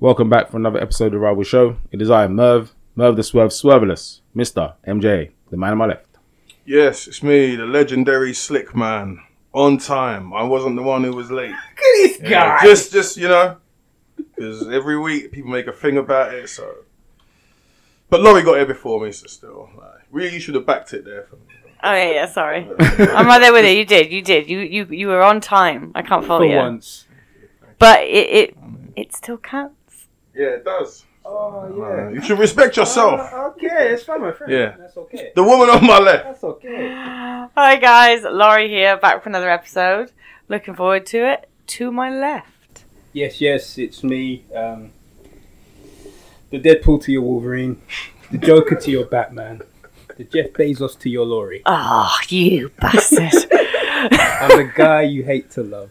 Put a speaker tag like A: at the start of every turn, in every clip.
A: Welcome back for another episode of Rival Show. It is I, Merv, Merv the Swerve Swerveless, Mr. MJ, the man on my left.
B: Yes, it's me, the legendary Slick Man. On time. I wasn't the one who was late.
C: Look at this
B: Yeah,
C: guy.
B: Just, just you know, because every week people make a thing about it. So, but Laurie got here before me, so still, like, really, you should have backed it there for me.
D: Oh yeah, yeah. Sorry, I'm right there with you. You did, you did. You you you were on time. I can't
E: Oh,
D: fault
A: For
D: you.
A: once.
D: But it it it still counts.
B: Yeah, it does.
C: Oh
B: Uh,
C: yeah.
B: you should respect yourself.
C: Uh, okay, it's fine, my friend.
B: Yeah.
C: That's okay.
B: The woman on my left.
C: That's okay.
D: Hi guys, Laurie here, back for another episode. Looking forward to it. To my left.
C: Yes, yes, it's me. Um, the Deadpool to your Wolverine, the Joker to your Batman, the Jeff Bezos to your Laurie.
D: Ah, you bastard.
C: I'm the guy you hate to love.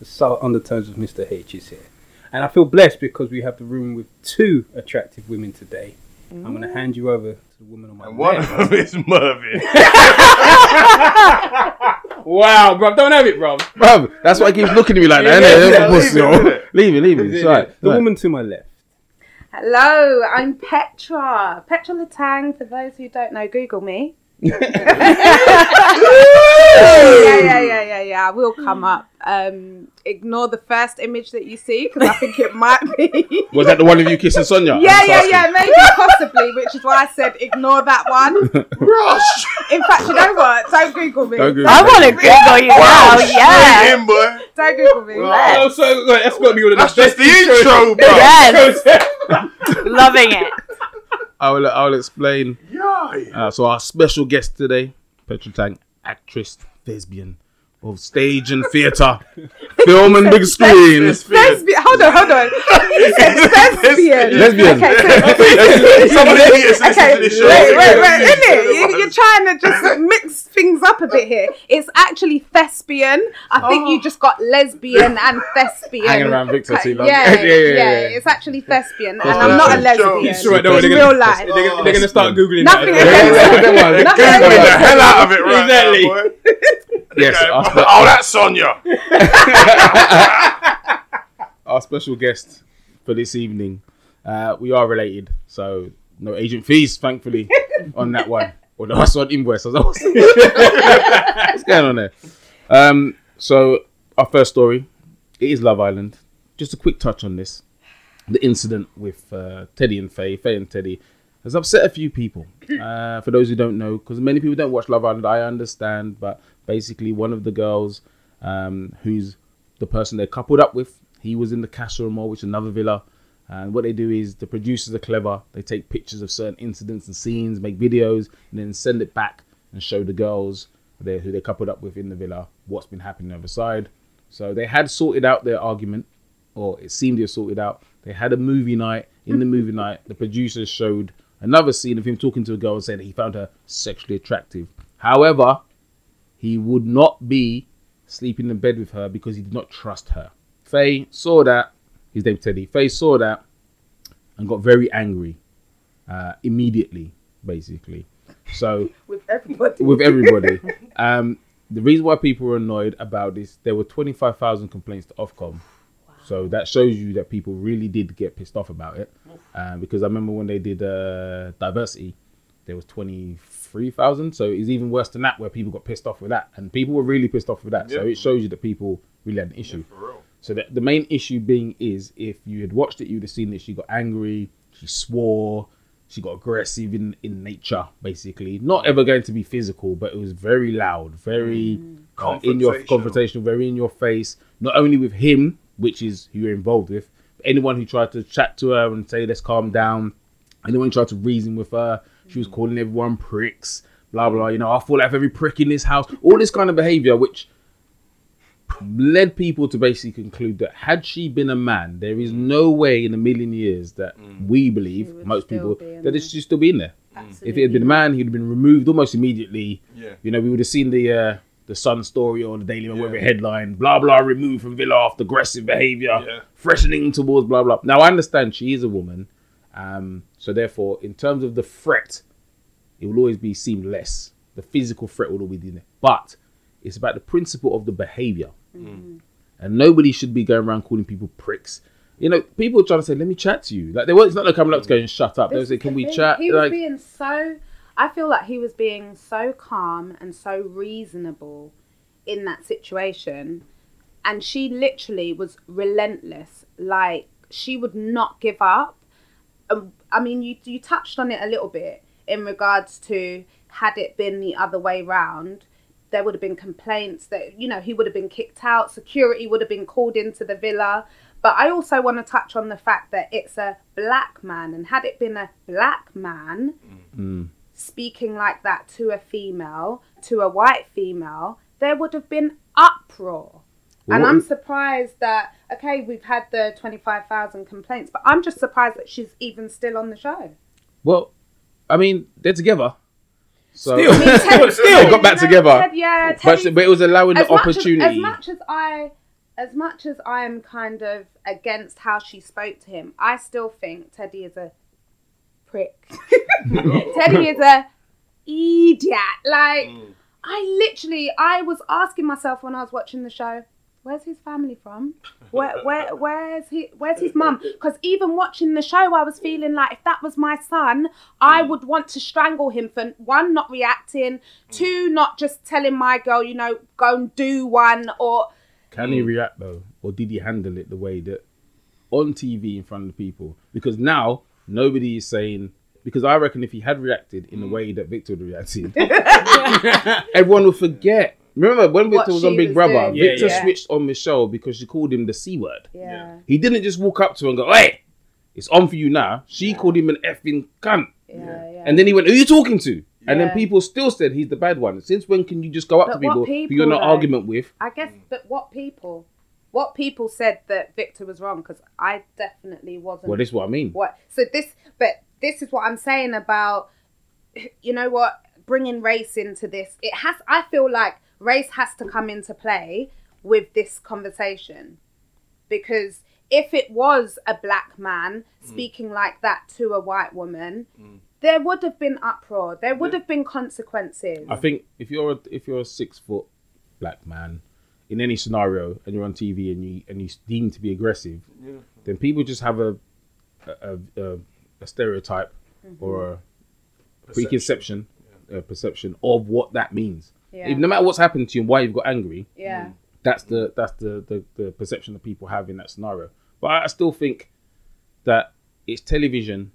C: The subtle undertones of Mr. H is here, and I feel blessed because we have the room with two attractive women today. I'm going to hand you over to the woman on my
B: And one of
C: left.
B: them is Mervyn.
C: Wow, bro, don't have it, bro.
A: Bruv, that's why he keeps looking at me like that,
B: Yeah,
A: innit?
B: yeah,
A: Pussy,
B: leave
A: oh.
B: it, leave it.
A: leave it, leave it. It's all right.
C: The
A: All right.
C: woman to my left.
E: Hello, I'm Petra. Petra Latang, for those who don't know, Google me. yeah, yeah, yeah, yeah, yeah. I will come up. Um, ignore the first image that you see because I think it might be.
A: Was that the one of you kissing Sonia?
E: yeah, yeah, yeah, maybe possibly, which is why I said ignore that one.
B: Rush.
E: In fact, you know what? Don't Google me.
A: Don't Google
D: I want to Google you now.
B: Straight
D: Yeah.
B: in, boy.
E: Don't Google me.
B: Right.
C: Oh, so like, that's got to be one of the
B: That's just
C: best
B: the intro, bro.
D: Yes,
C: intros.
D: loving it.
A: I will, I will explain.
B: Yeah.
A: Uh, so our special guest today, Petra Tang, actress, thespian of stage and theatre, film and big screen.
E: Lesbian. Hold on, hold on. You said lesbian.
A: Lesbian.
E: Okay, so-
B: Some of the idiots listen to
E: Okay, wait,
B: this show.
E: wait, wait, isn't it? You- You're trying to just mix things up a bit here. It's actually thespian. I think you just got lesbian and thespian.
A: Oh. Hanging around Victor too long.
E: Yeah,
A: Yeah,
E: yeah,
A: yeah, yeah, yeah.
E: It's actually thespian, and
A: Thespian.
E: I'm not a
B: That's a joke.
E: lesbian.
B: It's all right,
A: don't worry,
E: in
A: they're
E: real life.
C: They're, gonna- they're going to start Googling
E: Nothing
C: that.
E: against
B: They're
E: Nothing
B: googling
E: against
B: the hell out of it right
C: Exactly.
B: now, boy.
A: Yes,
B: Okay,
A: our, spe-
B: oh, that's Sonia.
A: our special guest for this evening. Uh, we are related, so no agent fees, thankfully, on that one. Or the last one invoice. I was like, what's, what's going on there? Um, so our first story, it is Love Island. Just a quick touch on this. The incident with uh, Teddy and Faye, Faye and Teddy, has upset a few people. Uh, for those who don't know, because many people don't watch Love Island, I understand, but basically, one of the girls um, who's the person they're coupled up with, he was in the Castle Mall, which is another villa. And what they do is the producers are clever. They take pictures of certain incidents and scenes, make videos, and then send it back and show the girls they who they're coupled up with in the villa what's been happening on the other side. So they had sorted out their argument, or it seemed they had sorted out. They had a movie night. In the movie night, the producers showed another scene of him talking to a girl and saying that he found her sexually attractive. However, he would not be sleeping in bed with her because he did not trust her. Faye saw that. His name's Teddy. Faye saw that and got very angry uh, immediately, basically. So
E: With everybody.
A: with everybody. um, the reason why people were annoyed about this, there were 25,000 complaints to Ofcom. So that shows you that people really did get pissed off about it. Um, because I remember when they did uh, diversity, there was 23,000. So it's even worse than that, where people got pissed off with that. And people were really pissed off with that. So
B: Yeah.
A: it shows you that people really had an issue.
B: For real.
A: So the, the main issue being is if you had watched it, you'd have seen that she got angry, she swore, she got aggressive in, in nature, basically. Not ever going to be physical, but it was very loud, very uh, in your confrontational,
B: Confrontational.
A: very in your face. Not only with him, which is who you're involved with, but anyone who tried to chat to her and say, "Let's calm down," anyone who tried to reason with her, she
E: Mm.
A: was calling everyone pricks. Blah blah. You know, I fall out with every prick in this house. All this kind of behavior, which led people to basically conclude that had she been a man, there is no way in a million years that we believe,
E: Mm. would
A: most
E: still
A: people,
E: be in
A: that
E: there.
A: it should still be in there. If it had been a man, he'd have been removed almost immediately.
B: Yeah.
A: You know, we would have seen the uh, the Sun story or the Daily Mail, whatever headline, blah blah, removed from Villa after aggressive behaviour,
B: Yeah.
A: freshening towards blah blah. Now I understand she is a woman, um, so therefore, in terms of the threat, it will always be seem less. The physical threat will always be there, but it's
E: Mm-hmm.
A: about the principle of the behavior, and nobody should be going around calling people pricks You know, people were trying to say, "Let me chat to you." Like they weren't. It's not like coming up to go and shut up. They were
E: This
A: saying,
E: is
A: "Can we
E: the thing.
A: chat?"
E: He was
A: Like,
E: being so. I feel like he was being so calm and so reasonable in that situation, and she literally was relentless. Like she would not give up. Um, I mean, you you touched on it a little bit in regards to had it been the other way round. There would have been complaints that you know he would have been kicked out. Security would have been called into the villa. But I also want to touch on the fact that it's a black man, and had it been a black man speaking like that to a female, to a white female, there would have been uproar. And
A: What
E: I'm
A: if-
E: surprised that okay, we've had the twenty-five thousand complaints, but I'm just surprised that she's even still on the show.
A: well, I mean, they're together. So
C: Still.
E: I mean, Teddy-
A: Still got back
E: no,
A: together.
E: Ted- yeah,
A: but,
E: Teddy-
A: but it was allowing the
E: much as-
A: opportunity.
E: as much as I, as much as I am kind of against how she spoke to him, I still think Teddy is a prick. Teddy is a idiot. Like
A: Mm.
E: I literally, I was asking myself when I was watching the show. Where's his family from? Where, where, where's he? Where's his mum? Because even watching the show, I was feeling like if that was my son, I would want to strangle him for one, not reacting, two, not just telling my girl, you know, go and do one, or
A: Can he react though, or did he handle it the way that on TV in front of the people? Because now nobody is saying. Because I reckon if he had reacted
E: Mm.
A: in the way that Victor would reacted, everyone would forget. Remember when Victor
E: What
A: was on
E: she
A: Big
E: was
A: Brother,
E: doing.
C: Yeah,
A: Victor
E: yeah.
A: switched on Michelle because she called him the c word.
E: yeah,
A: He didn't just walk up to her and go, "Hey, it's on for you now." She called him an effing cunt,
E: yeah, yeah.
A: and then he went, "Who are you talking to?" And then
E: Yeah.
A: people still said he's the bad one. Since when can you just go up
E: But
A: to people,
E: what
A: who you're in an
E: people, though?
A: argument with?
E: I guess, but what people, what people said that Victor was wrong because I definitely wasn't.
A: Well, this is what I mean.
E: what? So this, but this is what I'm saying about, you know what, bringing race into this. It has. I feel like race has to come into play with this conversation because if it was a black man speaking like that to a white woman. There would have been uproar. There would have been consequences.
A: I think if you're a, if you're a six foot black man in any scenario and you're on TV and you and you deemed to be aggressive, then people just have a a, a, a stereotype
E: Mm-hmm.
A: or a preconception, a perception of what that means.
E: Yeah.
A: If- no matter what's happened to you and why you've got angry,
E: yeah.
A: that's the that's the, the the perception that people have in that scenario. But I still think that it's television,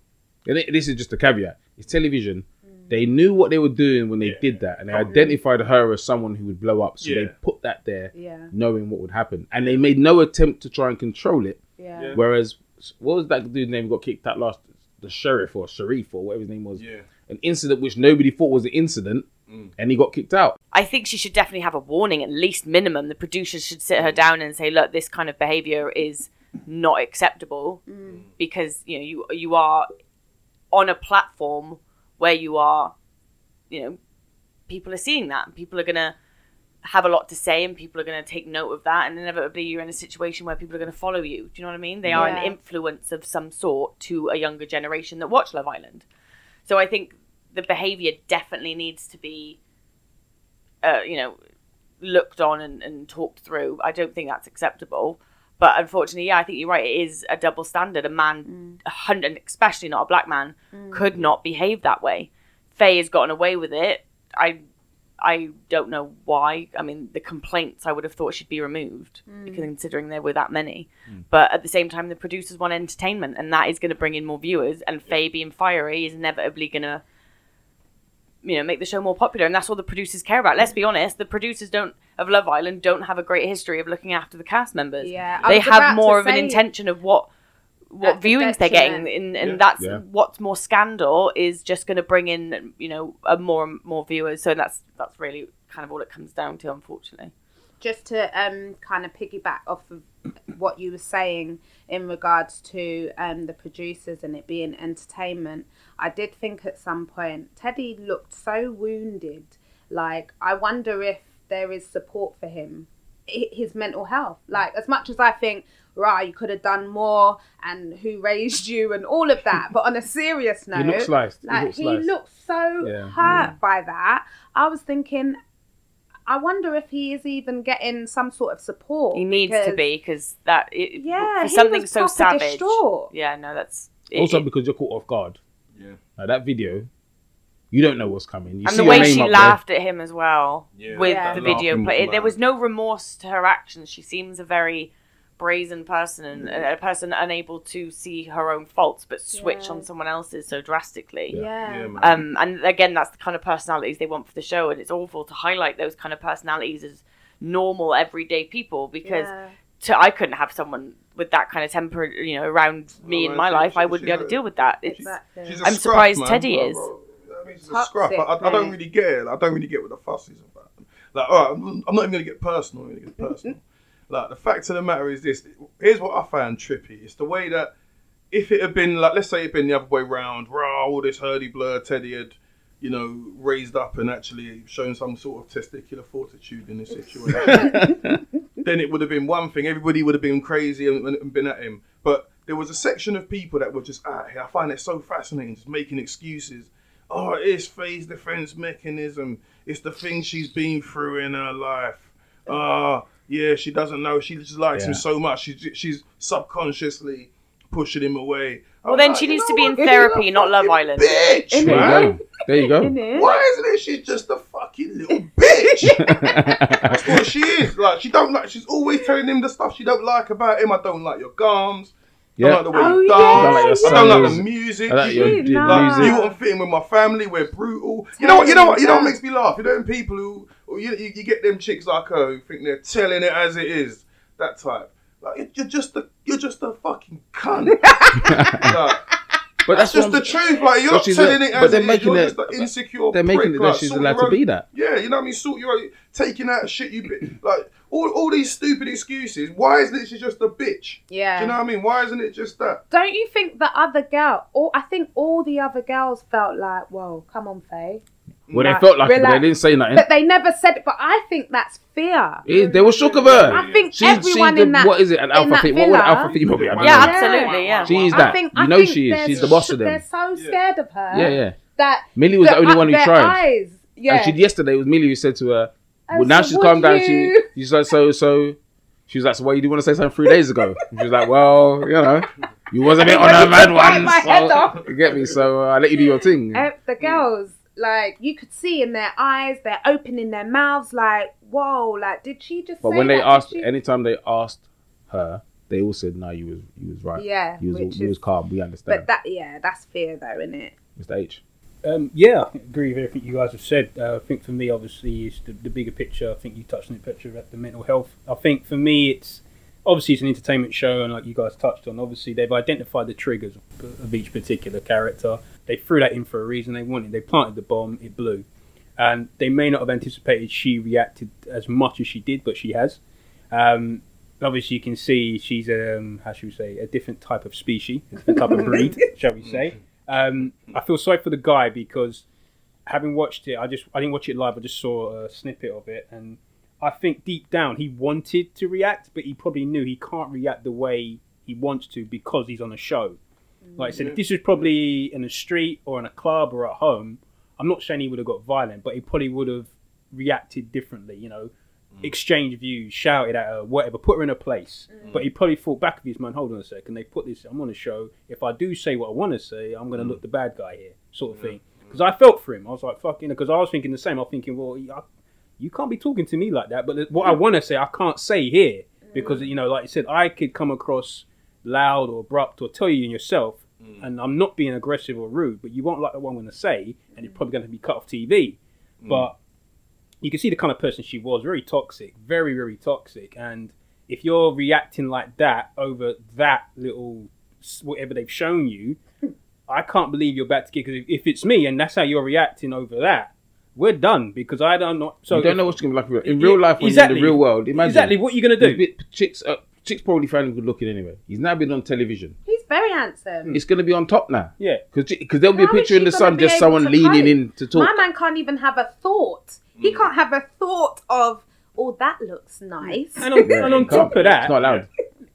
A: and it- this is just a caveat. It's television.
E: Mm.
A: They knew what they were doing when they
B: Yeah.
A: did that, and they identified her as someone who would blow up. So they
B: Yeah.
A: put that there,
E: Yeah.
A: knowing what would happen, and they made no attempt to try and control it.
E: Yeah.
B: Yeah.
A: Whereas, what was that dude's name who got kicked out last? The sheriff or Sharif or whatever his name was.
B: Yeah. Mm.
A: An incident which nobody thought was an incident, and he got kicked out.
D: I think she should definitely have a warning, at least minimum. The producers should sit her down and say, "Look, this kind of behavior is not acceptable because you know you you are on a platform where you are, you know, people are seeing that. and People are gonna have a lot to say, and people are gonna take note of that. And inevitably, you're in a situation where people are gonna follow you. Do you know what I mean? They are an
E: Yeah.
D: influence of some sort to a younger generation that watch Love Island. So I think the behavior definitely needs to be, uh, you know, looked on and, and talked through. I don't think that's acceptable. But unfortunately, yeah, I think you're right. It is a double standard. A man, a hundred, and especially not a black man,
E: Mm.
D: could not behave that way. Faye has gotten away with it. I, I don't know why. I mean, the complaints I would have thought should be removed,
E: Mm.
D: considering there were that many. But at the same time, the producers want entertainment, and that is going to bring in more viewers. And Faye being fiery is inevitably going to you know make the show more popular and that's all the producers care about let's be honest the producers don't of love island don't have a great history of looking after the cast members
E: Yeah, I
D: they
E: was about
D: have
E: to
D: more of an
E: say-
D: intention of what what
E: That's a
D: viewings they're getting and, and that's
A: Yeah.
D: what's more scandal is just going to bring in you know a more and more viewers so that's that's really kind of all it comes down to unfortunately
E: just to um, kind of piggyback off of what you were saying in regards to um, the producers and it being entertainment, I did think at some point Teddy looked so wounded. Like, I wonder if there is support for him, i- his mental health. Like, as much as I think, right, you could have done more and who raised you and all of that, but on a serious note,
A: He looked sliced.
E: like
A: he looked
E: he
A: sliced.
E: looked so
A: Yeah.
E: hurt by that. I was thinking, I wonder if he is even getting some sort of support.
D: He needs to
E: because-
D: be because that it,
E: Yeah,
D: for
E: he
D: something
E: was
D: so
E: proper
D: savage.
E: distraught.
D: Yeah, no, that's it,
A: also
D: it-
A: because you're caught off guard.
B: Yeah.
A: Now that video, you don't know what's coming. You
D: and
A: see
D: the
A: your
D: way
A: name
D: she
A: up there.
D: laughed at him as well
B: Yeah,
D: with
E: Yeah.
D: the
B: that
D: video,
B: laughing
D: but it,
B: man.
D: there was no remorse to her actions. She seems a very brazen person and
A: Mm.
D: a a person unable to see her own faults but switch
E: Yeah.
D: on someone else's so drastically.
E: Yeah.
B: Yeah, man.
D: Um, and again, that's the kind of personalities they want for the show, and it's awful to highlight those kind of personalities as normal, everyday people because
E: Yeah.
D: to, I couldn't have someone with that kind of temper, you know, around me
B: Well,
D: in
B: I
D: my
B: think
D: life.
B: she-
D: I wouldn't be
B: she's
D: able to
B: a-
D: deal with that. It's,
E: Exactly.
B: She's a
D: um, I'm
B: scruff,
D: surprised
B: man.
D: Teddy
B: Bro,
D: is.
B: bro. I mean, she's a
E: Toxic,
B: scruff. I, I, I don't
D: man.
B: really get it. Like, I don't really get what the fuss is about. Like, all right, I'm, I'm not even going to get personal. I'm going to get personal. like, the fact of the matter is this. Here's what I found trippy. It's the way that if it had been, like, let's say it had been the other way round, rah, all this hurdy blur, Teddy had, you know, raised up and actually shown some sort of testicular fortitude in this situation. then it would have been one thing. Everybody would have been crazy and, and- and been at him. But there was a section of people that were just out here. I find it so fascinating, just making excuses. Oh, it's phase defense mechanism. It's the thing she's been through in her life. Ah, yeah, she doesn't know. She just likes him
A: Yeah.
B: so much. She's she's subconsciously pushing him away.
D: well, then she needs to be in therapy, not Love Island.
B: Bitch,
A: There you
B: man.
A: go. There you go.
E: Innit?
B: Why isn't it? She's just a fucking little bitch. That's what she is. Like she don't like. She's always telling him the stuff she don't like about him. I don't like your gums.
A: Yeah.
B: I don't like the way
E: Oh,
B: you
E: yeah,
B: dance.
A: yeah.
B: I don't like
A: songs.
B: the music.
A: I like
B: you,
A: your
E: Really?
A: d-
E: Nah.
B: like,
A: music.
B: you wouldn't fit in with my family. We're brutal. You know what? You know what? You know what makes me laugh. You know when people who or you, you, you get them chicks like her who think they're telling it as it is. That type. Like you're- you're just a you're just a fucking cunt. Like,
A: But that's
B: that's just
A: what
B: the
A: I'm-
B: truth. Like you're
A: But
B: not
A: she's
B: telling
A: a-
B: it
A: but
B: as
A: they're
B: it is.
A: making
B: You're
A: it-
B: just an insecure.
A: They're making it
B: prick, like,
A: that she's
B: sort
A: allowed
B: your
A: to
B: own-
A: be that.
B: yeah, you know what I mean? Sort your own, taking out shit you bit like all, all these stupid excuses. Why isn't it she's just a bitch?
E: Yeah.
B: Do you know what I mean? Why isn't it just that?
E: Don't you think the other girl, or I think all the other girls felt like, whoa, come on, Faye.
A: Well,
E: Nah,
A: they felt like it, but they
E: relax.
A: didn't say nothing.
E: But they never said it, but I think that's fear.
A: It- they were shook of her.
E: I think
A: She's- she's
E: everyone
A: the-
E: in that.
A: What is it? An
E: in
A: alpha
E: that
A: female. What would an
E: villa-
A: alpha female be? I don't
D: Yeah,
A: know.
D: absolutely. Yeah.
A: She's
E: I
A: that.
E: think,
A: you
E: I
A: know
E: think
A: she is.
E: they're
A: She's the boss of
E: sh- They're
A: them.
E: so
B: Yeah.
E: scared of her.
A: Yeah, yeah.
E: That
A: Millie was
E: that
A: the only
E: up
A: one who
E: their
A: tried.
E: Eyes. Yeah.
A: And she yesterday it was Millie who said to her,
E: I
A: "Well, now
E: said,
A: she's
E: "Would
A: calmed down." She,
E: you?"
A: she's like, "So, so." She was like, "So, why you do want to say something three days ago?" And she was like, "Well, you know, you was a bit on
E: ready
A: a
E: to
A: mad
E: bite
A: one.
E: my
A: so-
E: head off.
A: you get me? So uh, I let you do your thing."
E: Uh, the girls, like you could see in their eyes, they're opening their mouths, like whoa, like did she just?
A: But
E: say
A: when they
E: that? Did
A: asked,
E: she-
A: anytime they asked her, they all said, "No, you was, you was right.
E: yeah,
A: you was,
E: which
A: you was
E: is-
A: calm. We understand."
E: but that yeah, that's fear though, isn't it?
A: Mr. H.
C: Um, yeah, I agree with everything you guys have said. Uh, I think for me, obviously, it's the, the bigger picture. I think you touched on the picture about the mental health. I think for me, it's obviously it's an entertainment show, and like you guys touched on, obviously they've identified the triggers of, of each particular character. They threw that in for a reason. They wanted. They planted the bomb. It blew, and they may not have anticipated she reacted as much as she did, but she has. Um, obviously, you can see she's um, how should we say a different type of species, a different type of breed, shall we say? Um, I feel sorry for the guy because having watched it, I just I didn't watch it live. I just saw a snippet of it, and I think deep down he wanted to react, but he probably knew he can't react the way he wants to because he's on a show. Like I said, if this was probably in a street or in a club or at home, I'm not saying he would have got violent, but he probably would have reacted differently. You know, exchanged views, shouted at her, whatever, put her in a place. But he probably thought back of his man. Hold on a second. They put this. I'm on a show. If I do say what I want to say, I'm going to look the bad guy here, sort of thing. Because I felt for him. I was like, fucking. Because I was thinking the same. I was thinking, well, I, you can't be talking to me like that. But th- what I want to say, I can't say here because you know, like you said, I could come across loud or abrupt or tell you in yourself. And I'm not being aggressive or rude, but you won't like what I'm going to say, and you're probably going to be cut off TV. But you can see the kind of person she was very toxic very very toxic and if you're reacting like that over that little s- whatever they've shown you i can't believe you're back to kick because if it's me and that's how you're reacting over that we're done because i don't know so
A: you don't know what's gonna be like in real- in real life. When
C: Exactly.
A: you're in the real world, imagine
C: exactly what you're going to
A: He's
C: do
A: been- chicks, uh, chicks probably found him good looking anyway. He's now been on television.
E: He's very handsome.
A: It's gonna be on top now.
C: yeah
A: Because there'll be
E: How
A: a
E: is
A: picture in
E: she
A: the
E: gonna
A: sun,
E: be
A: just
E: able
A: someone
E: to
A: leaning
E: cope?
A: in to talk.
E: My man can't even have a thought.
A: Hmm.
E: He can't have a thought of, oh, that looks nice.
C: and on,
A: Yeah,
C: and on
A: you can't.
C: top of that
A: it's not allowed.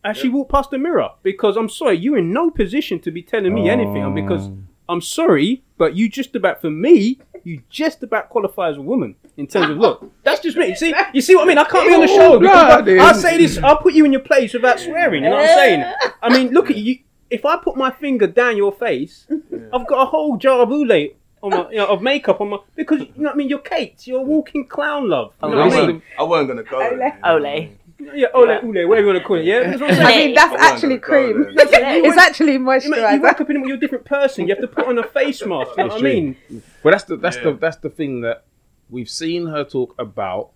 C: as she walked past the mirror because I'm sorry, you're
A: Oh.
C: in no position to be telling me anything because I'm sorry, but you just about for me you just about qualify as a woman in terms of look. That's just me. You see, you see what I mean? I can't be on
A: Oh,
C: the show. because
A: nah,
C: I-
A: dude.
C: I'll say this. I'll put you in your place without swearing. You know what I'm saying? I mean, look at you. If I put my finger down your face, I've got a whole jar of oolay on my, you know, of makeup on my because you know what I mean. You're Kate. You're a walking clown love. You know
B: I,
C: what I mean?
B: wasn't, I wasn't gonna go.
E: Ole.
B: there.
D: Ole.
C: Yeah, ole, ole, whatever you want to call it. Yeah, that's what I'm saying.
E: I mean, that's
B: I wanna
E: actually
B: go
E: cream.
B: there.
E: it's actually
C: You, know, you
E: moisturizer.
C: wake up in the morning, you're a different person. You have to put on a face mask. You know what I
A: true.
C: mean?
A: Well, that's the that's
B: Yeah.
A: the that's the thing that we've seen her talk about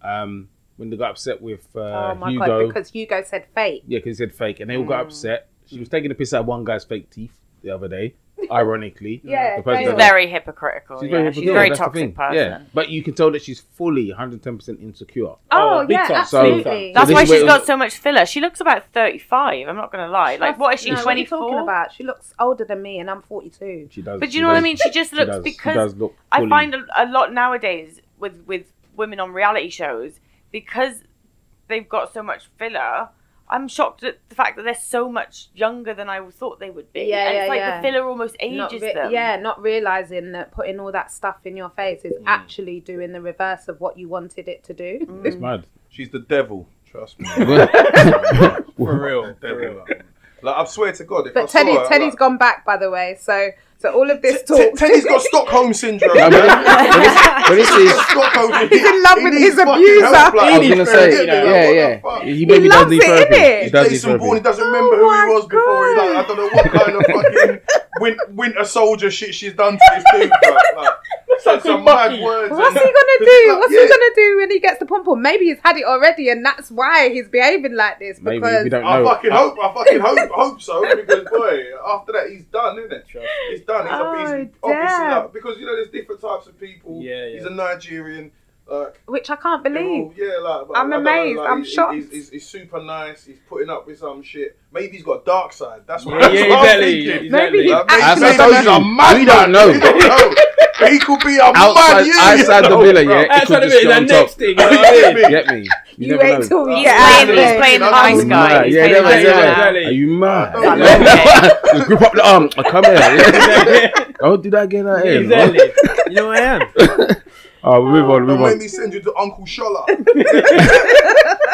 A: um, when they got upset with uh,
E: oh my
A: Hugo.
E: god, because Hugo said fake.
A: Yeah, because he said fake, and they all
D: Mm.
A: got upset. She was taking a piss out of one guy's fake teeth the other day, ironically.
E: Yeah,
A: the person
E: they
A: that-
E: were.
D: Very hypocritical.
A: She's
D: yeah.
A: very
D: She's a
A: hypocritical,
D: very
A: that's the
D: toxic
A: thing.
D: person.
A: Yeah, but you can tell that she's fully 110% insecure.
E: Oh,
C: Oh, big
E: yeah,
C: time. So-
E: absolutely.
A: so
D: That's
A: this
D: why
A: is where
D: she's
A: it
D: got
A: was-
D: so much filler. She looks about 35. I'm not going to lie. Like, what is she,
E: No, what are you
D: 24?
E: talking about? She looks older than me, and I'm 42.
A: She does.
D: But do
A: she
D: you know what I
A: does-
D: mean? She just
A: she
D: looks
A: does- she
D: because
A: does look
D: I
A: fully-
D: find a, a lot nowadays with with women on reality shows because they've got so much filler. I'm shocked at the fact that they're so much younger than I thought they would be.
E: Yeah,
D: and
E: yeah,
D: it's like
E: yeah.
D: the filler almost ages
E: Not re-
D: them.
E: yeah, not realizing that putting all that stuff in your face
D: Mm.
E: is actually doing the reverse of what you wanted it to do.
D: Mm.
A: It's mad.
B: She's the devil. Trust me.
C: For real.
B: For real. Like I swear to God, if I
E: But Teddy,
B: saw her,
E: Teddy's
B: like,
E: gone back, by the way. So, so all of this
B: Te-
E: talk.
B: Teddy's got Stockholm syndrome.
A: No, but,
B: man.
A: but this, but this
B: He's
A: is.
B: got Stockholm.
E: He's in love
B: He
E: with
B: needs
E: his
B: fucking
E: abuser.
B: help, like,
A: I was gonna
B: what the
A: say,
B: fuck?
A: yeah, yeah.
B: What the fuck?
A: He maybe does
E: loves
A: need
E: it,
A: therapy.
E: innit?
A: He does need
B: Jason Bourne, he
A: therapy.
B: doesn't remember who
E: Oh my
B: he was before. He's like, I don't know what kind of fucking win- winter soldier shit she's done to this dude. Bro. Like, said some mad words.
E: What's
B: and-
E: he gonna do?
B: Like,
E: What's
B: yeah.
E: he gonna do when he gets the pom pom? Maybe he's had it already, and that's why he's behaving like this.
A: Maybe,
E: Because
A: we don't
B: I
A: know.
B: fucking hope, I fucking hope, hope so. Because boy, after that, he's done, isn't it? He's done. He's,
E: Oh,
B: a, he's obviously
E: damn.
B: like, because you know there's different types of people.
C: Yeah, yeah.
B: He's a Nigerian. Like,
E: which I can't
B: they're
E: believe.
B: all, yeah, like, but
E: I'm
B: I don't
E: amazed,
B: Know, like,
E: I'm
B: he- he-
E: shocked.
B: He's, he's, he's super nice. He's putting up with some shit. Maybe he's got a dark side. That's what,
C: Yeah,
B: that's
C: yeah,
B: what
C: exactly.
B: I'm thinking.
E: Maybe he's
C: Like,
B: Like,
A: As
E: actually.
A: I
B: maybe
A: told
B: he's
A: you,
B: a madman.
A: we don't know.
B: We don't know. he could be a
A: Outside,
B: madman. you
A: outside the
B: know.
A: villa, yeah. It
C: Outside
A: could
C: of
A: just
C: it,
A: go
C: that
A: on top.
C: next thing. You know what I mean?
A: You Get me. You,
E: You
A: never know.
E: wait till we
B: He's
E: get
B: playing-
E: out
B: Yeah, that's
D: He's playing, he's playing High
E: of there.
D: Sky.
A: mad.
D: He's
A: Yeah,
D: playing
A: never,
D: High
A: never.
D: Sky.
C: Exactly.
A: Are you mad?
B: I don't
A: Just grip up the arm. I come here. Don't do that again. Out here, man.
C: Exactly. You know I am.
A: Oh, we'll move on.
B: Don't
A: Move
B: make
A: on.
B: me send you to Uncle Shola.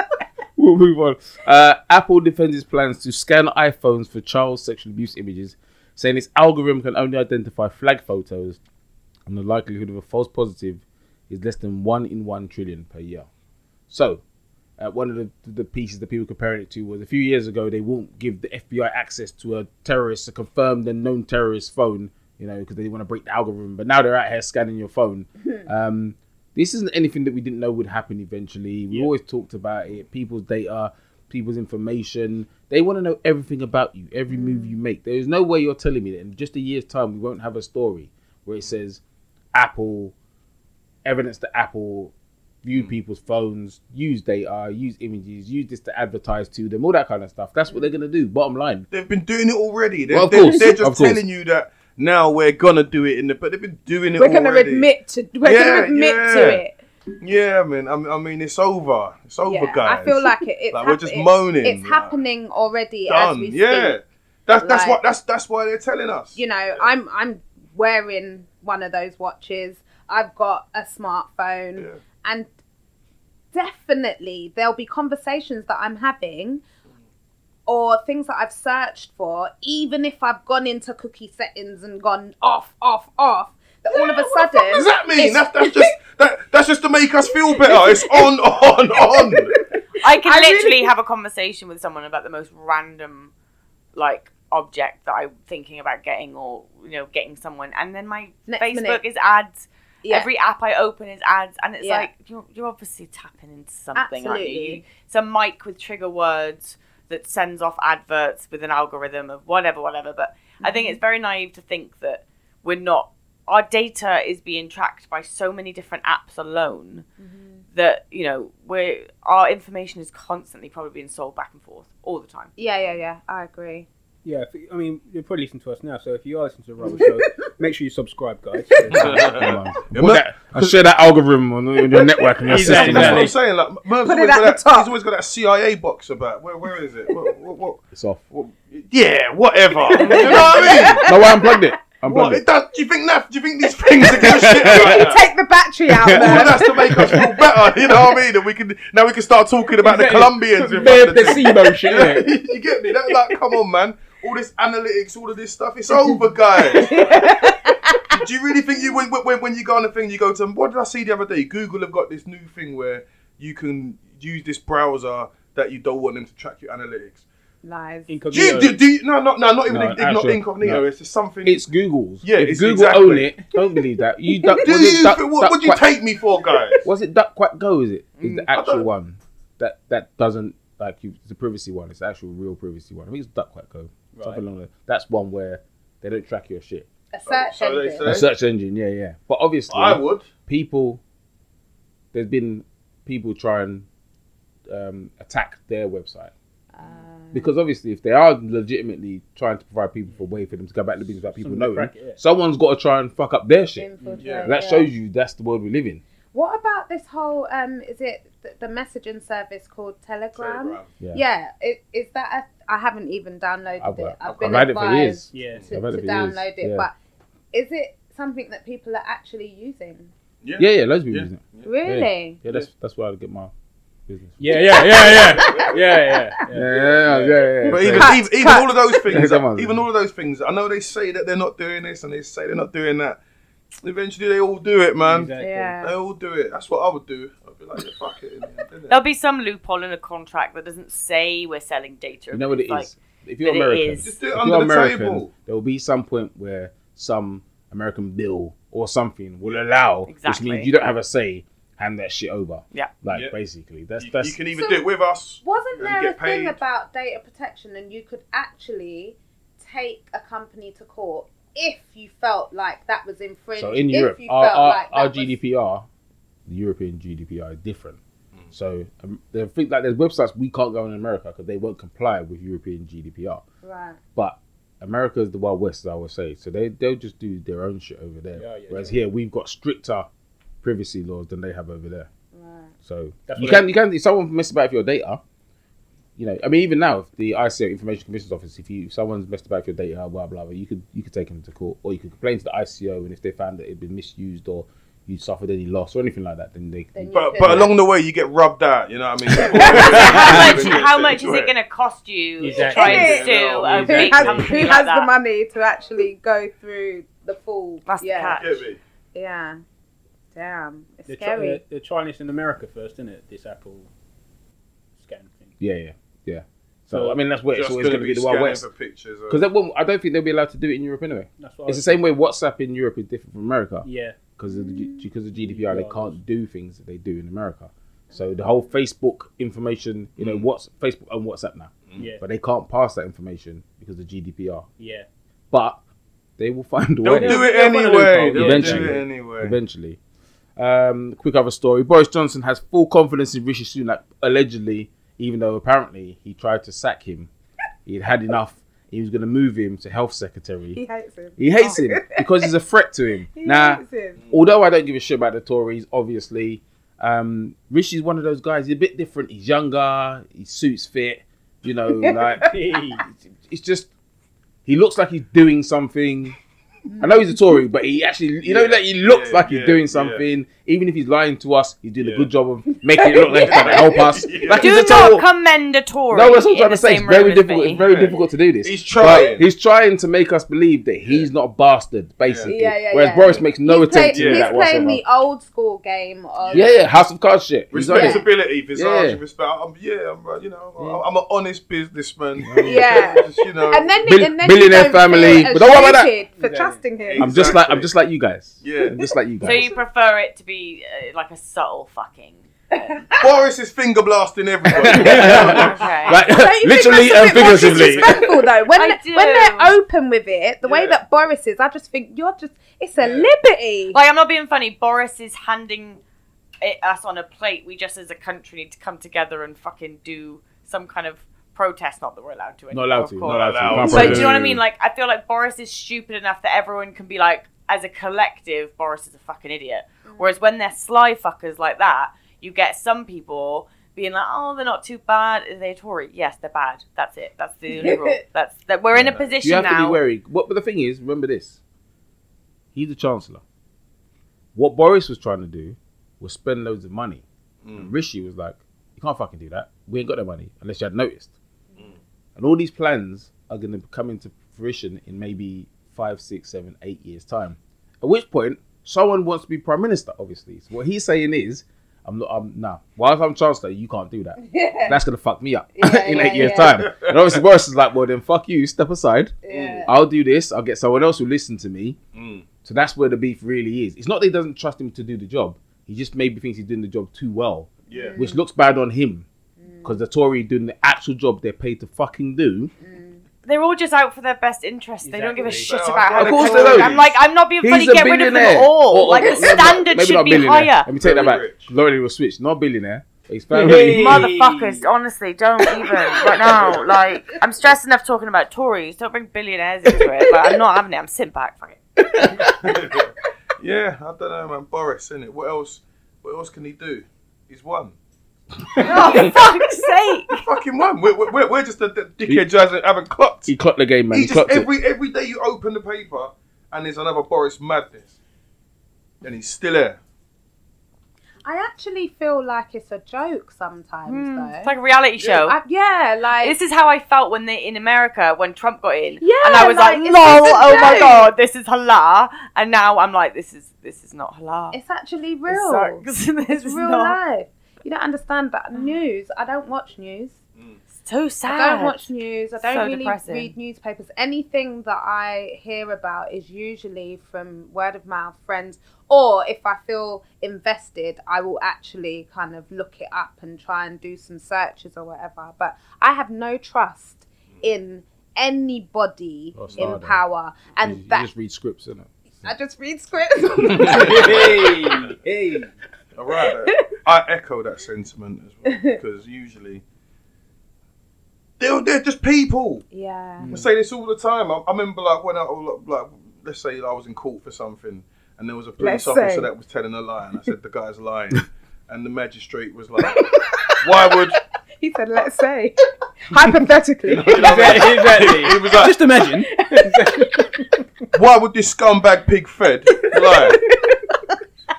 A: We'll move on. Uh, Apple defends its plans to scan iPhones for child sexual abuse images, saying its algorithm can only identify flag photos, and the likelihood of a false positive is less than one in one trillion per year. So, uh, one of the, the pieces that people comparing it to was a few years ago they won't give the FBI access to a terrorist, a confirmed and known terrorist phone, you know, because they want to break the algorithm. But now they're out here scanning your phone. um, this isn't anything that we didn't know would happen eventually. We always talked about it. People's data, people's information. They want to know everything about you, every move you make. There is no way you're telling me that in just a year's time we won't have a story where it says Apple evidence that Apple viewed people's phones, use data, use images, use this to advertise to them, all that kind of stuff. That's what they're gonna do. Bottom line,
B: They've been doing it already. They're,
A: Well, of
B: they're-
A: course,
B: they're
A: of
B: just
A: course.
B: telling you that now we're gonna do it in the. But they've been doing it.
E: We're gonna
B: already.
E: admit to. We're
B: Yeah,
E: gonna admit
B: yeah.
E: to it.
B: Yeah, man. I mean, I mean, it's over. It's over,
E: Yeah,
B: guys.
E: I feel like it. It's
B: Like, we're
E: hap-
B: just
E: it's-
B: moaning,
E: It's
B: like,
E: happening already as
B: done.
E: we speak.
B: Yeah, that's that's
E: Like-
B: what that's that's why they're telling us.
E: you know i'm i'm wearing one of those watches i've got a smartphone
B: Yeah.
E: and definitely there'll be conversations that i'm having or things that i've searched for even if i've gone into cookie settings and gone off off off that all of a
B: What the fuck does
E: sudden
B: that mean? That's that's just that that's just to make us feel better. It's on, on, on.
D: I can
E: I really-
D: literally have a conversation with someone about the most random, like, object that I'm thinking about getting or, you know, getting someone. And then my
E: Next
D: Facebook
E: minute.
D: is ads.
E: yeah,
D: Every app I open is ads. And it's
E: Yeah.
D: like, you're, you're obviously tapping into something, aren't you?
E: Absolutely.
D: You- It's a mic with trigger words that sends off adverts with an algorithm of whatever, whatever. But I think
E: Mm-hmm.
D: it's very naive to think that we're not, our data is being tracked by so many different apps alone
E: Mm-hmm.
D: that you know we're our information is constantly probably being sold back and forth all the time.
E: yeah yeah yeah i agree
C: Yeah, if- I mean, you're probably listening to us now, so if you are listening to the rubber show, make sure you subscribe, guys. uh,
A: come on. Put that- I share that algorithm on, on your network and your system.
C: Exactly.
B: That's what
A: innit?
B: I'm saying. Like, man's
E: Put it
B: always
E: at
B: got
E: the
B: that,
E: top.
B: he's always got that CIA box about. Where where is it? What, what, what,
A: It's off.
B: what- Yeah, whatever. you know what I mean?
A: No, I unplugged it. I I'm
B: What?
A: blinded.
B: It does, do you think that? Do you think these things are good shit? Right
E: You take the battery out,
B: Well,
E: man.
B: that's to make us feel better, you know what I mean? And we can now we can start talking about the Colombians. in
A: Bare
B: front of the team.
A: placebo shit, innit?
B: you get me? That's like, come on, man. All this analytics, all of this stuff, it's over, guys. Do you really think you when, when when you go on a thing, you go to what did I see the other day? Google have got this new thing where you can use this browser that you don't want them to track your analytics.
E: Lies.
B: Do you, do, do you, no, no, no, not even
A: No,
B: ig- not
A: actually,
B: incognito.
A: no.
B: It's just something.
A: It's Google's.
B: Yeah,
A: if
B: it's
A: Google
B: exactly-
A: own it, don't believe that. You duck,
B: do
A: was it
B: you,
A: duck,
B: what,
A: duck
B: what do you
A: quack-
B: take me for, guys?
A: Was it Duck Quack Go? Is it is the actual
B: don't-
A: one that that doesn't like you? It's a privacy one. It's the actual real privacy one. I think it's Duck Quack Go. Something along those- That's one where they don't track your shit.
E: A search
B: So they
E: engine.
B: say-
A: A search engine, yeah, yeah. But obviously,
B: I would.
A: people there's been people try and um, attack their website
E: Ah.
A: because obviously if they are legitimately trying to provide people for a way for them to go back to the business without people
C: Someone to
A: knowing
C: crack it, yeah.
A: someone's got to try and fuck up their shit
E: Infiltrate,
B: Yeah.
A: that
E: yeah.
A: shows you that's the world we live in
E: What about this whole? Um, is it th- the messaging service called Telegram?
B: Telegram.
A: yeah,
E: Yeah, i- is that? A, I haven't even downloaded
A: I've,
E: it.
A: got,
E: I've,
A: I've,
E: been
A: had it for
E: advised
A: years
C: Yeah.
E: to,
A: I've had it
E: to
A: for years,
E: download it,
A: yeah.
E: but is it something that people are actually using?
A: yeah yeah loads of people
B: Yeah.
A: use it
E: Really?
A: yeah that's that's where I get my business
C: Yeah, yeah, yeah, yeah, yeah, yeah, yeah.
A: yeah yeah yeah,
B: But even,
E: Cut,
B: even, even
E: cut.
B: all of those things,
A: Come on.
B: even all of those things, I know they say that they're not doing this and they say they're not doing that. Eventually, they all do it, man.
C: Exactly.
E: Yeah.
B: They all do it. That's what I would do. I'd be like, yeah, fuck it. innit?
D: There'll be some loophole in a contract that doesn't say we're selling data.
A: You know what
D: but
A: it
D: it's like-
A: is? If you're
D: but it
A: American,
D: is.
B: Just do it
A: if
B: under
A: you're
B: the
A: American,
B: table.
A: there will be some point where some American bill or something will allow,
D: Exactly.
A: which means you don't have a say. Hand that shit over.
D: Yeah.
A: Like
B: Yeah.
A: basically, that's
B: You,
A: that's
B: you can either
E: So-
B: do it with us.
E: Wasn't
B: And
E: there a
B: get
E: thing
B: paid.
E: about data protection and you could actually take a company to court if you felt like that was infringed?
A: so in
E: if
A: Europe.
E: you
A: Our,
E: felt
A: our,
E: like
A: our
E: that was-
A: GDPR, the European GDPR, is different.
B: Mm.
A: So um, they think like there's websites we can't go on in America because they won't comply with European GDPR.
E: Right.
A: But America is the Wild West, as I would say. So they they'll just do their own shit over there.
C: Yeah, yeah,
A: Whereas here we've got stricter privacy laws than they have over there.
E: Right.
A: So
C: That's
A: you
C: what I-
A: can you can if someone messed about with your data, you know. I mean, even now, if the ICO Information Commission's Office, if you if someone's messed about with your data, blah blah blah, you could you could take them to court, or you could complain to the ICO, and if they found that it'd been misused or you suffered any loss or anything like that, then they.
E: Then you
B: But
E: could-
B: but along the way, you get rubbed out. You know what I mean?
D: how much, how much is it going to cost you to
C: Exactly.
D: try and
B: Yeah,
D: sue
B: no,
D: a
E: who
D: big
C: exactly.
E: has,
D: company
E: who
D: like
E: has
D: that?
E: the money to actually go through the full?
D: That's the
E: yeah,
D: catch.
B: Get me?
E: yeah, damn, it's
C: They're, try- they're,
E: scary.
C: they're trying this in America first, isn't it? This Apple scan thing.
A: Yeah, yeah, yeah. So,
C: So
A: I mean, that's where it's
B: Just
A: always going
B: gonna
A: to be the Wild
B: scanning
A: West.
B: for pictures.
A: Because that won't I don't think they'll be allowed to do it in Europe anyway.
C: That's what I
A: It's the
C: was-
A: same way WhatsApp in Europe is different from America.
C: Yeah.
A: because of the, G- because of GDPR, they
C: Yeah.
A: can't do things that they do in America. So the whole Facebook information, you know, what's Facebook and WhatsApp now,
C: Yeah.
A: but they can't pass that information because of GDPR.
C: Yeah.
A: But they will find a
B: They'll
A: way
B: do it
C: They'll find a
B: anyway.
C: loophole.
B: They'll
A: Eventually.
B: do it anyway.
A: eventually. Um, quick other story: Boris Johnson has full confidence in Rishi Sunak, allegedly, even though apparently he tried to sack him. He'd had enough. He was going to move him to health
E: He
A: secretary.
E: hates him.
A: He hates him because he's a threat to him.
E: He
A: now,
E: hates him.
A: although I don't give a shit about the Tories, obviously, um, Rishi's one of those guys. He's a bit different. He's younger. His suit's fit. You know, like it's just he looks like he's doing something. I know he's a Tory, but he actually, you know,
B: Yeah,
A: like he looks
B: yeah,
A: like he's
B: yeah, yeah.
A: doing something. Even if he's lying to us, he's doing a
B: Yeah.
A: good job of making it look like he's trying to help us.
B: Yeah.
A: Like
D: Do
A: he's a
D: not
A: total.
D: commend a Tory.
A: No, that's what I'm
D: in
A: trying
D: the
A: to say. It's
D: same
A: very
D: room as
A: difficult.
D: me.
A: It's very difficult to do this.
B: He's trying.
A: But he's trying to make us believe that he's not a bastard, basically.
E: Yeah, yeah,
A: Whereas
E: yeah.
A: Boris makes no
E: he's
A: attempt
E: play-
A: to do
E: he's
A: that
E: playing
A: whatsoever.
E: the old school game of
A: Yeah, yeah, House of Cards shit. He's on it.
B: Responsibility, visage,
A: Yeah.
B: respect. I'm, yeah, I'm, uh, you know, I'm, I'm an honest businessman.
E: Yeah.
B: Just, you know,
E: and then
A: Bill-
E: and then
A: billionaire
E: you don't
A: family,
E: feel
A: but don't worry about that.
E: ashamed for
C: Yeah.
E: trusting him.
A: I'm just like I'm
B: Exactly.
A: just like you guys.
B: Yeah.
A: I'm just like you
D: So
A: guys.
D: you prefer it to be uh, like a subtle fucking.
B: Boris is finger blasting everybody.
D: Okay.
A: Like,
E: Don't you think
A: literally
E: that's
A: and
E: a bit more
A: figuratively.
E: disrespectful, though, when
D: I
E: they- when
D: do.
E: they're open with it, the way
B: Yeah.
E: that Boris is, I just think you're just it's a
B: Yeah.
E: liberty.
D: Like I'm not being funny. Boris is handing it, us on a plate. We just, as a country, need to come together and fucking do some kind of protest. Not that we're allowed to.
A: Not
D: anymore,
A: allowed
D: of
A: to. Not
D: course.
A: allowed to. Can't
D: But
A: protest.
D: do you know what I mean? Like I feel like Boris is stupid enough that everyone can be like, as a collective, Boris is a fucking idiot. Whereas when they're sly fuckers like that, you get some people being like, oh, they're not too bad. Are they a Tory? Yes, they're bad. That's it. That's the only rule. That's that. We're in a
A: You
D: position
A: have to
D: now.
A: be wary. What, but the thing is, remember this: He's the chancellor. What Boris was trying to do was spend loads of money. And Rishi was like, you can't fucking do that. We ain't got no money unless you had noticed. And all these plans are going to come into fruition in maybe five, six, seven, eight years' time. At which point, someone wants to be prime minister, obviously. So what he's saying is, I'm not, I'm, nah. Well, if I'm chancellor, you can't do that. That's going to fuck me up
E: Yeah,
A: in
E: yeah,
A: eight years'
E: yeah.
A: time. And obviously, Boris is like, well, then fuck you, step aside.
E: Yeah.
A: I'll do this. I'll get someone else who listen to me.
B: Mm.
A: So that's where the beef really is. It's not that he doesn't trust him to do the job. He just maybe thinks he's doing the job too well,
B: Yeah.
D: Mm.
A: which looks bad on him because the Tory doing the actual job they're paid to fucking do.
D: They're all just out for their best interest. They don't give a
C: Exactly.
D: shit
B: They are
D: about how
A: Of course
D: they
A: they
D: look.
A: don't.
D: I'm like, I'm not being
A: He's
D: funny.
A: a
D: Get rid of them
A: billionaire.
D: all.
A: Or- or-
D: like
A: or-
D: the
A: maybe not-
D: standard
A: maybe
D: should
A: not
D: be
A: billionaire.
D: higher.
A: Let me take
B: Very
A: that back.
B: rich.
A: Lauren was switched. Not billionaire. but His family.
C: Hey.
D: Motherfuckers, honestly, don't even right now. Like, I'm stressed enough talking about Tories. Don't bring billionaires into it. But I'm not having it. I'm sitting back. Fuck it.
B: yeah, I don't know, man. Boris, innit? What else? What else can he do? He's won.
D: Oh, for fuck's sake!
B: Fucking won. We're, we're- we're, we're just the, the dickheads who hasn't, haven't clocked.
A: He clocked the game, man.
B: He
A: He,
B: just
A: clocked it.
B: every every day you open the paper and there's another Boris madness, and he's still there.
E: I actually feel like it's a joke sometimes, though.
D: Hmm, It's like a reality show.
E: I- yeah, like
D: This is how I felt when they in America when Trump got in.
E: Yeah,
D: and I was
E: like,
D: like,
E: is
D: lol,
E: this a
D: oh my
E: joke?"
D: god, this is hilar. And now I'm like, this is this is not hilar.
E: it's actually
D: This
E: real.
D: sucks. This
E: It's
D: is
E: real
D: not-
E: life. You don't understand that
D: Mm.
E: news. I don't watch news.
D: It's so sad.
E: I don't watch news. I don't
D: So
E: really
D: depressing.
E: read newspapers. Anything that I hear about is usually from word of mouth, friends, or if I feel invested, I will actually kind of look it up and try and do some searches or whatever. But I have no trust in anybody
A: Oh, it's
E: in
A: harder.
E: power,
A: You,
E: and
A: you
E: that
A: just read scripts, innit?
E: I just read scripts.
C: hey, hey.
B: All right, then. I echo that sentiment as well because usually they're, they're just people.
E: yeah.
B: I say this all the time. I, I remember like when I like let's say I was in court for something and there was a police
E: Let's
B: officer
E: say.
B: that was telling a lie, and I said the guy's lying, and the magistrate was like, "Why would?"
E: He said, "Let's say hypothetically."
C: Exactly. exactly.
B: He was like,
C: Just imagine.
B: why would this scumbag pig fed lie?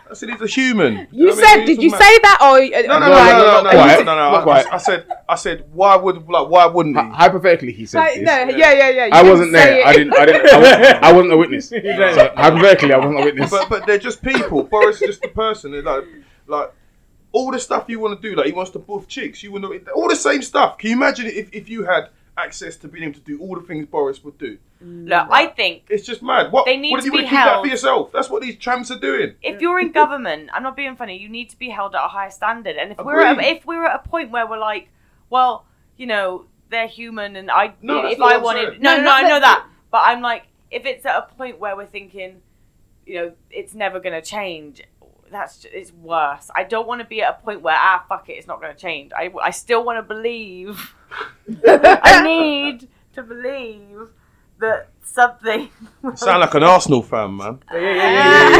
B: I said he's a human.
E: You
B: know what I
E: said,
B: mean?
E: did
B: He's a
E: you uh,
B: man.
E: say that or
B: No, no, no,
A: No,
E: Right.
A: no,
B: no, no,
A: not
B: no,
A: quite.
B: no, no,
A: Not
B: I,
A: quite.
B: I said, I said, why would like why wouldn't
A: Hy-
B: he?
A: Hypothetically, he said
E: Like,
A: this.
E: no, yeah, yeah, yeah. you
A: I
E: didn't
A: wasn't
E: say
A: there.
E: it.
A: I didn't. I didn't. I wasn't, I wasn't a witness. So, hypothetically, I wasn't a witness.
B: But but they're just people. Boris is just a person. They're like like all the stuff you want to do. Like he wants to buff chicks. You want to all the same stuff. Can you imagine if if you had access to being able to do all the things Boris would do?
D: Look, I think
B: It's just mad. What
D: They need
B: what if
D: to
B: you
D: be
B: want to keep that
D: held.
B: for yourself? That's what these tramps are doing.
D: if you're in government, I'm not being funny. You need to be held at a higher standard. And if we're
B: Agreed.
D: at, if we're at a point where we're like, well, you know, they're human, and I
B: No, that's
D: if
B: not what
D: I
B: I'm
D: wanted,
B: saying.
D: no,
E: No,
D: no,
E: not
D: I know
E: that-
D: that, but I'm like, if it's at a point where we're thinking, you know, it's never gonna change. That's ju- it's worse. I don't want to be at a point where ah fuck it, it's not gonna change. I I still want to believe. I need to believe that something. will
B: Sound like an Arsenal fan, man.
C: Yeah, yeah, yeah, yeah, yeah,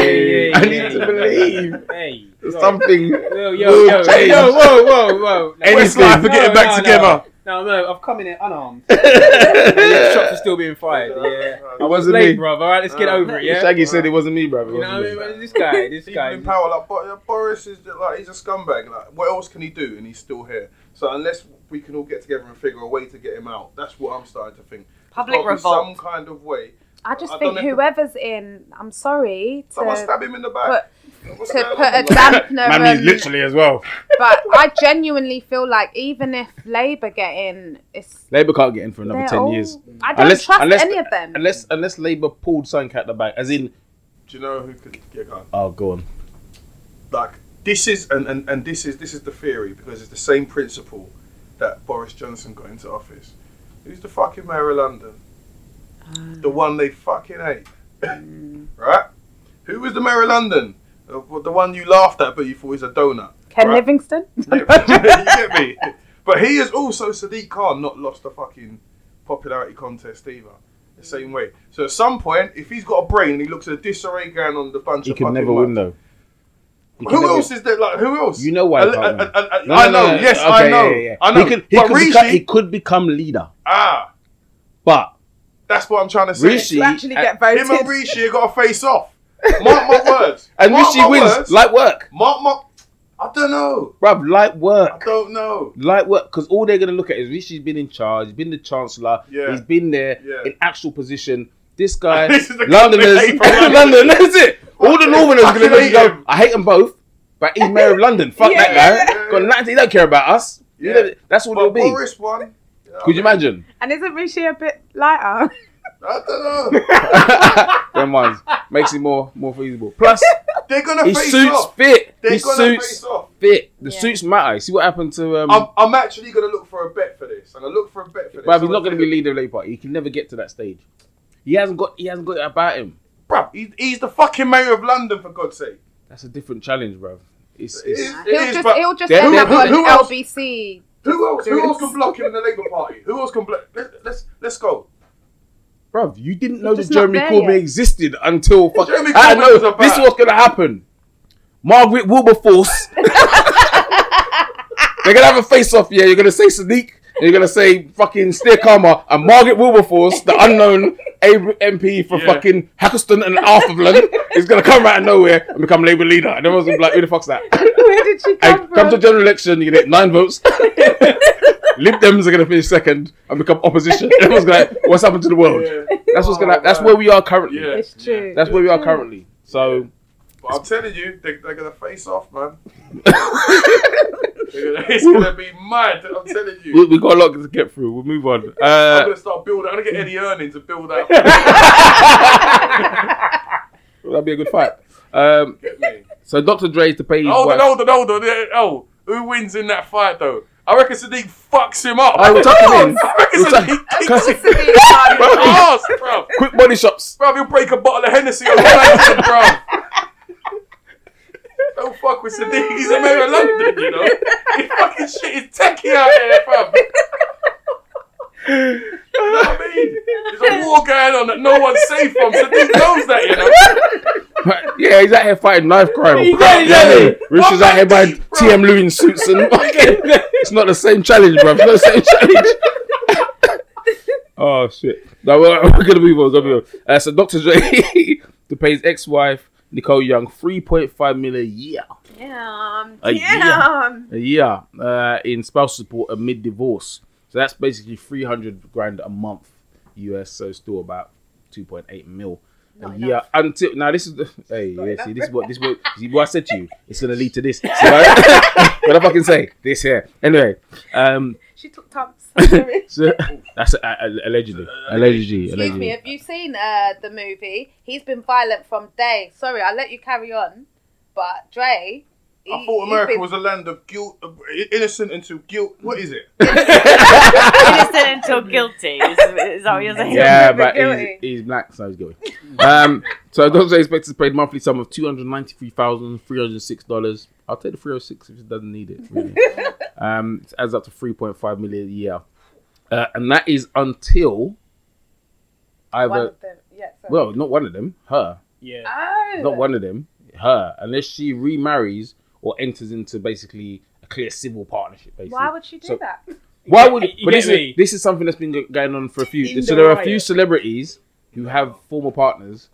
C: yeah,
A: I
C: yeah,
A: need to
C: yeah.
A: believe
C: Hey.
A: something.
C: Yo, yo,
A: will
C: yo, yo,
A: change.
C: yo, whoa, whoa, whoa. No,
A: Anything.
B: Westlife are getting
C: No,
B: back
C: no,
B: together.
C: No, no, I've come in here unarmed. and yet shots are still being fired. Yeah.
A: It wasn't
C: Late,
A: me.
C: bruv. All right, let's get
B: Uh,
C: over it, yeah?
A: Shaggy said it wasn't me, bro.
C: You know what I mean? man? This guy, this
B: People
C: guy.
B: in power, like Bo- Boris is like he's a scumbag. Like what else can he do? And he's still here. So unless we can all get together and figure a way to get him out, that's what I'm starting to think. There's
D: Public
B: gotta be
D: revolt.
B: Some kind of way.
E: I just
B: I don't
E: think
B: know if the-
E: whoever's in, I'm sorry to,
B: Someone
E: to
B: stab him in the back. What's going
E: put a
B: on?
E: dampener
A: Man, he's
E: on,
A: literally as well.
E: but I genuinely feel like even if Labour get in, it's
A: Labour can't get in for another
E: they're
A: ten
E: all-
A: years.
E: I don't
A: Unless-
E: trust
A: unless-
E: any of them.
A: Unless unless Labour pulled something out the bag, as in,
B: Do you know who could get gone?
A: oh, go on.
B: Like this is and, and and this is this is the theory because it's the same principle that Boris Johnson got into office. Who's the fucking mayor of London?
E: Ah.
B: the one they fucking hate,
E: Mm.
B: right? Who was the mayor of London? The the one you laughed at, but you thought was a donut.
E: Ken
B: right?
E: Livingstone.
B: you get me? But he is also Sadiq Khan not lost the fucking popularity contest either. The same way. So at some point, if he's got a brain and he looks at a disarray going on the bunch
A: He
B: of
A: can
B: fucking
A: never
B: mugs.
A: win though. He can
B: Who
A: never-
B: else is there? Like who else?
A: You know why?
B: A-
A: he can't
B: a-
A: win.
B: a- a-
A: No,
B: I
A: no, no,
B: know.
A: no.
B: Yes,
A: Okay,
B: I know.
A: yeah, yeah, yeah.
B: I know.
A: He could, he,
B: but
A: could
B: Rishi,
A: become, he could become leader,
B: ah,
A: but
B: that's what I'm trying to say.
A: Rishi
E: actually get
A: at-
E: voted.
B: Him and Rishi have got to face off. Mark my words.
A: And
B: Mark
A: Rishi
B: my
A: wins.
B: words.
A: Light work,
B: Mark my. I don't know.
A: bruv. Light
B: I
A: work.
B: don't know.
A: Light work, because all they're gonna look at is Rishi's been in charge, he's been the chancellor,
B: Yeah.
A: he's been there
B: Yeah.
A: in actual position. This guy,
B: This is the
A: Londoners,
B: guy from London.
A: London, that's it. All the Northerners are
B: Fucking
A: gonna look and
B: hate
A: go.
B: him.
A: I hate them both, but he's mayor of London. Fuck
D: Yeah,
A: that
D: yeah,
A: guy.
B: yeah.
A: Got nothing. He don't care about us. You
B: Yeah.
A: know, that's what
B: But
A: it'll be.
B: Boris won.
A: Could you imagine?
E: And isn't Rishi a bit lighter?
B: I don't know.
A: Them ones makes it more more feasible. Plus,
B: They're gonna
A: he
B: face
A: suits
B: off.
A: fit.
B: They're
A: He
B: gonna
A: suits
B: face off.
A: fit. The
D: Yeah.
A: suits matter. You see what happened to um.
B: I'm, I'm actually gonna look for a bet for this. I'm gonna look for a bet for this.
A: Bruv, he's not going to be leader of the Labour Party. He can never get to that stage. He hasn't got. He hasn't got it about him.
B: Bruv, he, he's the fucking mayor of London for God's sake.
A: That's a different challenge, bruv. It's,
B: It
A: it's
B: is- it
E: He'll
B: is,
E: just
B: but
E: he'll just
A: Who-
E: end
A: who-
E: up on
B: who else?
E: LBC.
B: who else? Who
E: Serious.
B: else can block him in the Labour Party? Who else can block? Let, let's let's go.
A: bruv. You didn't know that
E: just not
A: Jeremy
E: there
A: Corbyn
E: yet.
A: existed until fuck.
B: Jeremy
A: I
B: Corbyn
A: know
B: was a
A: this is
B: bat.
A: what's going to happen. Margaret Wilberforce. They're gonna have a face-off. Yeah, you're gonna say Sadiq. And you're gonna say fucking Steer Karma and Margaret Wilberforce, the unknown A- MP for
B: Yeah.
A: fucking Hackerston and Atherland, is gonna come out of nowhere and become Labour leader. And everyone's gonna be like, "Who the fuck's that?"
E: Where did she come
A: And
E: from?
A: come to general election, you get nine votes. Lib Dems are going to finish second and become opposition. Everyone's going, to "What's happened to the world?" That's what's going to. That's where we are currently.
B: Oh, Yeah.
E: it's true.
A: That's where we are currently. So
B: But I'm telling you, they, they're gonna face off, man. They're gonna- it's gonna be mad. I'm telling you.
A: we, we got a lot to get through. We'll move on.
B: I'm
A: Uh,
B: gonna start building. I'm gonna get Eddie Earning to build out.
A: that'd be a good fight. Um,
B: Get me.
A: so Dr. Dre to pay his
B: Hold on,
A: wife.
B: hold on, hold on. Oh, Yeah, Oh, who wins in that fight though? I reckon Sadiq fucks him up.
A: I will tuck him in.
B: I reckon
A: We'll tuck-
B: Sadiq kicks
A: Cause-
B: his
A: Bro,
B: ass, bruv.
A: quick body shots.
B: Bruv, he'll break a bottle of Hennessy on London, bruv. Don't fuck with Sadiq. He's a mayor of London, you know. He fucking shit is techie out here, bruv. You know what I mean? There's a war going on that no one's safe from. Sadiq knows that, you know.
A: yeah, he's out here fighting knife crime.
C: Yeah, yeah, yeah.
A: Rich is out here by
B: Bro.
A: TM Lewin suits and fucking. It's not the same challenge, bro. It's not the same challenge. oh shit! No, we're, we're gonna move on. We're gonna move on. Uh, so Dr. Dre to pay his ex-wife Nicole Young three point five million a year,
E: Damn.
A: A year.
E: Damn.
A: a year uh, in spouse support amid divorce. So that's basically three hundred grand a month US. So still about two point eight mil.
E: Not
A: a
E: enough.
A: year until now. This is the hey,
E: not
A: yeah, see,
E: enough.
A: this is what this is what, see what I said to you. It's gonna lead to this. See what, what I fucking say? This here. Anyway, um,
E: She took Tom's. Excuse
A: so that's uh, uh, allegedly, allegedly, allegedly.
E: me. Have you seen uh, the movie? He's been violent from day. Sorry, I'll let you carry on. But Dre. He,
B: I thought
E: he's
B: America
E: been-
B: was a land of guilt, of innocent until guilt. What is it?
D: Innocent until guilty. Is, is that what you're saying?
A: Yeah,
E: He's
A: but he's,
E: guilty.
A: he's black, so he's guilty. um, so Dr. Dre expected to pay a monthly sum of two hundred ninety-three thousand three hundred six dollars. I'll take the three hundred six if he doesn't need it. Really. um, it adds up to three point five million a year, uh, and that is until
E: One
A: either
E: of them. Yeah, sorry.
A: well, not one of them, her,
C: Yeah.
E: Oh.
A: not one of them, her, unless she remarries or enters into basically a clear civil partnership. Basically,
E: Why would she do
A: So-
E: that?
A: Why would?
C: You
A: But
C: get
A: this is
C: me?
A: this is something that's been go- going on for a few.
C: In
A: so
C: the
A: there are a few
C: riot.
A: celebrities who have former partners,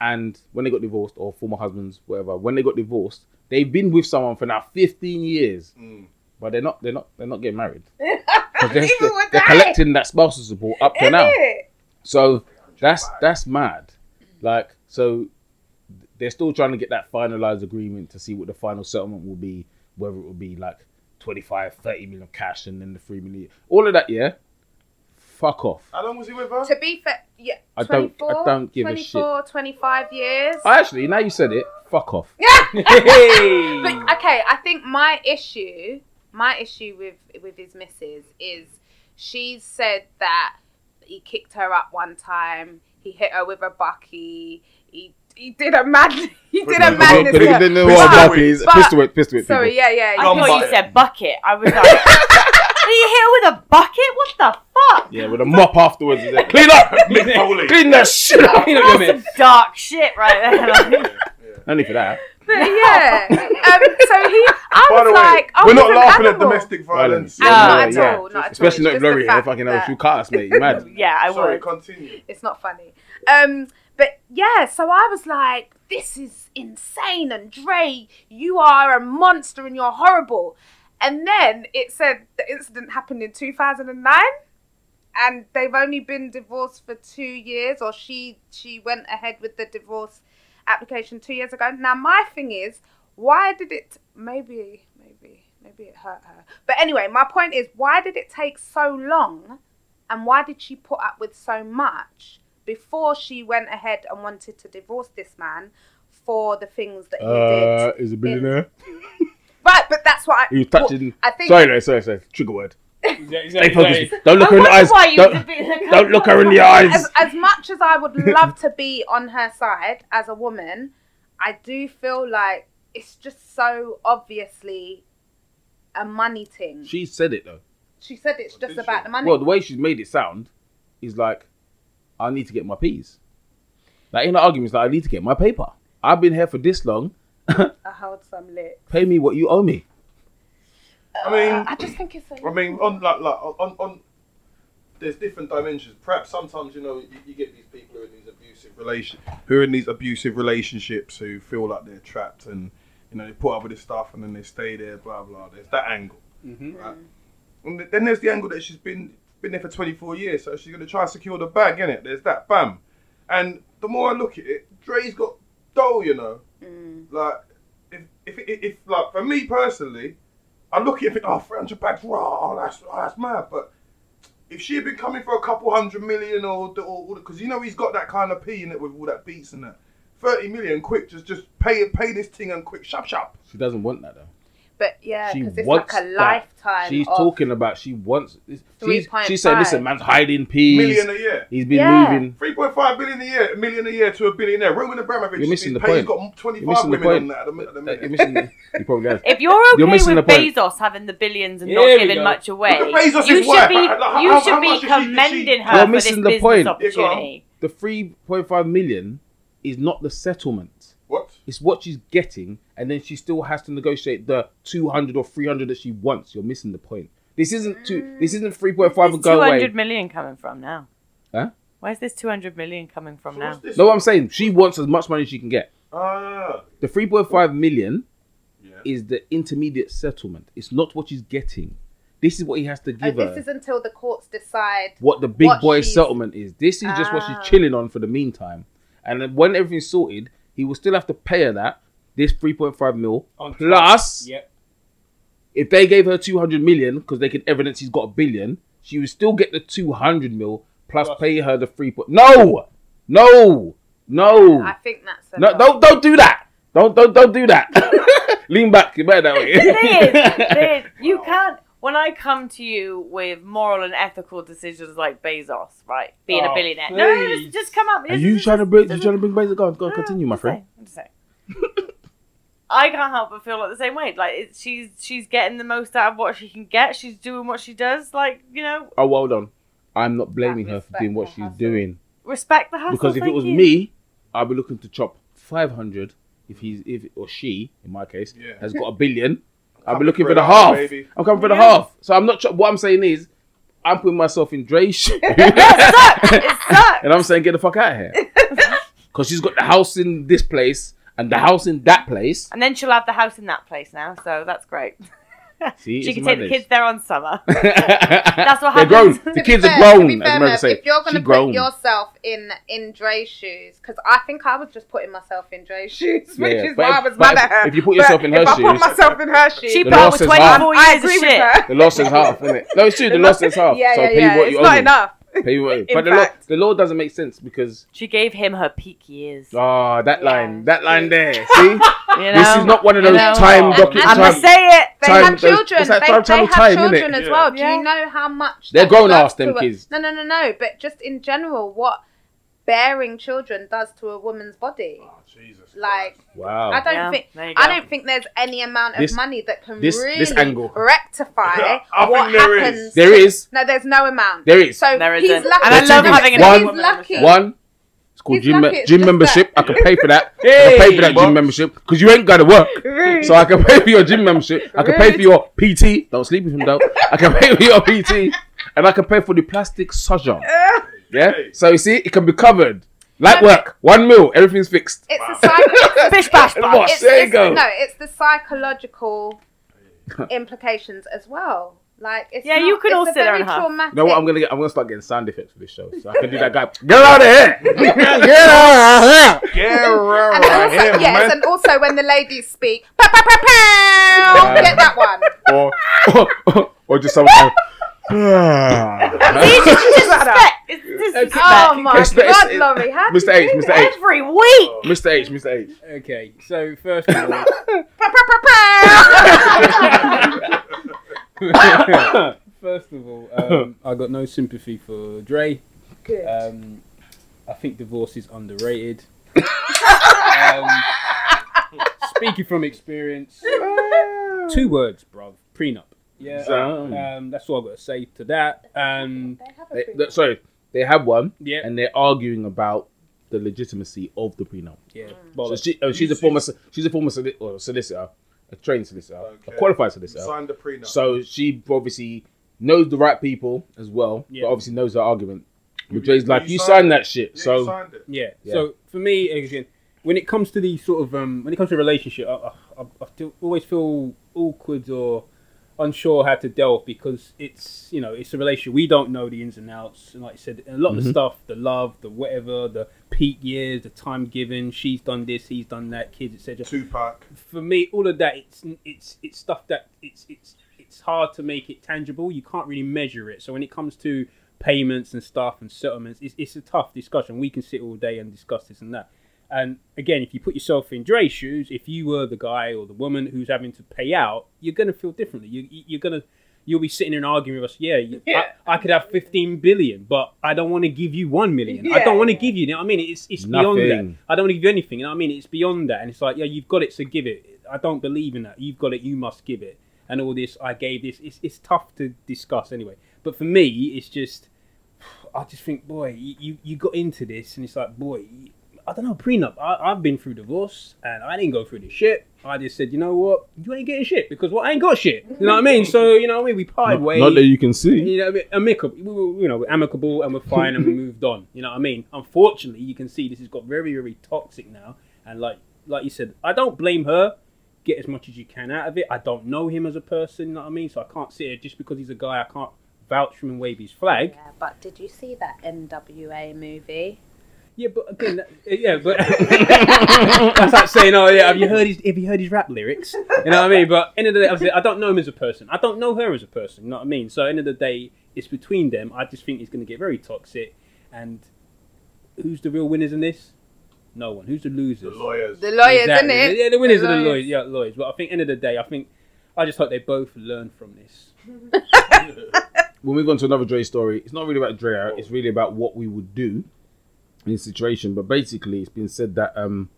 A: and when they got divorced or former husbands, whatever, when they got divorced, they've been with someone for now fifteen years,
C: Mm.
A: but they're not they're not they're not getting married. 'Cause they're,
E: Even with
A: they're
E: that.
A: collecting that spousal support up to now.
E: Idiot.
A: So that's that's mad. Like so, they're still trying to get that finalized agreement to see what the final settlement will be, whether it will be like 25, 30 million cash and then the three million, all of that. Yeah, fuck off.
B: How long was he with her?
E: To be fair, yeah,
A: I don't- I
E: 24,
A: don't give a shit.
E: 24, 25 years.
A: I actually, now you said it, fuck off.
E: But
B: Mm.
E: okay, I think my issue, my issue with with his missus is she said that he kicked her up one time, he hit her with a bucky, he he did a mad, he did a
B: But-
E: madness.
B: but he
E: yeah.
B: know what
E: But-
B: Bucky is.
E: but- Pistol
A: whip, pistol
E: Sorry, yeah, yeah.
D: I
E: yeah.
B: Gum
D: thought you
B: bucket.
D: said bucket. I was like, are you here with a bucket? What the fuck?
A: Yeah, with a mop afterwards. is it? Clean up,
B: Mick Foley.
A: clean that shit up.
C: You know what I mean?
D: That's some dark shit right there.
A: Only for that.
E: But yeah. Um, so he, I
B: By
E: was
B: the way,
E: like, oh,
B: we're
E: he's
B: not
E: an
B: laughing at
E: animal.
B: domestic violence.
A: No,
E: not
A: Yeah,
E: at
A: yeah.
E: all, not at all.
A: Especially
E: It's
A: not
E: just the
A: Gloria here.
E: fact
A: Fucking hell,
E: that-
A: she'll cut us, mate. You mad?
D: yeah, I
B: Sorry,
D: would.
B: continue.
E: It's not funny. Um, But yeah, so I was like, this is insane. And Dre, you are a monster and you're horrible. And then it said the incident happened in 2009 and they've only been divorced for two years or she she went ahead with the divorce application two years ago now my thing is why did it maybe maybe maybe it hurt her but anyway my point is why did it take so long and why did she put up with so much before she went ahead and wanted to divorce this man for the things that he
A: Uh,
E: did
A: is a billionaire.
E: right but that's what i
A: He was touching.
E: i think
A: Sorry, no, sorry, sorry. Trigger word. Stay focused. Don't look
D: I
A: her in the
D: wonder
A: eyes.
D: why you was a
A: Don't,
D: bit like-
A: don't look her in the eyes.
E: as, as much as I would love to be on her side as a woman, I do feel like it's just so obviously a money thing. She,
A: She said it though.
E: said it's just
B: did
E: about
B: she?
E: the money.
A: Well, the way she's made it sound is like, I need to get my peas. Like in the arguments, like I need to get my paper. I've been here for this long.
E: I held some lit.
A: Pay me what you owe me.
B: I mean,
E: I just think it's. A,
B: I mean, on like, like on, on there's different dimensions. Perhaps sometimes you know you, you get these people who are in these abusive relation who are in these abusive relationships who feel like they're trapped and you know they put up with this stuff and then they stay there. Blah blah. There's that angle, right? And th- then there's the angle that she's been been there for 24 years, so she's gonna try and secure the bag, innit? There's that bam. And the more I look at it, Dre's got dough, you know. Like if, if if if like for me personally. I look at it and think, oh, 300 bags, raw, that's, oh, that's mad. But if she had been coming for a couple hundred million or all, because you know he's got that kind of pee in it with all that beats and that. 30 million quick, just just pay pay this thing and quick, shop shop.
A: She doesn't want that though.
E: but yeah,
A: she
E: because it's like
A: wants
E: a
A: that.
E: lifetime.
A: She's
E: of-
A: talking about she wants. She's, she's
E: 3.5.
A: saying, listen, man's hiding peas.
B: Million a year.
A: He's been
E: Yeah.
A: moving.
B: 3.5 billion a year, a million a year to a billionaire. Roman Abramovich,
A: You're missing
B: he's
A: the
B: paid- he's
A: point.
B: got
A: You're
B: 25
A: missing the
B: women
A: point. Uh,
B: on that at the, mi- at the
A: You're
B: minute.
A: missing. The, you probably has.
D: If you're okay
A: You're missing
D: with
A: the point.
D: Bezos having the billions and
C: Here
D: not
C: we
D: giving
C: go.
D: much away,
B: Look at Bezos'
D: you should
B: wife.
D: be
B: Like, how-
D: you
B: how
D: should
B: much is
D: be
B: she-
D: commending
B: she-
D: her
A: You're
D: for this
A: missing the
D: business
A: point.
B: Yeah, go on.
D: opportunity.
A: The three point five million is not the settlement.
B: What?
A: It's what she's getting, and then she still has to negotiate the two hundred or three hundred that she wants. You're missing the point. This isn't two. This isn't three point five and
D: Where's
A: go
D: two
A: away.
D: hundred million coming from now?
A: Huh?
D: Where's this two hundred million coming from
B: So
D: now?
B: what's this?
A: No, I'm saying she wants as much money as she can get.
B: Ah,
A: The three point five million
B: yeah.
A: is the intermediate settlement. It's not what she's getting. This is what he has to
E: Oh,
A: give her.
E: this is until the courts decide.
A: what the big
E: what
A: boy
E: she's-
A: settlement is. This is just what
E: Ah.
A: she's chilling on for the meantime. And then when everything's sorted, he will still have to pay her that this 3.5 mil
C: On
A: plus
C: Yep.
A: if they gave her 200 million because they could evidence he's got a billion, she would still get the 200 mil plus
C: Plus-
A: pay her the 3. point- No, no, no,
E: I think that's. A
A: no!
E: lot.
A: Don't don't do that! Don't don't don't do that! Lean back, you're better that way.
D: The thing is, the thing is, you can't. When I come to you with moral and ethical decisions like Bezos, right, being
C: Oh,
D: a billionaire, no, no, no,
C: please.
D: just, just come up.
A: Are you trying to bring? You trying to bring basic? Go on, go on, continue, my friend.
D: I'm just saying. I can't help but feel like the same way. Like it's, she's she's getting the most out of what she can get. She's doing what she does. Like you know,
A: Oh, well done. I'm not blaming
E: That
A: her for doing what
E: respect
A: she's
E: and hustle.
A: doing.
D: respect the hustle.
A: because if it
D: thank
A: was
D: you.
A: me, I'd be looking to chop 500 if he's if or she in my case
B: Yeah.
A: has got a billion. I'd be
B: Coming
A: looking
B: for
A: for
B: it
A: the
B: now,
A: half.
B: baby.
A: I'm coming for the
D: Yeah.
A: half. So I'm not. Chop- what I'm saying is, I'm putting myself in Dre's shoes,
D: it sucks.
A: and I'm saying get the fuck out of here because she's got the house in this place and the house in that place.
D: And then she'll have the house in that place now, so that's great.
A: See,
D: she
A: it's
D: can take the
A: madness.
D: kids there on summer.
A: That's
D: what
A: They're grown.
D: happens.
A: The
E: To be
A: kids are
E: fair- to be
A: grown, as
E: fair,
A: America
E: Merv,
A: say.
E: If you're
A: she
E: gonna
A: grown.
E: put yourself in in Dre's shoes, because I think I was just putting myself in Dre's shoes,
A: Yeah,
E: which
A: yeah,
E: is
A: but
E: why
A: if-
E: I was
A: but
E: mad
A: if-
E: at her.
A: if you put
E: But
A: yourself in her
E: if I
A: shoes-
E: put myself in her shoes,
D: She
A: The
D: put up
A: loss
D: with
A: is half.
D: 24
E: I
D: years
E: agree
D: of
E: with
D: shit.
E: her.
A: The loss is half, isn't it? No, it's true. The loss is half.
E: Yeah,
A: Oh, so
E: yeah,
A: pay
E: yeah.
A: what
E: It's
A: you owe
E: not
A: me.
E: enough.
A: Pay what,
E: In
A: but the law,
E: fact.
A: the law doesn't make sense because
D: She gave him her peak years.
A: Ah, that
E: Yeah.
A: line, that line there. See,
D: You know?
A: this is not one of
D: You
A: those
D: know?
A: time docu-
E: And-
A: time.
D: I'm gonna say it.
E: They
A: Time-
E: have
A: those-
E: children.
A: what's that?
E: they
A: Time-
E: they
A: travel
E: have
A: time, innit?
E: children as
B: Yeah.
E: well. Do
D: Yeah.
E: you know how much
A: They're
E: that
A: grown
E: does
A: ass, them
E: to a-
A: kids.
E: No, no, no, no. But just in general, what bearing children does to a woman's body.
B: Oh, Jesus.
E: Like I
A: Wow.
E: don't
D: Yeah,
E: think
D: there you
E: I
D: go.
E: don't think there's any amount of
A: This-
E: money that can
A: this-
E: really
A: this angle.
E: rectify
B: I
E: what
B: think there is.
E: happens.
A: There is
E: No, there's no amount.
A: There is.
E: So
D: There
E: he's
D: isn't.
E: lucky.
D: And
A: I love having an
E: He's
A: woman
E: lucky.
A: one. It's called
E: He's
A: gym,
E: lucky,
A: me-
E: it's
A: gym
E: just
A: membership. I can pay for that. I can pay for that
B: Hey,
A: gym membership because you ain't got to work. So I can pay for your gym membership. I can pay for your PT. Don't sleep with him though. I can pay for your PT, and I can pay for the plastic surgeon. Yeah. So you see, it can be covered. Light work, one mil, everything's fixed.
E: It's the psych-
D: Bish bash
A: And boss,
E: it's,
A: there you
E: it's-
A: go.
E: No, it's the psychological implications as well. Like, it's
D: Yeah,
E: not-
D: you could
E: it's
D: all
E: a
D: sit there
E: very
D: and huff.
E: traumatic-
A: You know what? I'm gonna get. I'm gonna start getting sound effects for this show, so I can do that guy. Get out of here! Get out of here!
B: Yeah,
E: And
B: right
E: also,
B: here,
E: yes,
B: man.
E: and also when the ladies speak, pow, pow, pow, pow,
A: Yeah.
E: get that one.
A: Or, or, or just someone. Go, "Ah."
D: It's disrespect. It's disrespect.
E: Oh my
A: It's- it's-
E: God,
A: it-
E: Laurie, how do
A: Mr.
E: you
A: H,
E: do
A: Mr.
E: that?
A: H,
D: Every week.
A: Mr. H, Mr. H.
C: Okay, so first of all,
E: Pow, pow, pow,
A: Uh,
E: pow.
C: first of all, um, I got no sympathy for Dre.
E: Good.
C: Um, I think divorce is underrated. um, speaking from experience, two words, bruv. Prenup. Yeah,
A: Exactly.
C: um, that's all I've got to say to that. Um,
E: They have a
A: They,
E: free-
A: th- sorry, they have one,
C: yeah,
A: and they're arguing about the legitimacy of the prenup.
C: yeah.
A: So
C: bollocks.
A: she, uh, she's a former, so- she's a former soli- or solicitor, a trained solicitor,
B: Okay.
A: a qualified solicitor.
B: Signed the prenup.
A: So she obviously knows the right people as well,
C: Yeah.
A: but obviously knows her argument.
B: You-
A: Which is
B: you-
A: like,
B: you
A: you,
B: signed
A: signed
B: it.
A: that shit,
B: yeah,
A: so
B: you signed it.
C: Yeah.
A: Yeah.
C: So for me, again, when it comes to the sort of um, when it comes to relationship, I, I, I, I feel, always feel awkward or unsure how to delve because it's you know it's a relationship we don't know the ins and outs and like I said a lot of the stuff the love the whatever the peak years the time given she's done this he's done that kids etc
B: Tupac.
C: for me, all of that it's it's it's stuff that it's it's it's hard to make it tangible. You can't really measure it. So when it comes to payments and stuff and settlements, it's, it's a tough discussion. We can sit all day and discuss this and that. And again, if you put yourself in Dre's shoes, if you were the guy or the woman who's having to pay out, you're gonna feel differently. You you- you're gonna you'll be sitting there and arguing with us. Yeah, you,
E: Yeah.
C: I, I could have 15 billion, but I don't want to give you one million. I
E: Yeah.
C: don't want to give you. You know what I mean? It's it's beyond that.
A: Nothing.
C: I don't want to give you anything. You know what I mean? It's beyond that. And it's like, yeah, you've got it, so give it. I don't believe in that. You've got it, you must give it. And all this, I gave this. It's, it's tough to discuss anyway. But for me, it's just, I just think, boy, you, you, you got into this, and it's like, boy, you- I don't know, prenup. I, I've been through divorce, and I didn't go through this shit. I just said, you know what? You ain't getting shit because what I ain't got shit. You know what I mean? So, you know what I mean? We parted
A: not,
C: ways.
A: not that you can see.
C: You know, amicable. We were, you know, we're amicable, and we're fine, and we moved on. You know what I mean? Unfortunately, you can see this has got very, very toxic now. And like, like you said, I don't blame her. Get as much as you can out of it. I don't know him as a person. You know what I mean? So I can't sit here just because he's a guy. I can't vouch for him and wave his flag.
E: Yeah, but did you see that NWA movie?
C: Yeah, but again, that, yeah, but that's like saying, oh yeah, have you heard his have you heard his rap lyrics? You know what I mean? But end of the day, obviously, I don't know him as a person. I don't know her as a person. You know what I mean? So end of the day, it's between them. I just think it's going to get very toxic. And who's the real winners in this? No one. Who's the
B: The
C: losers?
B: lawyers.
E: The lawyers,
C: Exactly.
E: isn't Oh, it?
C: Yeah, the winners are the lawyers. Yeah, lawyers. But I think end of the day, I think I just hope they both learn from this.
A: We'll move on to another Dre story. It's not really about Dre, uh, it's really about what we would do in this situation. But basically, it's been said that um,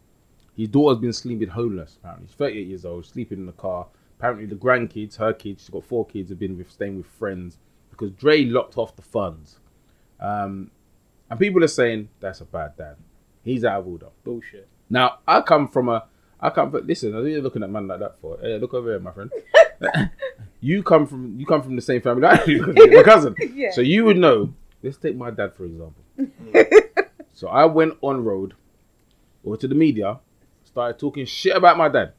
A: his daughter's been sleeping homeless. Apparently, she's 38 years old, sleeping in the car. Apparently, the grandkids, her kids, she's got four kids, have been with, staying with friends because Dre locked off the funds. Um, and people are saying that's a bad dad. He's out of order.
C: Bullshit.
A: Now I come from a I come but listen, I know you're looking at man like that for hey, look over here, my friend. you come from you come from the same family that I do, 'cause you're my cousin.
E: Yeah.
A: So you would know. Let's take my dad for example. so I went on road over to the media, started talking shit about my dad.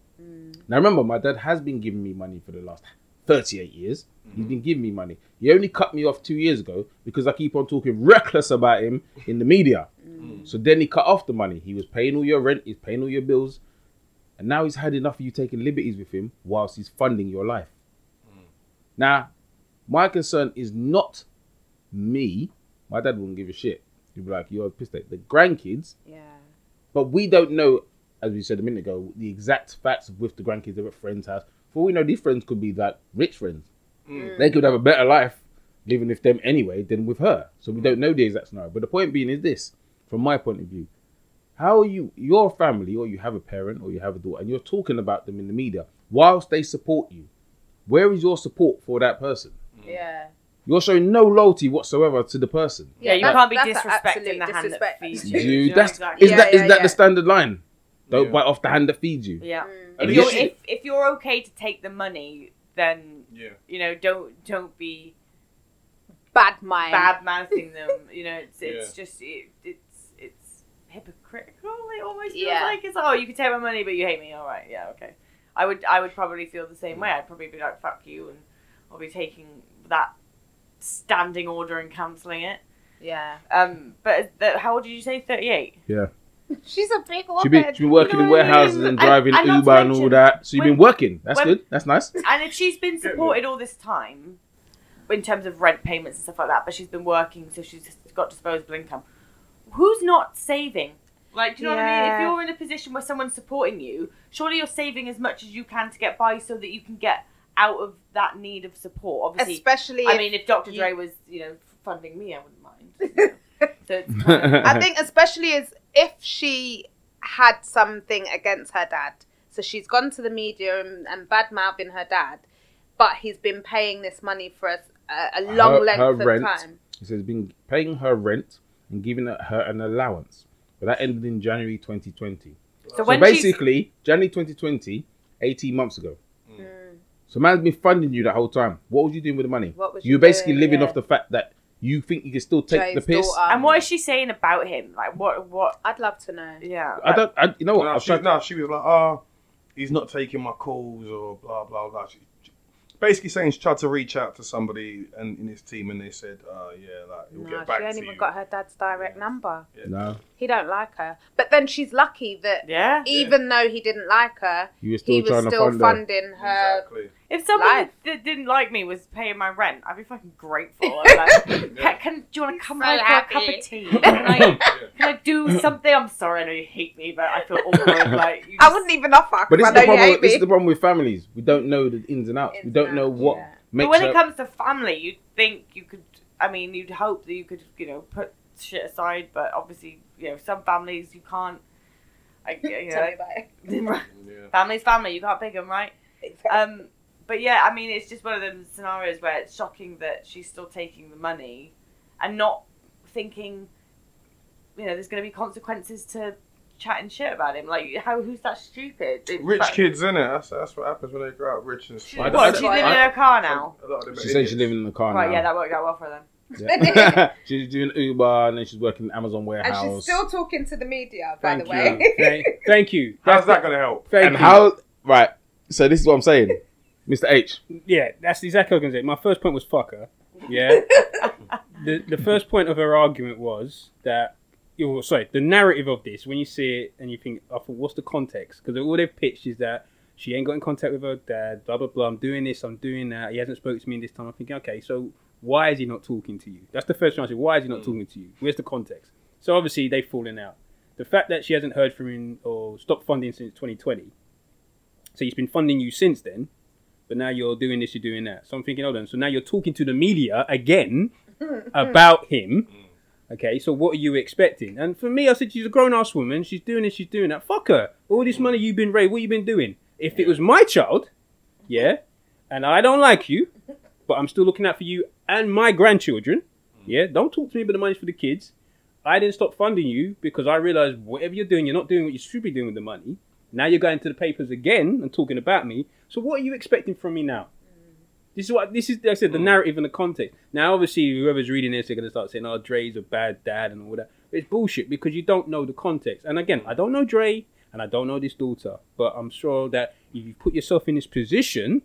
A: Now remember, my dad has been giving me money for the last 38 years. He's been giving me money. He only cut me off two years ago because I keep on talking reckless about him in the media. So then he cut off the money. He was paying all your rent, he's paying all your bills, and now he's had enough of you taking liberties with him whilst he's funding your life. Now, my concern is not me. My dad wouldn't give a shit. He'd be like, "You're a piss take." The grandkids,
E: Yeah.
A: but we don't know, as we said a minute ago, the exact facts of with the grandkids they're at friends' house. For all we know, these friends could be like rich friends.
D: Mm.
A: They could have a better life living with them anyway than with her. So we don't know the exact scenario. But the point being is this, from my point of view, how are you your family or you have a parent or you have a daughter and you're talking about them in the media whilst they support you? Where is your support for that person?
E: Yeah.
A: You're showing no loyalty whatsoever to the person.
D: Yeah, you
E: that's-
D: can't be
E: that's an
D: disrespecting
E: absolute
D: the hand that
E: disrespect.
D: feeds
E: That's
D: you.
E: true.
A: You,
D: Yeah,
A: that's
D: exactly.
A: is that is
E: Yeah, yeah,
A: that
E: yeah.
A: the standard line? Don't
B: Yeah.
A: bite off the hand that feeds you.
D: Yeah.
E: Mm.
A: And
D: If you're,
A: literally-
D: if, if you're okay to take the money, then
B: Yeah.
D: you know don't don't be
E: Bad mind.
D: bad mouthing them. You know, it's it's just it, it's it's hypocritical. It almost feels
E: Yeah.
D: like it's oh, you can take my money, but you hate me. All right, yeah, okay. I would I would probably feel the same way. I'd probably be like fuck you, and I'll be taking that standing order and cancelling it.
E: Yeah.
D: Um, but th- how old did you say? Thirty eight.
E: She's a big woman.
A: She's been, she been working in warehouses and driving
D: and not to
A: Uber and all
D: mention-
A: that. So you've been
D: when-
A: working. That's
D: when-
A: good. That's nice.
D: And if she's been supported all this time, in terms of rent payments and stuff like that, but she's been working, so she's just got disposable income. Who's not saving? Like, do you know what I
E: Yeah.
D: mean? If you're in a position where someone's supporting you, surely you're saving as much as you can to get by, so that you can get out of that need of support. Obviously,
E: Especially,
D: I
E: if-
D: mean, if Dr.
E: you-
D: Dre was, you know, funding me, I wouldn't mind. so it's kind of,
A: Uh-huh.
E: I think especially is if she had something against her dad. So she's gone to the media and, and bad mouthing her dad, but he's been paying this money for a, a, a long
A: Her-
E: length
A: her
E: of
A: rent.
E: time.
A: She says been paying her rent and giving her an allowance. But that ended in January 2020.
D: so
A: So
D: when she's
A: basically, January 2020, 18 months ago. So man's been funding you that whole time. What was you doing with the money?
E: What was
A: You're
E: you
A: basically
E: doing?
A: living
E: Yeah.
A: off the fact that you think you can still take
E: Jay's
A: the piss.
E: daughter.
D: and what is she saying about him? Like, what, what?
E: I'd love to know.
D: Yeah.
A: I don't. I, you know what?
B: No,
A: I've
B: she,
A: tried-
B: no, she was like, oh, he's not taking my calls or blah, blah, blah. She, she- basically saying she tried to reach out to somebody and, in his team and they said, oh, yeah, like, he'll
E: No,
B: get back
E: she
B: to
E: ain't
B: you.
E: even got her dad's direct number.
A: no,
E: He don't like her. But then she's lucky that
D: Yeah.
E: even though he didn't like her,
A: you were still
E: he was
A: trying
E: still
A: to fund her.
E: funding her.
B: Exactly.
D: If someone
E: Life.
D: that that didn't like me was paying my rent, I'd be fucking grateful. I'd be like,
B: Yeah.
D: "Can- can, do you want to come
E: so
D: over for a cup
E: happy.
D: of tea? Can I, can I do something? I'm sorry, I know you hate me, but I feel awkward. Like, you
E: I
D: just-
E: wouldn't even offer.
A: But this
E: I
A: is, the
E: know you
A: problem,
E: hate
A: this
E: me.
A: is the problem with families. We don't know the ins and outs. we
E: Ins
A: don't
E: and
A: know
E: outs,
A: what
E: yeah.
A: makes
D: But when
A: her.
D: it comes to family, you'd think you could. I mean, you'd hope that you could, you know, put shit aside. But obviously, you know, some families you can't. I, you
E: Tell me
D: know,
E: about it.
B: Yeah.
D: family's family. You can't pick them, right?
E: Exactly.
D: Um, but yeah, I mean, it's just one of them scenarios where it's shocking that she's still taking the money and not thinking, you know, there's going to be consequences to chatting shit about him. Like, how who's that stupid? It's
B: Rich
D: like-
B: kids, innit? That's, that's what happens when they grow up rich and
D: She,
A: I
B: smart.
A: don't-
D: what,
A: I
D: she's
A: don't-
D: living
A: I-
D: in her car now.
B: A lot of them are
A: she says
B: idiots.
A: she's living in the car
D: right,
A: now.
D: yeah, that worked out well for them.
A: Yeah. she's doing Uber and then she's working in Amazon
E: and
A: warehouse.
E: she's still talking to the media, by
C: Thank
E: the way.
C: you. thank, thank you.
B: How's that going to help?
C: Thank
A: and
C: you.
A: how? Right. So this is what I'm saying, Mr. H.
C: Yeah, that's exactly what I was going to say. My first point was fuck her. Yeah. the the first point of her argument was that, oh, sorry, the narrative of this, when you see it and you think, I thought, what's the context? Because all they've pitched is that she ain't got in contact with her dad, blah, blah, blah. I'm doing this, I'm doing that. He hasn't spoken to me in this time. I'm thinking, okay, so why is he not talking to you? That's the first thing I said. Why is he not talking to you? Where's the context? So obviously they've fallen out. The fact that she hasn't heard from him or stopped funding since 2020. So he's been funding you since then but now you're doing this, you're doing that. So I'm thinking, hold on. So now you're talking to the media again about him. Okay, so what are you expecting? And for me, I said she's a grown ass woman. She's doing this, she's doing that. Fuck her. All this money you've been raised, what you been doing? If it was my child, yeah, and I don't like you, but I'm still looking out for you and my grandchildren. Yeah, don't talk to me about the money's for the kids. I didn't stop funding you because I realized whatever you're doing, you're not doing what you should be doing with the money. Now you're going to the papers again and talking about me. So what are you expecting from me now? This is what this is. Like I said the narrative and the context. Now, obviously, whoever's reading this, they're going to start saying, "Oh, Dre's a bad dad" and all that. It's bullshit because you don't know the context. And again, I don't know Dre and I don't know this daughter, but I'm sure that if you put yourself in this position,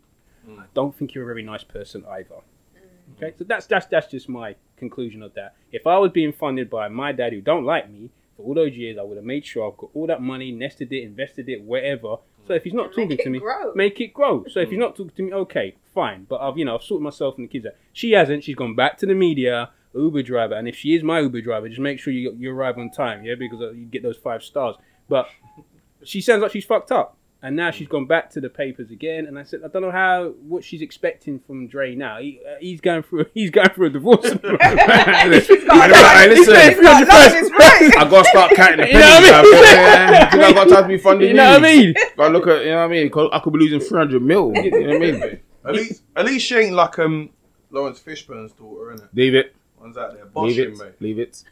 C: I don't think you're a very nice person either.
E: Mm.
C: Okay, so that's that's that's just my conclusion of that. If I was being funded by my dad who don't like me for all those years, I would have made sure I've got all that money, nested it, invested it, whatever. So if he's not
E: And
C: talking
E: make it
C: to me,
E: grow.
C: make it grow. So if he's not talking to me, okay, fine. But I've you know I've sorted myself and the kids out. She hasn't. She's gone back to the media. Uber driver, and if she is my Uber driver, just make sure you, you arrive on time, yeah, because uh, you get those five stars. But she sounds like she's fucked up. And now she's gone back to the papers again. And I said, I don't know how what she's expecting from Dre now. He, uh, he's going through he's going through a divorce. you know what I mean?
A: You know, right,
C: He's
A: listen.
C: got
E: Like, love is right.
A: I gotta start counting the
C: You know
A: pennies.
C: what I mean?
A: I think I got time to be funding
C: You know what I mean?
A: Gotta look at you know what I mean. 'Cause I could be losing three hundred mil. You know what I mean?
B: At least, at least she ain't like um Lawrence Fishburne's daughter, innit?
A: Leave it.
B: One's out there
A: Leave
B: boshing,
A: it.
B: mate.
A: Leave it.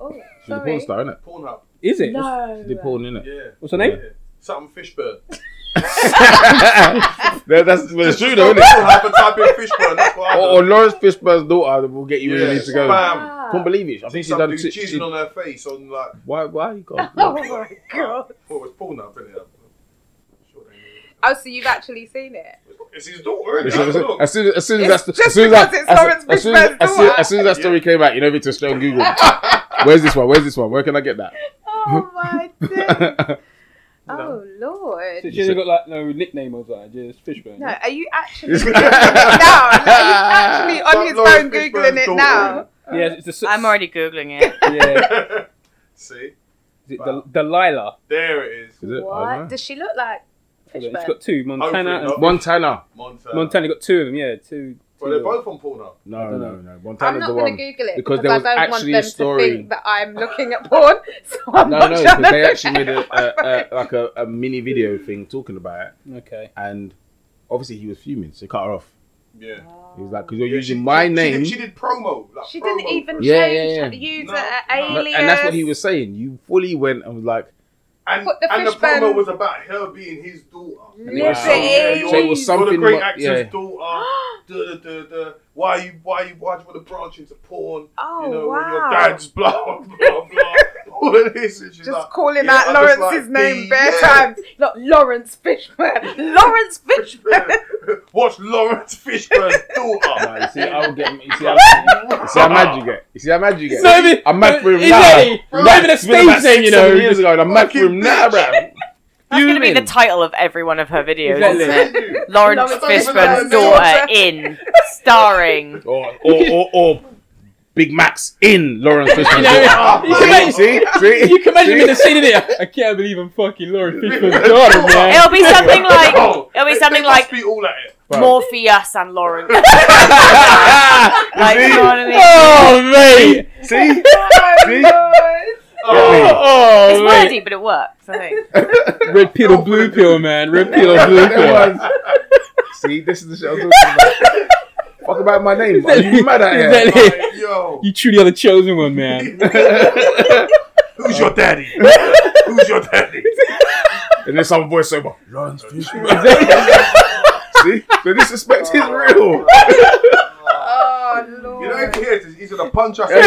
E: Oh,
A: She's a porn
E: sorry.
A: star, innit?
B: Pornhub.
C: Is it? What's,
E: No.
A: She's a porn, innit?
B: Yeah.
C: what's her name?
B: Yeah. Something Fishburne.
A: That- that's well, it's true though,
B: Don't
A: isn't it?
B: have a type in fishbone. That's what I
A: Or, or Lawrence Fishburne's daughter will get you where
B: Yeah,
A: you need to go.
B: bam.
E: Ah.
A: Couldn't believe it. I think she's
B: Some
A: done
B: dude
A: six.
B: cheesing on her face on like
A: Why? Why you got?
E: Oh my god.
B: what was porn up in it. Sure they knew.
E: Oh, so you've actually seen it?
B: It's his daughter,
A: As
B: isn't it?
A: soon as,
B: Look,
A: as soon as
E: It's
A: that's the-
E: just
A: as soon as
E: because
A: that-
E: it's
A: as
E: Lawrence
A: as soon as-
E: Fishburne's
A: as soon-
E: daughter.
A: as soon as that story came out, you know, Victor on Google. Where's this one? Where's this one? Where can I get that?
E: Oh my days. Oh
C: So
E: lord.
C: she hasn't got like no nickname or that, just Fishbone.
E: No, are you actually no, no, he's actually on
B: Don't
E: his
B: Lawrence
E: phone
B: Fishburne's
E: googling it
B: daughter,
E: now.
C: Yeah, it's the, s-
D: I'm already googling it.
C: Yeah,
B: innit? See,
C: is it Del- Delilah?
B: there it is.
A: Is it? I don't
E: What
A: know.
E: does she look like?
C: She's
E: Fishburne.
C: got two
B: Hopefully
C: Montana. And,
B: not.
A: Montana.
B: Montana.
C: Montana got two of them. Yeah, two.
B: Well, they're both on porn up.
A: No, no, no.
E: I'm
A: Montana's
E: not
A: the
E: going to
A: one.
E: Google it
A: Because
E: because,
A: there was
E: I don't want
A: actually a
E: them
A: story-
E: to think that I'm looking at porn. So I'm
A: No,
E: not
A: no,
E: trying
A: because
E: to
A: they
E: look
A: actually made
E: at it.
A: a, a, a like a, a mini video thing talking about it,
C: Okay.
A: and obviously he was fuming, so he cut her off.
B: Yeah.
A: He was like, "Because you're
B: Yeah,
A: using
B: she-
A: my
B: she-
A: name,"
B: She did, she did promo. Like,
E: She
B: promo
E: didn't even
B: for it.
A: Yeah, yeah,
E: change.
A: yeah.
E: Use
B: No,
E: a- a
B: no.
A: But-
E: alias.
A: and that's what he was saying. You fully went and was like,
B: And,
E: Put the
B: and the
E: fishbone-
B: promo was about her being his daughter.
A: And it was
E: Listen.
A: something-
B: Yeah,
A: so it was
E: You're
B: You're the
A: something.
B: great
A: what-
B: actor's
A: yeah.
B: daughter. duh, duh, duh, duh. Why you why you why do you want to branch into porn?
E: Oh,
B: you know, when your
E: wow.
B: dad's blah blah blah. All of this and she's
E: Just
B: like,
E: calling
B: yeah,
E: out
B: I just
E: Lawrence's
B: like
E: name
B: the-
E: bare
B: yeah.
E: times. Not Lawrence Fishburne. Lawrence Fishburne.
B: Watch Lawrence Fishburne's daughter.
A: Nah, you see, I would get. You see, how, you see how
C: Uh-uh.
A: mad you get. You see how mad you get.
C: Maybe-
A: I'm mad for him
C: Is
A: now.
C: it?
A: Bro,
C: Not even a
A: it's been about
C: stage name,
A: six,
C: you know.
A: seven Years ago, and I'm mad for him
B: Fucking
A: now,
B: bitch.
A: bro.
D: That's going to be
A: Fuming.
D: the title of every one of her videos.
C: Exactly.
D: Lawrence
E: Lawrence
D: Fishburne's
B: Fishburne's
D: daughter
E: daughter.
D: in starring.
A: or or, or or Big Max in Lawrence
C: You
A: Fishburne's
C: know,
A: daughter.
C: you can
A: See,
C: imagine,
A: see, see.
C: you can imagine
A: see?
C: me in the scene in it. I can't believe I'm fucking Lauren Fishburne's daughter, man.
D: It'll be something like
B: Oh,
D: it'll be
B: they-
D: something
B: they must
D: like
B: be all at it.
A: Bro.
D: Morpheus and Lawrence.
A: Ah,
D: Like, you know what I mean?
A: oh mate, see, see.
B: Oh,
D: It's
C: Oh,
D: wordy, but it works. I think.
C: wait. Red pill or blue pill, man. Red pill or blue pill.
A: See, this is the shit I'm talking about. Fuck about my name. Are you mad at
C: Exactly.
A: him?
B: like, yo,
C: You truly are the chosen one, man.
B: who's your daddy? who's your daddy?
A: And then some voice over Lawrence Fishburne. See, the disrespect is real.
E: Oh lord.
B: You know, if he is, he's gonna punch us.
A: Bro,
E: this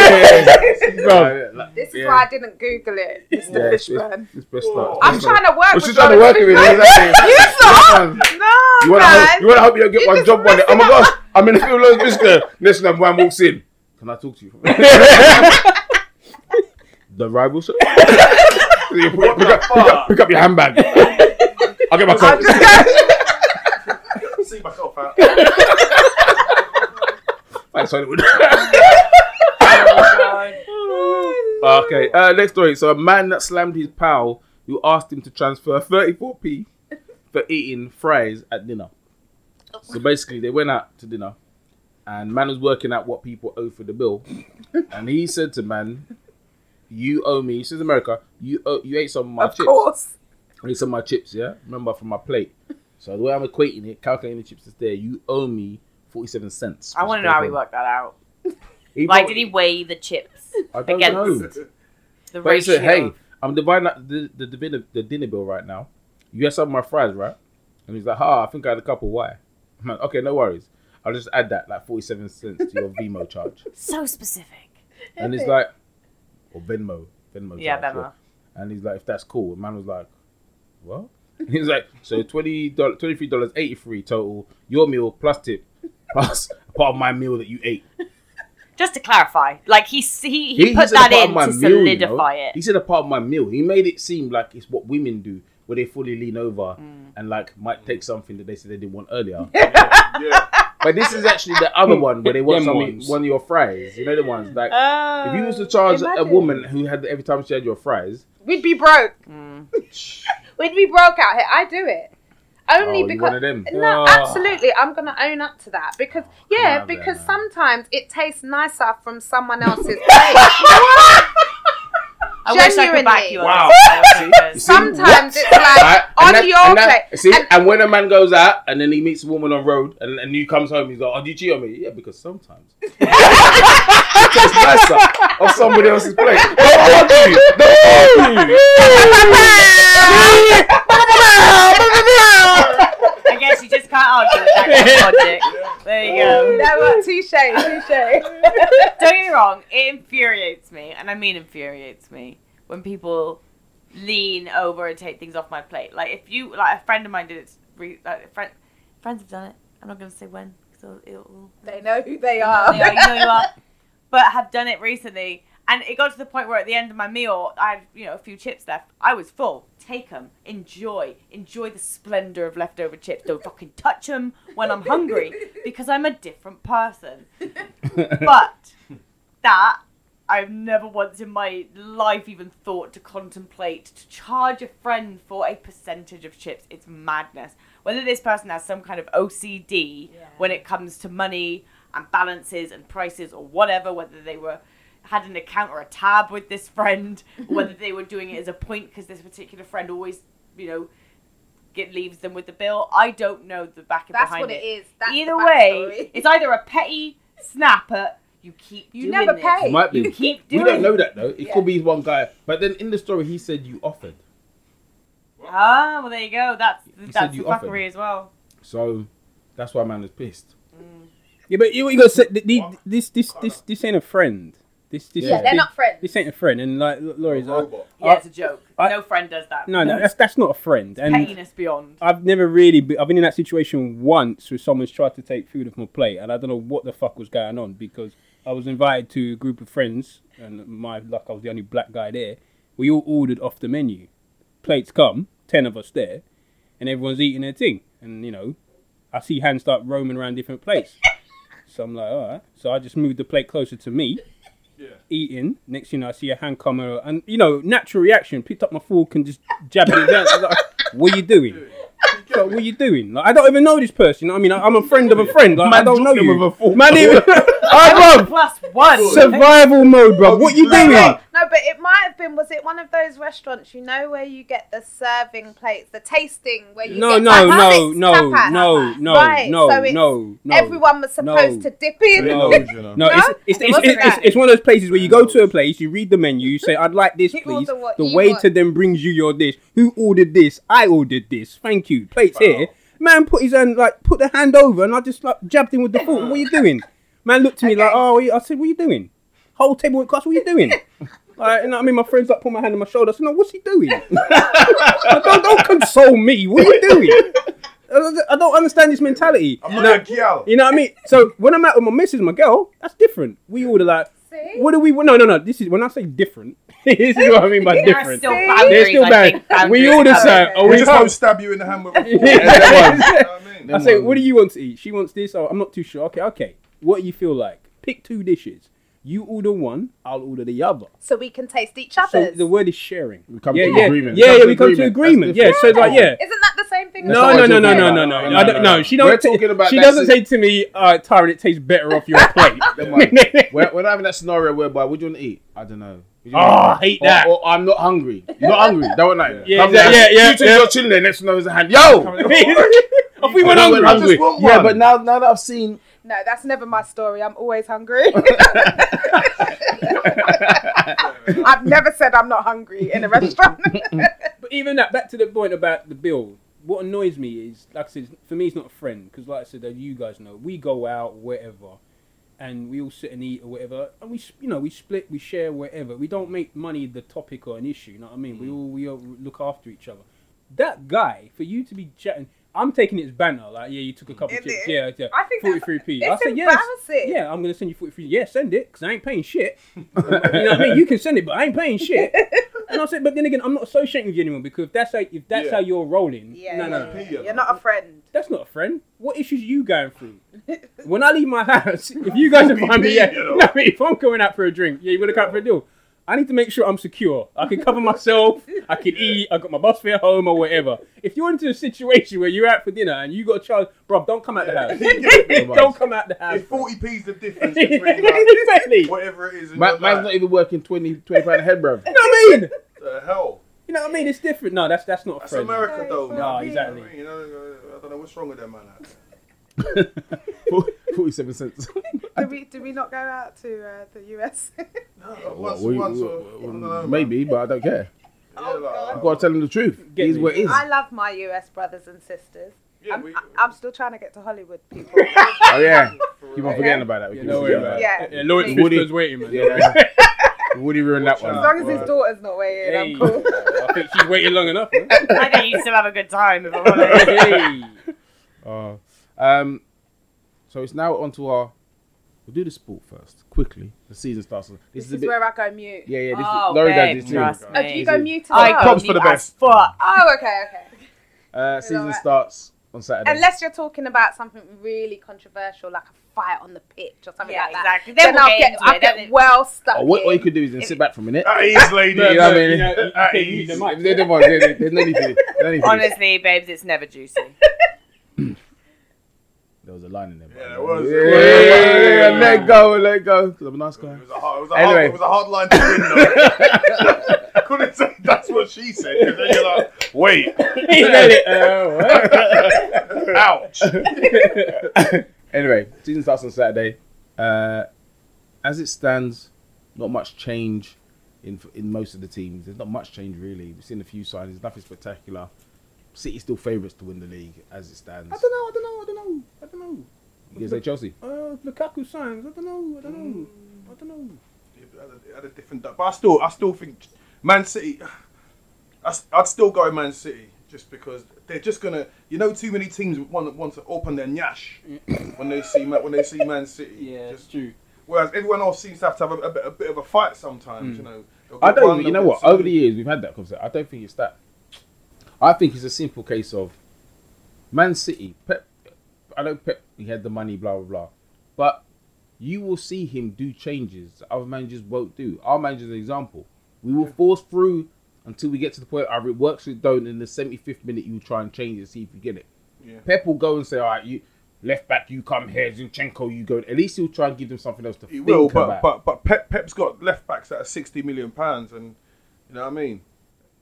E: is
A: yeah.
E: why I didn't Google it, Mr.
A: Yeah, it's-
E: Fishburne.
A: it's best not.
E: I'm trying to work
A: Well,
E: with
A: she's trying to work with
E: Lawrence
A: it.
E: Fishburne.
A: Exactly.
E: You stop!
A: Man. You
E: No,
A: want to hope,
E: man.
A: you wanna hope you get
E: You
A: one
E: just
A: job one day. Oh my
E: messing
A: gosh, I'm in the field of business. Next time one walks in, can I talk to you? the rival, sir. You pick, up, pick, up, pick, up, pick up your handbag. I'll get my coat.
B: See myself out.
A: Thanks, Hollywood. Oh, okay, uh, next story. So, a man that slammed his pal who asked him to transfer 34p for eating fries at dinner.
D: Oh.
A: So, basically, they went out to dinner and man was working out what people owe for the bill. And he said to man, You owe me, this is America, you owe, you ate some of my
E: Of
A: chips.
E: course.
A: I need some of my chips, yeah? Remember from my plate. So, the way I'm equating it, calculating the chips is there, you owe me 47 cents.
D: I want to know how he worked that out.
A: He
D: Like,
A: bought-
D: did he weigh the chips?
A: I don't
D: against-
A: know.
D: The
A: But he
D: ratio.
A: said, "Hey, I'm dividing up the the, the, dinner, the dinner bill right now. You had some of my fries, right?" And he's like, "Ah, I think I had a couple. Why?" I'm like, "Okay, no worries. I'll just add that like forty seven cents to your Vimo charge."
D: so specific."
A: And he's like, "Or Venmo, Venmo."
D: Yeah,
A: charge,
D: Venmo.
A: And he's like, "If that's cool." The man was like, "What?" He's like, "So twenty dollars, twenty three dollars eighty three total. Your meal plus tip, plus part of my meal that you ate."
D: Just to clarify, like he he, he, put
A: said
D: that
A: apart
D: in
A: my
D: to
A: meal, you know.
D: solidify
A: He
D: it.
A: said a part of my meal. He made it seem like it's what women do, where they fully lean over
D: Mm.
A: and like might take something that they said they didn't want earlier.
B: Yeah.
A: but this is actually the other one where they want
C: Them
A: something,
C: ones.
A: one of your fries. You know the ones like if you was
D: Uh,
A: to charge a
E: imagine.
A: woman who had every time she had your fries,
E: Oh, We'd be broke.
D: Mm.
E: We'd be broke out here. I do it.
A: oh,
E: Only
A: you
E: because
A: one of them.
E: No,
C: Oh.
E: absolutely. I'm going to own up to that because, yeah,
A: Love it,
E: because
A: man.
E: sometimes it tastes nicer from someone else's plate.
D: I wish I could back you up.
B: Wow.
E: sometimes it's like
A: Right?
E: on
A: And that-
E: your
A: and that-
E: plate.
A: See, and,
E: And-
A: when a man goes out and then he meets a woman on road and, and he comes home, he's like, "Oh, do you cheat on me?" Yeah, because sometimes it tastes nicer on somebody else's plate. No, I do. No, I do.
D: can't argue with that kind of logic. There you go.
E: That was touche,
D: Don't
E: touche.
D: get me wrong, it infuriates me, and I mean infuriates me, when people lean over and take things off my plate. Like if you, like a friend of mine did it. Re, like a friend, friends have done it. I'm not gonna say when because it'll, it'll
E: They know who they
D: Oh,
E: are.
D: yeah, you know you are. But have done it recently, and it got to the point where at the end of my meal, I had you know a few chips left. I was full. Take them. Enjoy. Enjoy the splendor of leftover chips. Don't fucking touch them when I'm hungry because I'm a different person. But that. I've never once in my life even thought to contemplate to charge a friend for a percentage of chips. It's madness. Whether this person has some kind of OCD
E: Yeah.
D: when it comes to money and balances and prices or whatever, whether they were had an account or a tab with this friend, or whether they were doing it as a point because this particular friend always, you know, get leaves them with the bill. I don't know the back and
E: That's
D: behind
E: what it is. That's the
D: Either
E: backstory.
D: way, it's either a petty snap at you keep
E: You
D: doing
E: never
D: this.
E: pay.
A: It might be.
D: You keep
A: we
D: doing
A: don't know that though. It
E: Yeah.
A: could be one guy. But then in the story, he said you offered.
D: Ah, well, there you go. That's
A: said
D: that's the
A: you
D: fuckery
A: offered.
D: as well.
A: So that's why man was pissed.
C: Yeah, but you, you got to this this this this ain't a friend. This this
E: Yeah, they're not friends.
C: This ain't a friend, and like L- Laurie's, I,
B: Robot.
D: Yeah,
C: Uh,
D: it's a joke.
C: I-
D: no friend does that.
C: no, no, that's that's not a friend. And Uh,
D: Pettiness beyond.
C: I've never really, be, I've been in that situation once where someone's tried to take food off my plate, and I don't know what the fuck was going on because I was invited to a group of friends, and my luck, I was the only black guy there. We all ordered off the menu. Plates come, ten of us there, and everyone's eating their thing. And you know, I see hands start roaming around different plates. so I'm like, all right. So I just moved the plate closer to me
B: Yeah.
C: eating. Next thing I see a hand come over, and you know, natural reaction. Picked up my fork and just jabbed it down. Like, what are you doing? Like, what are you doing? Like, I don't even know this person. I mean, I, I'm a friend of a friend. Like, I
A: Man
C: don't know
A: dropped him
C: you.
A: with a fork.
C: Man, even, I bruv,
D: Plus one.
C: survival mode, bro. What you
E: Wait,
C: doing?
E: wait. No, but it might have been. Was it one of those restaurants you know where you get the serving plates, the tasting where you
C: No,
E: get
C: no,
E: tapas?
C: no,
E: It's
C: no,
E: tapas.
C: no, no,
E: Right,
C: no,
E: so it's-
C: no, no.
E: Everyone was supposed
C: no.
E: to dip in.
C: No. No,
E: No?
C: it's it's,
D: It
C: it's,
D: wasn't
C: it's, it's,
D: that.
C: it's one of those places where you go to a place, you read the menu, you say, "I'd like this,
E: You
C: please."
E: order what
C: The
E: you
C: waiter
E: want.
C: then brings you your dish. Who ordered this? I ordered this. Thank you. Plates here. Man, put his hand like put the hand over, and I just like jabbed him with the fork. What are you doing? Man looked at me like, "Oh," I said, "What are you doing?" Whole table went cost. What are you doing? Like, you know what I mean, my friends like put my hand on my shoulder. I said, "No, what's he doing? Like, don't, don't console me. What are you doing?" I don't- I don't understand this mentality.
B: I'm not
C: Now-
B: a gal.
C: you know what I mean? So when I'm out with my missus, my girl, that's different. We order like,
E: See?
C: what do we? No, no, no. This is when I say different. this is what I mean by
D: There are
C: different.
D: still
E: They're
D: boundaries.
C: They're still
D: I
C: bad.
D: think, boundaries
C: We order,
D: are
C: sir.
E: covered.
C: Are
B: We,
C: we
B: just
C: home?
B: won't stab you in the hand with a fork.
C: Yeah.
B: You know what I
C: I
B: mean?
C: say, what do you want to eat? She wants this. Oh, I'm not too sure. Okay, okay. What do you feel like? Pick two dishes. You order one. I'll order the other.
E: So we can taste each
C: So
E: other's.
C: the word is sharing.
A: We come
C: yeah,
A: to
C: yeah.
A: agreement.
C: Yeah,
A: We come to
C: yeah. We come to
A: agreement. That's
C: agreement. Yeah. So
A: different.
C: like, yeah.
E: Isn't that the same thing? as
C: No,
A: not
C: no,
A: what
C: no,
A: you're
C: no,
A: talking
C: no, no,
A: about.
C: no,
A: No,
C: no,
A: no,
C: no.
A: no.
C: She
A: We're
C: don't. t-
A: talking about
C: she
A: that
C: doesn't
A: shit-
C: say to me, uh, "Tyron, it tastes better off your plate."
A: we're, we're having that scenario whereby would you want to eat? I don't know.
C: Oh, I hate that.
A: Or, or I'm not hungry. You're not hungry. Don't like.
C: Yeah, yeah, yeah, yeah,
A: You two
C: yeah.
A: are chilling there. Next one is a hand. Yo.
C: if we went
A: I
C: hungry,
A: went
B: just want
A: Yeah,
B: one.
A: but now now that I've seen,
E: No, that's never my story. I'm always hungry. I've never said I'm not hungry in a restaurant.
C: But even that, back to the point about the bill. What annoys me is, like I said, for me, it's not a friend because, like I said, as you guys know, we go out wherever, and we all sit and eat or whatever, and we, s- you know, we split, we share whatever. We don't make money the topic or an issue. You know what I mean? We
E: Mm.
C: all we all look after each other. That guy, for you to be chatting, I'm taking it as banner. Like, yeah, you took a couple of
E: Is
C: chips.
E: Mm. it?
C: Yeah, yeah.
E: I think that's-
C: 43p. I
E: it's
C: said, yes.
E: embarrassing.
C: Yeah, I'm gonna send you 43. Yeah, send it because I ain't paying shit. you know what I mean? You can send it, but I ain't paying shit. And I said, but then again, I'm not associating with you anymore because if that's how if that's
B: Yeah.
C: how you're rolling.
E: Yeah,
C: no, no,
E: yeah,
C: no.
E: yeah. you're not a friend.
C: That's not a friend. What issues are you going through? when I leave my house, if you guys
B: Be
C: find me,
B: me,
C: yeah,
B: you know.
C: no, I mean, if I'm going out for a drink, yeah, you want to go out for a deal. I need to make sure I'm secure. I can cover myself. I can eat. I got my bus fare home or whatever. If you're into a situation where you're out for dinner and you got a child, bro, don't come out the house. don't come out the house.
B: It's 40 p's the difference between like,
C: exactly. You
B: whatever it is. In
A: my,
B: your
A: man's
B: life.
A: not even working 20, 20 pound head, bro.
C: know what I mean?
B: the hell.
C: You know what I mean? It's different. No, that's that's not a
B: That's
C: friend.
B: America,
E: Right,
B: though.
E: right.
B: man.
C: No,
B: You know
C: exactly.
B: what I mean? You know, I don't know what's wrong with that man. out there.
A: Forty-seven cents.
E: Do we, do we not go out to uh, the US?
B: No, once,
A: Well, we-
B: once,
A: we-
B: or, I don't know, man.
A: maybe, but I don't care.
B: Yeah, uh, like,
A: I've got to tell him the truth.
C: Get
A: It is
C: me.
A: what it is.
E: I love my US brothers and sisters.
B: Yeah,
E: I'm,
B: we-
E: I- I'm still trying to get to Hollywood, people.
A: Oh yeah, keep on forgetting about that. We
C: Yeah,
A: keep
C: don't
A: on
C: worry
A: forgetting
C: about
A: about
C: it.
E: Yeah.
C: Yeah, Lawrence
A: Yeah. Woody-
C: Fishburne's waiting, man.
A: that. Yeah, yeah. Woody ruined that
E: as
A: one.
E: long as his daughter's not weighing in,
C: Hey.
E: I'm cool.
C: I think she's waited long enough. Man.
D: I think you still have a good time if I'm honest.
C: hey.
A: Oh. Um, so it's now on to our. We'll do the sport first, quickly. The season starts. This,
E: This
A: is a
E: is,
A: bit.
E: where I go mute.
A: Yeah, yeah. This
D: Oh,
A: is, Laurie
D: babe,
A: does this too. Uh,
D: trust
E: Oh, do you
D: me.
E: go mute as
D: I
E: well?
A: Props for the
D: mute as
A: best.
D: Fuck. Ah,
E: Oh, okay, okay.
A: Uh, season
E: Alright.
A: starts on Saturday.
E: Unless you're talking about something really controversial, like a fight on the pitch or something
D: Yeah,
E: like that.
D: exactly. Then
E: Then,
D: we'll
E: I'll
D: get
E: get,
D: into
E: I'll
D: it, then
E: get
D: it-
E: well stuck.
A: Oh, what, what you
E: in.
A: could do is then sit back for a minute.
B: That is, lady.
A: No,
B: you
A: no,
B: know what
A: you
B: I mean?
A: know,
C: you
B: That
C: can use
B: is-
C: the mic.
A: There's no need to- there's no need to. there's no need to-
D: Honestly, babes, it's never juicy.
A: There was a line in there. but-
B: Yeah, there was.
A: Yeah, yeah, yeah, yeah, let go, let go. 'cause I'm a nice guy.
B: It was a hard, it was a
A: Anyway.
B: hard, it was a hard line to win. though. I couldn't say that's what she said. 'cause Then you're like, wait, ouch.
A: anyway, season starts on Saturday. Uh, as it stands, not much change in in most of the teams. There's not much change really. We've seen a few signings, nothing spectacular. City still favourites to win the league as it stands.
C: I don't know. I don't know. I don't know. I don't know.
A: You gonna say Chelsea?
C: Uh, Lukaku signs. I don't know. I don't know. I don't know.
B: It had a- it had a different, but I still, I still think Man City. I, s- I'd still go Man City just because they're just gonna. You know, too many teams want want to open their nyash when they see Ma- when they see Man City.
C: it's
B: Just-
C: true.
B: whereas everyone else seems to have to have a, a bit, a bit of a fight sometimes. You know. They'll
A: Hmm. I
B: get
A: don't.
B: one,
A: Even, you know
B: they'll
A: what?
B: get two.
A: Over the years, we've had that conversation. I don't think it's that. I think it's a simple case of Man City. Pep. I know Pep. He had the money. Blah blah blah. But you will see him do changes that other managers won't do. Our manager's an example. We will force through until we get to the point either it works or it don't. In the seventy fifth minute, you try and change it, see if you get it.
B: Yeah.
A: Pep will go and say, "All right, you left back, you come here. Zinchenko, you go." At least he'll try and give them something else to
B: He
A: think
B: will,
A: about.
B: but but but Pep, Pep's got left backs that are sixty million pounds, and you know what I mean.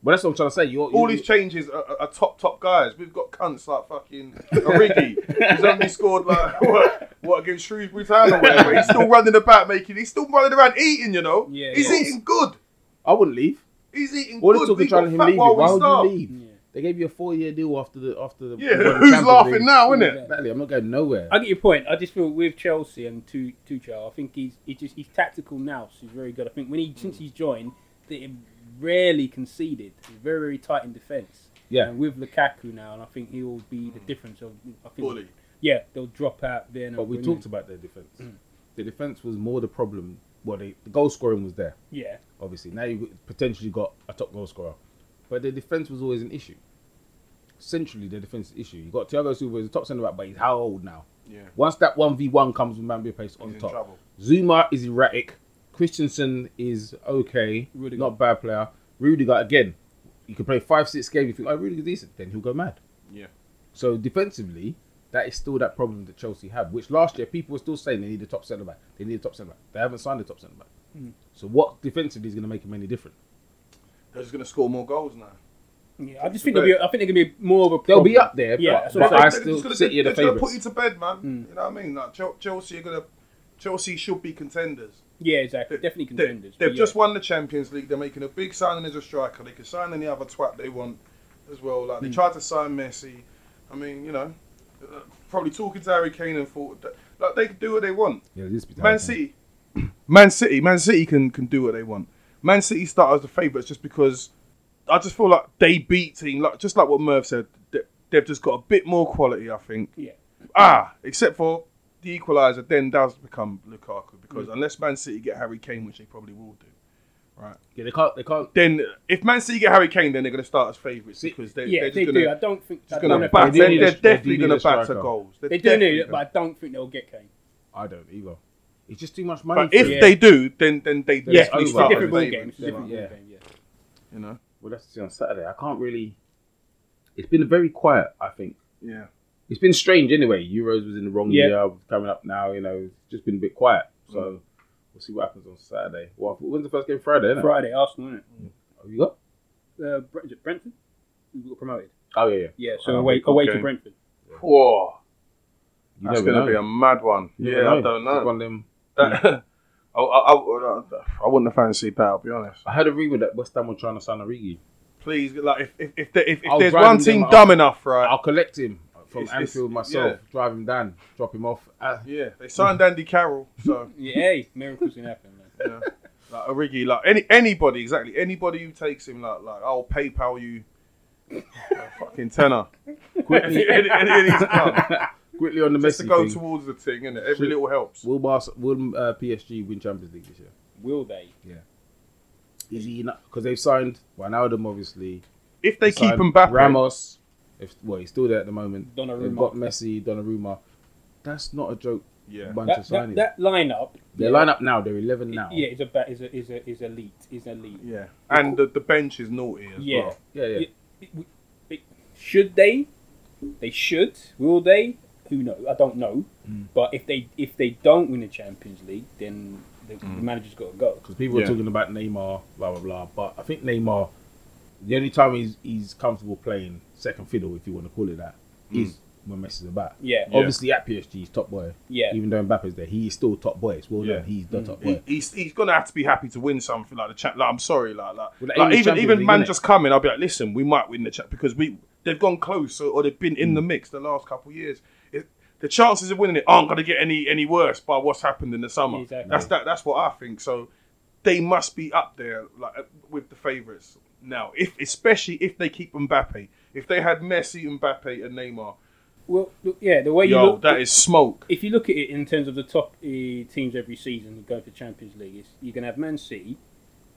A: Well, that's what I'm trying to say. You're,
B: All
A: you-
B: these changes are, are, are top top guys. We've got cunts like fucking Origi. He's only scored like what, what against Shrewsbury Town or whatever. He's still running about making. He's still running around eating. You know.
C: Yeah,
B: he's
C: yeah.
B: eating good.
A: I wouldn't leave.
B: He's eating
A: All this
B: good.
A: talk
B: We
A: of trying
B: got
A: him
B: fat
A: leaving.
B: while we
A: Why would
B: starved.
A: you leave?
C: Yeah.
A: They gave you a four-year deal after the after the.
B: Yeah,
A: we won the
B: who's
A: Champions
B: laughing
A: League.
B: now, isn't it?
A: Exactly. I'm not going nowhere.
C: I get your point. I just feel with Chelsea and Tu- Tuchel, I think he's he just he's tactical now. So he's very good. I think when he since he's joined, they rarely conceded. He's very very tight in defence.
A: Yeah.
C: And with Lukaku now, and I think he will be the
B: Mm.
C: difference of. I think.
B: Bully.
C: Yeah, they'll drop out then.
A: but we talked about their defense. the defense was more the problem. Well, they, the goal scoring was there,
C: Yeah.
A: obviously. Now you potentially got a top goal scorer, but the defense was always an issue. Centrally, the defense is an issue. You got Thiago Silva as a top centre back, but he's how old now?
B: Yeah.
A: Once that one v one comes with Mambia Pace on
B: in
A: top,
B: trouble.
A: Zuma is erratic. Christensen is okay,
C: Rudiger.
A: not bad player. Rudiger again, you can play five six games. You think, oh, Rudiger's decent, then he'll go mad.
B: Yeah.
A: So defensively, that is still that problem that Chelsea had, which last year people were still saying they need a top centre back. They need a top centre back. They haven't signed a top centre back. So what defensively is going to make him any different?
B: They're just gonna score more goals now.
C: Yeah, I just think they'll be. I think they're gonna be more of a.
A: They'll
C: Problem.
A: be up there,
C: Yeah,
A: but,
C: that's what I'm
A: but I
C: saying.
A: still
B: just gonna-
A: City are the
B: they're just gonna put you
A: favourites.
B: to bed, man.
C: Hmm.
B: You know what I mean? Like Chel- Chelsea are gonna. Chelsea should be contenders.
C: Yeah, exactly. Definitely
B: They-
C: contenders.
B: They've
C: but
B: just
C: yeah.
B: won the Champions League. They're making a big signing as a striker. They can sign any other twat they want as well. Like they
C: Hmm.
B: tried to sign Messi. I mean, you know, uh, probably talking to Harry Kane and thought that, like they can do what they want.
A: Yeah, this be
B: Man City, Man City, Man City can can do what they want. Man City start as the favourites just because I just feel like they beat team like just like what Merv said. They, they've just got a bit more quality, I think.
C: Yeah.
B: Ah, except for the equaliser, then does become Lukaku because unless Man City get Harry Kane, which they probably will do,
A: Yeah, they can't. They can't.
B: then if Man City get Harry Kane, then they're going to start as favourites because they,
C: Yeah,
B: they're
C: they
B: just going
C: do. I
B: to
C: don't think. I
B: just
C: don't
B: going
C: know
B: to
C: if they
B: batter.
A: do need
B: They're
A: a- they
B: definitely
A: do need
B: going
A: a
B: to batter
A: striker.
B: goals. They're
C: They do
B: definitely
C: need it, but
B: gonna-
C: I don't think they'll get Kane.
A: I don't either. It's just too much money.
B: but
A: for
B: if
A: them.
B: they do, then then they
A: Yeah,
B: definitely
A: it's
C: It's a
B: start as
C: different ball
B: favourites.
C: game. It's a different
A: Yeah.
C: ball game. Yeah.
B: You know,
A: Well, that's on Saturday. I can't really. It's been very quiet. I think
B: yeah.
A: it's been strange. Anyway, Euros was in the wrong
C: Yeah.
A: year. Coming up now, you know, it's just been a bit quiet. So
B: Hmm.
A: we'll see what happens on Saturday. Well, when's the first game? Friday, isn't it?
C: Friday, Arsenal, isn't it?
A: Have you got?
C: uh, Bre- is it Brentford? We got promoted.
A: Oh yeah, yeah.
C: Yeah, so
A: Oh,
C: away,
B: big
C: away
B: game.
C: to Brentford.
B: Whoa,
A: You
B: that's
A: never
B: going to be
A: know.
B: a mad one.
A: You
B: Yeah,
A: never
B: I don't
A: It's
B: know.
A: one of them-
B: That- I, I, I, I wouldn't have fancied that. I'll be honest.
A: I heard a rumor that West Ham were trying to sign Origi.
B: Please, like if if if, there, if,
A: I'll
B: if there's
A: grind
B: one
A: them
B: team
A: up.
B: dumb enough, right?
A: I'll collect him. from
B: It's- it's-
A: Anfield myself, drive him down, drop him off. Uh,
B: Yeah, they signed Andy Carroll, so
C: Yeah, hey, miracles can happen, man.
B: yeah. like Origi, like any anybody exactly, anybody who takes him, like like I'll PayPal you a fucking tenner. any, any, any, of these clubs.
A: quickly on the
B: just
A: Messi
B: to go
A: thing.
B: towards the thing, and every
A: Shoot.
B: little helps.
A: Will Bars, will uh, PSG win Champions League this year?
C: Will they?
A: Is he not? Because they've signed Wijnaldum, obviously.
B: If they keep
A: signed
B: Mbappe,
A: Ramos. If, well, he's still there at the moment. They've
C: Donnarumma.
A: got Messi, Donnarumma. That's not a joke
B: yeah,
A: bunch
C: That,
A: of
C: that,
A: signings.
C: that lineup.
A: Their
C: yeah,
A: lineup now, they're 11 now.
C: Yeah, is a ba- is a is a is elite. Is elite.
B: yeah, and the, the bench is naughty. As
C: Yeah.
B: well.
A: Yeah, yeah.
C: It- we- it- should they? They should. Will they? Who knows? I don't know.
B: Mm.
C: But if they if they don't win the Champions League, then the,
B: Mm.
C: the manager's got to go.
A: Because people
B: Yeah.
A: are talking about Neymar, blah, blah, blah. But I think Neymar, the only time he's, he's comfortable playing second fiddle, if you want to call it that, is when Messi's about.
C: Yeah.
B: Mm. Yeah.
A: Obviously, at PSG, he's top boy.
C: Yeah. Mm.
A: Even though Mbappe's there, he is still top boy. It's well
B: Yeah.
A: known. He's the top
B: He,
A: boy.
B: he's he's gonna have to be happy to win something like the chat. Like I'm sorry, like like,
A: Well, the
B: like,
A: English
B: even
A: Champions
B: even
A: League,
B: man
A: innit?
B: just coming, I'll be like, listen, we might win the chat because we they've gone close or, or they've been in
A: Mm.
B: the mix the last couple of years. It, the chances of winning it aren't gonna get any any worse by what's happened in the summer.
C: Exactly.
B: That's that. That's what I think. So they must be up there like uh, with the favourites now. If especially if they keep Mbappe, if they had Messi, Mbappe, and Neymar,
C: Well, look, yeah. The way you
B: yo,
C: look,
B: that is smoke.
C: if you look at it in terms of the top uh, teams every season going for Champions League, it's, you're going to have Man City.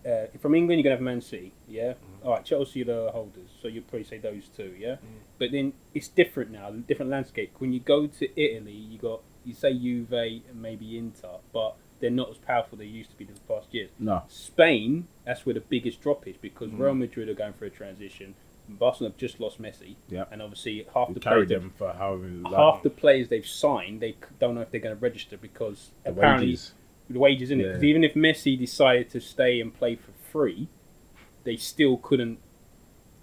C: Uh, from England, you're going to have Man City, yeah?
A: Mm-hmm.
C: All right, Chelsea are the holders, so you'd probably say those two,
A: Mm.
C: yeah? But then it's different now, different landscape. When you go to Italy, you got, you say Juve and maybe Inter, but they're not as powerful they used to be the past years.
A: No.
C: Spain, that's where the biggest drop is because
A: Mm.
C: Real Madrid are going through a transition. Barcelona have just lost Messi,
A: Yeah.
C: and obviously half
A: He
C: the
A: carried
C: players they've
A: them for however long.
C: half the players they've signed, they c- don't know if they're going to register because
A: The
C: apparently
A: wages.
C: the wages in it. Because
A: Yeah.
C: even if Messi decided to stay and play for free, they still couldn't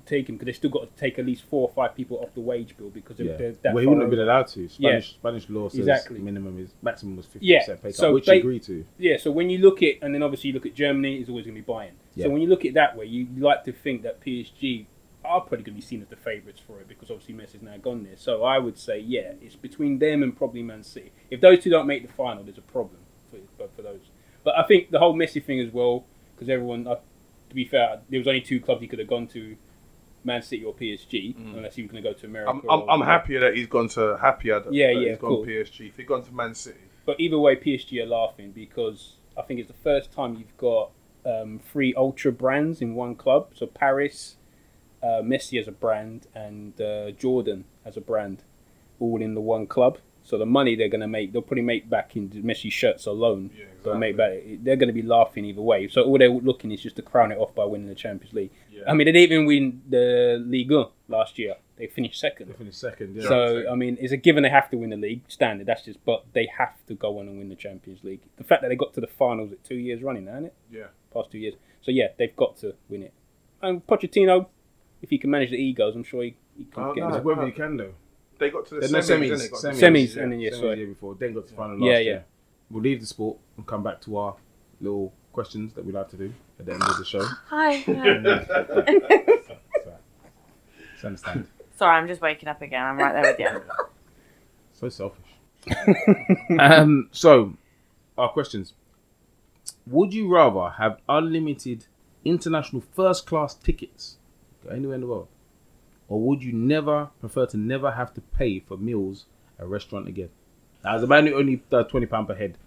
C: take him because they still got to take at least four or five people off the wage bill because they're,
A: Yeah.
C: they're that
A: well, he
C: far
A: wouldn't have
C: over.
A: been allowed to. Spanish Spanish law says
C: Exactly.
A: minimum is maximum was fifty
C: Yeah,
A: percent pay cut,
C: so
A: which
C: they-
A: he agreed to.
C: Yeah, so when you look at and then obviously you look at Germany, it's always going to be buying.
A: Yeah.
C: So when you look at that way, you like to think that PSG are probably going to be seen as the favourites for it because obviously Messi's now gone there. So I would say, yeah, it's between them and probably Man City. If those two don't make the final, there's a problem for, for, for those. But I think the whole Messi thing as well, because everyone, uh, to be fair, there was only two clubs he could have gone to, Man City or PSG, unless he was going to go to America.
B: I'm, I'm,
C: or-
B: I'm happier that he's gone to happier that,
C: Yeah,
B: that
C: yeah,
B: he's gone
C: cool.
B: PSG. If he'd gone to Man City,
C: But either way, PSG are laughing because I think it's the first time you've got um, three ultra brands in one club. So Paris, uh, Messi as a brand, and uh, Jordan as a brand, all in the one club. So the money they're going to make, they'll probably make back in Messi shirts alone.
B: Yeah,
C: They'll make back. They're going to be laughing either way. So all they're looking is just to crown it off by winning the Champions League.
B: Yeah.
C: I mean, they didn't even win the Ligue 1 last year. They finished second.
A: They finished second. Yeah.
C: So I mean, it's a given they have to win the league standard. That's just, but they have to go on and win the Champions League. The fact that they got to the finals at two years running, now, isn't it?
B: yeah.
C: Past two years. So yeah, they've got to win it. And Pochettino, if he can manage the egos, I'm sure he, he can
B: Oh,
C: get.
B: no.
C: his-
A: whether you can though.
B: They got to the
A: Then no,
B: semis,
A: semis,
B: didn't they? Got to the
A: semis,
C: Semis, and then, yeah,
A: semis
C: sorry.
A: year before, then got to final
C: Yeah,
A: last
C: yeah.
A: year. We'll leave the sport and come back to our little questions that we like to do at the end of the show.
D: Hi.
A: So, it's understand.
D: Sorry, I'm just waking up again. I'm right there with you.
A: So selfish. um, so, our questions. Would you rather have unlimited international first class tickets go anywhere in the world? Or would you never prefer to never have to pay for meals at a restaurant again? Now, as a man who only does twenty pound per head,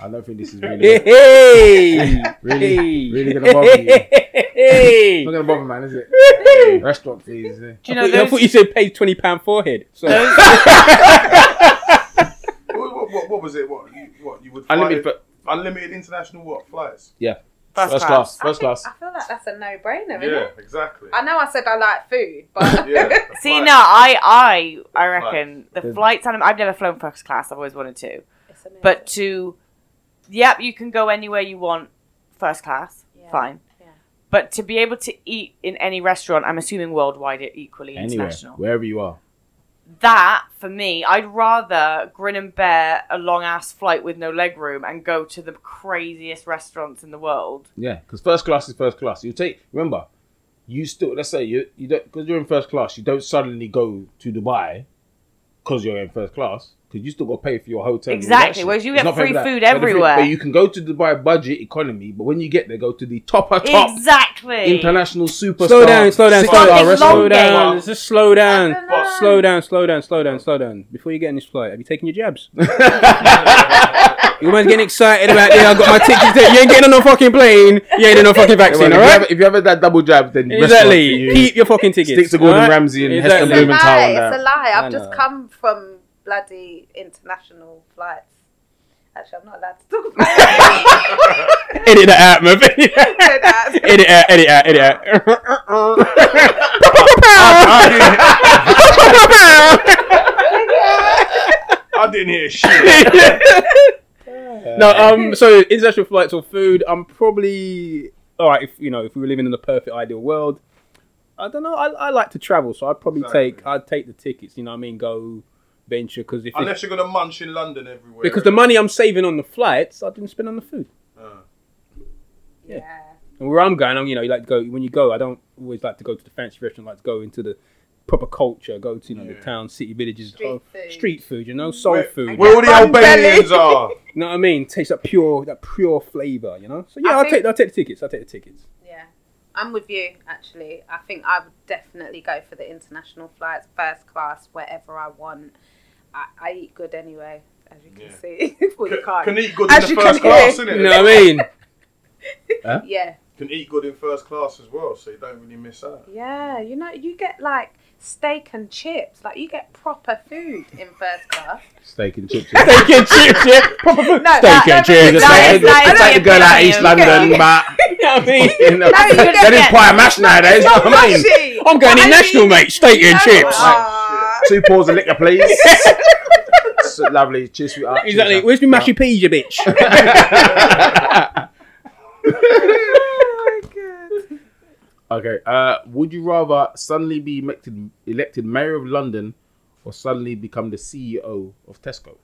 A: I don't think this is
C: Hey,
A: really,
C: hey,
A: really,
C: hey.
A: really gonna bother you. It's
C: Hey.
A: not gonna bother, man, is it? Restaurant fees. eh?
D: Do you know
C: I thought you
D: those?
C: said pay twenty pound forehead. So
B: What, what, what, what was it? What you, what you would fly
A: Unlimited,
B: in-
A: fir-
B: unlimited international what flights?
A: yeah.
D: First
A: first
D: class.
A: class, first
E: I,
A: class.
E: think, I feel like that's a no-brainer, isn't
B: Yeah,
E: it?
B: exactly.
E: I know I said I like food, but
B: Yeah, the
D: See,
B: flights.
D: no, I, I, I reckon the
A: There's-
D: flights. and- I've never flown first class. I've always wanted to.
E: It's amazing.
D: But to, yep, you can go anywhere you want, first class,
E: Yeah.
D: fine.
E: Yeah.
D: But to be able to eat in any restaurant, I'm assuming worldwide, it equally
A: Anywhere,
D: international.
A: wherever you are.
D: That for me, I'd rather grin and bear a long ass flight with no leg room and go to the craziest restaurants in the world.
A: Yeah, because first class is first class. You take remember, you still let's say you you don't because you're in first class, you don't suddenly go to Dubai because you're in first class, because you still got to pay for your hotel. and all
D: Exactly,
A: that shit.
D: whereas you
A: It's
D: get
A: not fair
D: free
A: for that.
D: food
A: But the thing-
D: everywhere.
A: But you can go to Dubai budget economy, but when you get there, go to the topper top
D: Exactly.
A: international superstar.
C: Slow down, slow down,
A: six-star
C: slow
D: Fucking
C: down,
D: long
C: slow
A: restaurant.
C: down.
D: game.
C: Just slow down,
E: But-
C: slow down, slow down, slow down, slow down. Before you get in this flight, have you taken your jabs? you man's getting excited about, yeah, I got my tickets. there." You ain't getting on no fucking plane. You ain't in no fucking
A: Well,
C: vaccine,
A: if,
C: all
A: you
C: right?
A: have, if you have that double jab, then restaurant for
C: Exactly.
A: you.
C: Keep your fucking tickets.
A: Stick to Gordon
C: alright?
A: Ramsay and
C: Exactly.
A: Heston
E: It's a
A: Blumenthal
E: lie.
A: and
E: It's a
A: that.
E: lie.
C: I
E: I've just
C: know.
E: come from bloody international flights. Actually, I'm not allowed to talk about it.
C: Edit that out, man.
E: So that's-
C: edit out, edit out, edit
B: I didn't hear shit.
C: out. no, um, so international flights or food, I'm probably all right. If you know, if we were living in the perfect ideal world, I don't know. I, I like to travel, so I'd probably
B: Exactly.
C: take I'd take the tickets. You know, what I mean, go venture because if it-
B: Unless you're gonna munch in London everywhere.
C: because the money I'm saving on the flights, I didn't spend on the food.
B: Uh,
E: yeah.
C: And where I'm going, I'm you know, you like to go when you go. I don't always like to go to the fancy restaurant. I like to go into the proper culture. Go to you know
B: Yeah.
C: the town, city villages,
E: Street
C: oh,
E: food.
C: street food. You know, soul
B: Where-
C: food.
B: Where all the
E: Bun belly.
B: Albanians are.
C: You know what I mean? Taste that pure, that pure flavor. You know. So yeah,
E: I
C: I'll
E: think-
C: take, I'll take the tickets. I'll take the tickets.
E: Yeah, I'm with you actually. I think I would definitely go for the international flights, first class, wherever I want. I, I eat good anyway, as you can
B: Yeah.
E: see. well, you
B: Can,
E: can't.
B: can eat good
E: As
B: in
E: you
B: the
E: can
B: first class,
E: hear.
B: innit?
C: You know what I mean?
E: yeah,
B: Can eat good in first class as well, so you don't really miss out.
E: yeah. You know, you get like steak and chips. Like you get proper food in first class.
A: Steak and chips.
C: Steak and chips, yeah. Proper food.
E: No,
C: Steak
E: no,
C: and
E: no,
C: chips.
E: no,
A: It's
E: That
A: like,
E: is like-
A: it's like the girl out of East
D: okay.
A: London, but
C: You know what I mean?
A: you know,
E: No, you
A: that
E: get-
A: is quite a mash nowadays. You know what I mean?
E: Mushy.
C: I'm going
E: But I
C: international,
E: mean-
C: mate. Steak and chips.
B: Right.
E: Ah,
A: Two paws of liquor, please. It's lovely. uh, Cheers, sweetheart. Cheers,
C: Exactly.
A: man.
C: Where's my mashy peas, you bitch?
E: Oh,
A: okay. Uh, would you rather suddenly be elected, elected mayor of London or suddenly become the CEO of Tesco?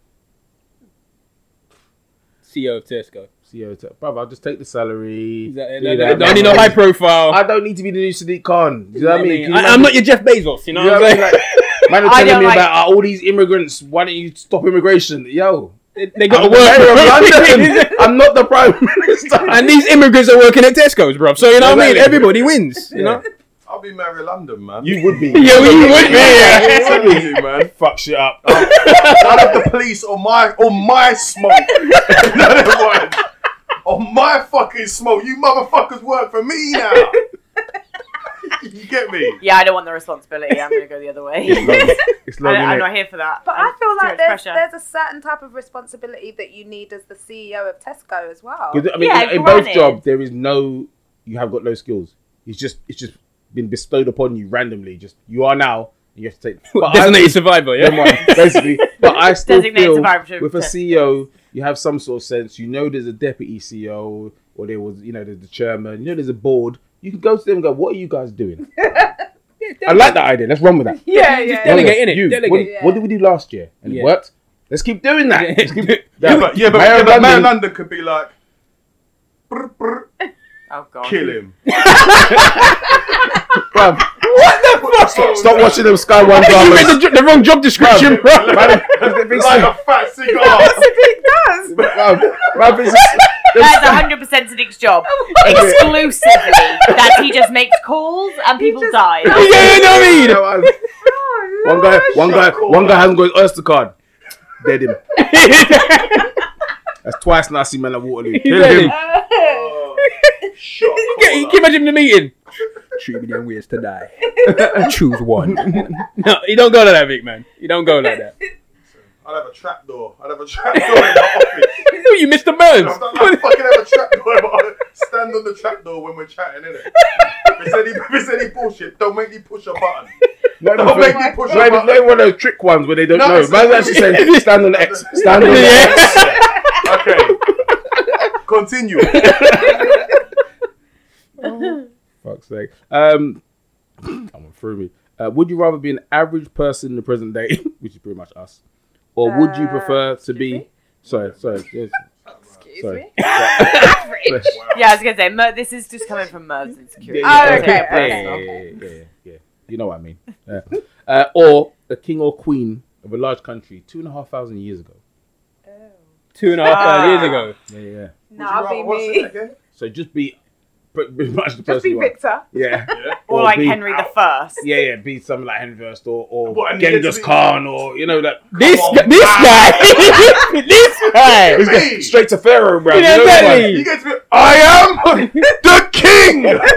C: CEO E of Tesco.
A: CEO, of Te- brother, I'll just take the salary.
C: Exactly.
A: do
C: No,
A: that,
C: no, I need
A: man.
C: no high profile.
A: I don't need to be the new Sadiq Khan. Do you know what I mean? Can you
C: I,
A: imagine-
C: am not your Jeff Bezos. You know
A: You know
C: what I'm
A: what I
C: saying?
A: mean? Like, man are
D: I
A: telling
D: don't
A: me
D: like-
A: about uh, all these immigrants. Why don't you stop immigration? Yo,
C: They- they got
A: I'm the
C: to
A: mayor of
C: work.
A: London. I'm not the prime minister.
C: And these immigrants are working at Tesco's, bro. So you know what I mean.
A: Exactly.
C: Everybody wins. You
A: Yeah.
C: know.
B: I'll be Mary London, man.
A: you would be.
C: Yeah, we- you would be, yeah.
B: I'm telling you, man.
A: Fuck shit up.
B: I'll have the police on my on my smoke. None of mine. on my fucking smoke. You motherfuckers work for me now. you get me?
D: Yeah, I don't want the responsibility. I'm gonna go the other way.
A: It's
D: I,
A: long,
D: I'm
A: innit?
D: not here for that.
E: But I
D: I'm
E: feel
D: too
E: like
D: much
E: there's,
D: pressure.
E: there's a certain type of responsibility that you need as the CEO of Tesco as well.
A: 'Cause, I mean,
D: Yeah,
A: in, in
D: granted.
A: both jobs, there is no. You have got no skills. It's just. It's just been bestowed upon you randomly. Just you are now. You have to take. But I-
C: Designated survivor.
A: Never
C: Yeah.
A: mind, basically. But I still
D: Designated
A: feel
D: survivorship
A: with a
D: test.
A: CEO, you have some sort of sense. You know, there's a deputy CEO, or there was, you know, there's the chairman. You know, there's a board. You can go to them and go, "What are you guys doing?" I like that idea. Let's run with that.
E: yeah,
C: yeah. Delegate,
A: Run with
C: innit?
A: You,
C: Delegate.
A: What,
E: Yeah.
A: what did we do last year? And
C: Yeah.
A: it worked. Let's keep doing that. Let's keep-
B: Yeah, but yeah, but,
A: Mayor
B: yeah,
A: of
B: but
A: London-
B: Mary London could be like, brr, brr,
D: Oh god.
B: kill him.
A: Bruv,
C: What the fuck?
B: Oh,
A: Stop
B: no.
A: watching them Sky One
C: You read the,
A: dramas.
C: jo- the wrong job description,
A: Bruv,
C: bro.
A: bruv,
B: like a fat cigar.
E: it does.
A: bruv, bruv, it's-
D: That's 100 percent Sadiq's job,
E: Oh,
D: exclusively. that he just makes calls and people
E: just-
D: die.
C: Yeah, yeah, you know what I mean?
A: No, I-
E: Oh,
A: One guy, one guy,
B: Cool.
A: one guy hasn't got his Oyster card. Dead him. That's twice now I see man at Waterloo. Kill
C: dead
A: him.
C: him.
B: Oh, shot
C: Yeah, you
B: caller.
C: can imagine the meeting. Treat me them ways to die. Choose one. no, you don't go like that, big man. You don't go like that.
B: I'd have a trapdoor. I'd have a trapdoor in my office.
C: No, you missed the Burns.
B: I'd I'd fucking have a trapdoor. in my office. Stand on the trapdoor when we're chatting, innit? If it's any, if it's any bullshit, don't make me push a button.
A: Not even
B: Don't
A: for-
B: make me push
A: not
B: a
A: even- not even
B: button.
A: one of those trick ones where they don't
B: No,
A: know.
B: it's-
A: Man's actually saying, stand on the X, stand on the
C: Yeah.
A: X.
B: Okay. Continue.
A: Fuck's sake. Um, someone threw me. Uh, would you rather be an average person in the present day, which is pretty much us, or would you
E: Uh,
A: prefer to be?
E: me?
A: Sorry, sorry, yes,
E: Excuse
A: sorry.
E: me.
A: Bless-
D: Yeah, I was gonna say Mer- this is just coming from Merv's insecurity.
E: yeah,
D: Don't
E: Oh, okay,
D: take it
E: okay.
D: personal.
A: yeah, yeah, yeah, yeah. You know what I mean. Yeah. Uh, or a king or queen of a large country two and a half thousand years ago.
C: Two and a half thousand years ago.
A: Yeah, yeah. yeah.
E: No,
B: Would you
E: Oh. I'll
B: rather-
E: be
B: what's
E: me.
B: it again?
A: So just be pretty pretty much the
E: Just
A: person
E: be
A: you are.
E: Victor.
A: Yeah.
B: Yeah.
D: Or, like
A: be-
D: Henry the First.
A: Yeah, yeah, be something like Henry First or, or
B: What, and
A: Genghis
B: literally-
A: Khan or you know that
C: This
B: on,
C: gu- this guy, this guy.
A: He's
B: Hey!
A: going straight to Pharaoh, bro.
C: You know
A: that
C: exactly.
A: one?
B: You get to be, I am the king!
D: Based-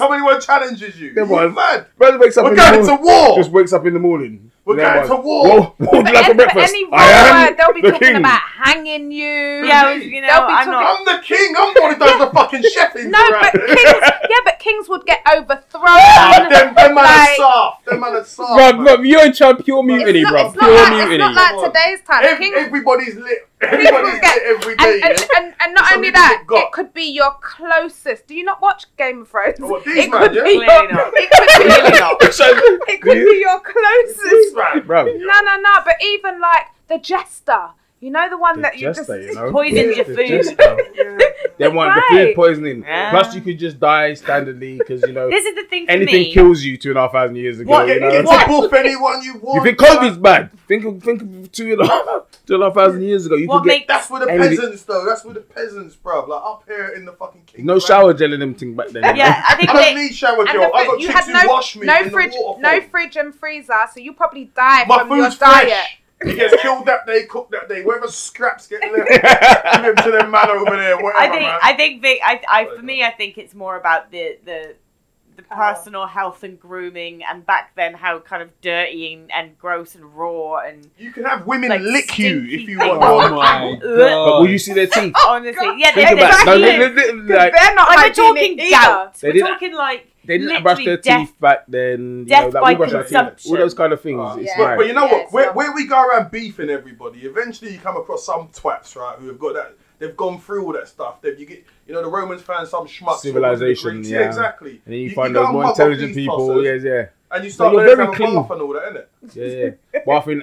B: Anytime anyone challenges you,
A: That
B: you're
A: one.
B: mad.
A: Brother wakes up
B: We're
A: in the
B: going
A: morning-
B: to war!
A: Just wakes up in the morning.
B: We're
A: You know
B: going
A: what?
B: to war.
A: War, war
E: For
A: blood for
E: any, for
A: breakfast.
E: any wrong
A: I am
E: word, they'll be
A: the
E: talking
A: king.
E: about hanging you.
D: Yeah, well, you know,
E: They'll be
D: I'm
E: talking-
D: not.
B: I'm the king! I'm the one who does the fucking chef in
E: No, but kings, yeah, but kings would get overthrown.
B: them, them man are
E: Like,
B: soft. Them man are soft.
C: Bruv,
B: man.
C: bruv, you're in charge of pure
E: it's
C: mutiny,
E: not,
C: bruv.
E: it's not
C: Pure
E: like,
C: mutiny.
E: It's not like today's time.
B: Ev-
E: Kings,
B: everybody's lit. Everybody's
E: get-
B: lit every day.
E: and, and,
B: yeah?
E: and, and not
B: Some
E: only
B: people
E: that,
B: get got.
E: it could be your closest. Do you not watch Game of Thrones?
B: Oh, what, these
E: it,
B: man,
E: could
B: yeah?
E: be
D: Clearly
E: your,
D: not.
E: it could be
D: Clearly not.
E: it could be your closest.
B: Right,
A: Bro.
E: No, no, no. But even like the jester, you know the one that you just
D: Poisoned your food.
A: They want the
E: Right.
A: food poisoning.
D: Yeah.
A: Plus, you could just die standardly because you know
D: This is the thing for
A: anything
D: me.
A: kills you two and a half thousand years ago.
D: What-
A: You,
B: Get,
A: know?
B: get
D: What?
B: to buff anyone you
A: you
B: want.
A: think COVID's bad? Think of think of two and a half two and a half thousand years ago. You
D: What
A: could get
D: makes
B: That's with the
A: Envy.
B: peasants, though. That's with the peasants, bruv. Like up here in the fucking kingdom.
A: no shower gel in them thing back then. you know?
D: yeah, I think
B: I
D: they,
B: don't need shower
E: And
B: gel.
E: the
B: I got
E: food- you
B: chicks
E: had
B: who
E: no,
B: wash me
E: no
B: in
E: fridge,
B: the waterfall.
E: no fridge and freezer, so you probably died
B: My
E: from your
B: food's
E: diet.
B: fresh. It gets killed that day, cooked that day. Whatever scraps get left, give them to them man over there. Whatever,
D: I think
B: man.
D: I think they, I, I
B: Sorry,
D: for me I think it's more about the the the personal health and grooming and back then how kind of dirty and, and gross and raw and
B: you can have women
D: Like
B: lick you
D: stinky
B: if you
D: things.
B: want.
C: Oh my
A: But
D: But
C: god.
A: will
B: Oh.
A: you see their teeth?
E: Oh,
D: honestly yeah they,
A: Think
D: they,
A: about it. No,
D: they,
A: they- they- they- like,
E: they're not
D: like we're
E: hygienic
D: talking
E: either.
D: gout
A: They
D: we're
A: didn't-
D: talking like
A: They didn't
D: literally
A: brush their
D: death.
A: teeth back then. You know,
D: Death
A: like
D: by
A: we brush our teeth. All
D: consumption. Oh,
A: those kind of things.
B: Uh,
A: it's
E: yeah.
A: fine.
B: But, but you know
E: Yeah,
B: what?
E: it's
B: Where,
E: not-
B: where we go around beefing everybody, eventually you come across some twats, right? Who have got that? They've gone through all that stuff. They, you get, you know, the Romans found some schmuck.
A: Civilization, yeah.
B: exactly.
A: and then you,
B: you
A: find
B: go
A: those
B: and
A: more
B: mug off
A: intelligent
B: these
A: people.
B: bastards.
A: Yes, yeah.
B: And you start
A: you're
B: learning
A: very
B: how to
A: clean.
B: laugh and all that, innit?
A: Yeah, yeah. Bathing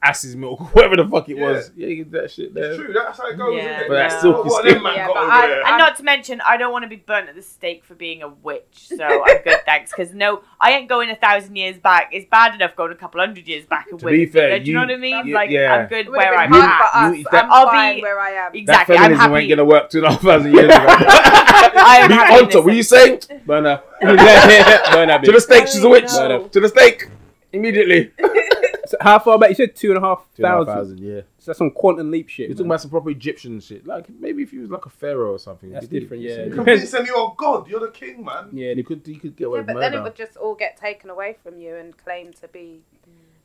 A: ass's milk, whatever the fuck it was. Yeah, you get that shit there.
B: It's true. That's how it goes.
D: Yeah,
B: isn't it?
D: But
B: What
D: that
A: silky
B: them
A: skin.
B: man
E: Yeah,
B: got
E: but
B: over
E: I-
B: there?
E: I-
D: And not to mention, I don't want to be burnt at the stake for being a witch, so I'm good, thanks. Because no, I ain't going a thousand years back. It's bad enough going a couple hundred years back and
A: To
D: winning,
A: be fair,
D: do you know
A: you-
D: what I mean?
A: you-
D: like,
A: yeah.
D: I'm good
E: It would have
D: where I'm
E: been
A: You-
E: hard
D: at.
E: for us.
A: you-
E: I'm
D: I'll
E: fine
D: be-
E: where I am.
A: That
D: Exactly, I'm
A: feminism
D: happy.
A: ain't gonna work two and a half thousand years ago.
D: I am
A: Be
D: happy
A: on
D: in
A: top.
D: this
A: What you say? Burner.
C: Burn that
A: To the
C: bitch.
A: stake, she's a witch.
C: No.
A: To the stake. Immediately.
C: So How far back? You said two and a half thousand.
A: yeah.
C: So that's some quantum leap shit.
A: You're talking
C: man.
A: about some proper Egyptian shit. Like maybe if you was like a pharaoh or something.
C: That's
A: you could-
C: different,
A: you
C: yeah.
A: could-
B: Convince them you're God. You're the king, man.
C: Yeah,
A: You could you could get away
E: Yeah,
A: with
E: but then it
A: murder.
E: would just all get taken away from you and claimed to be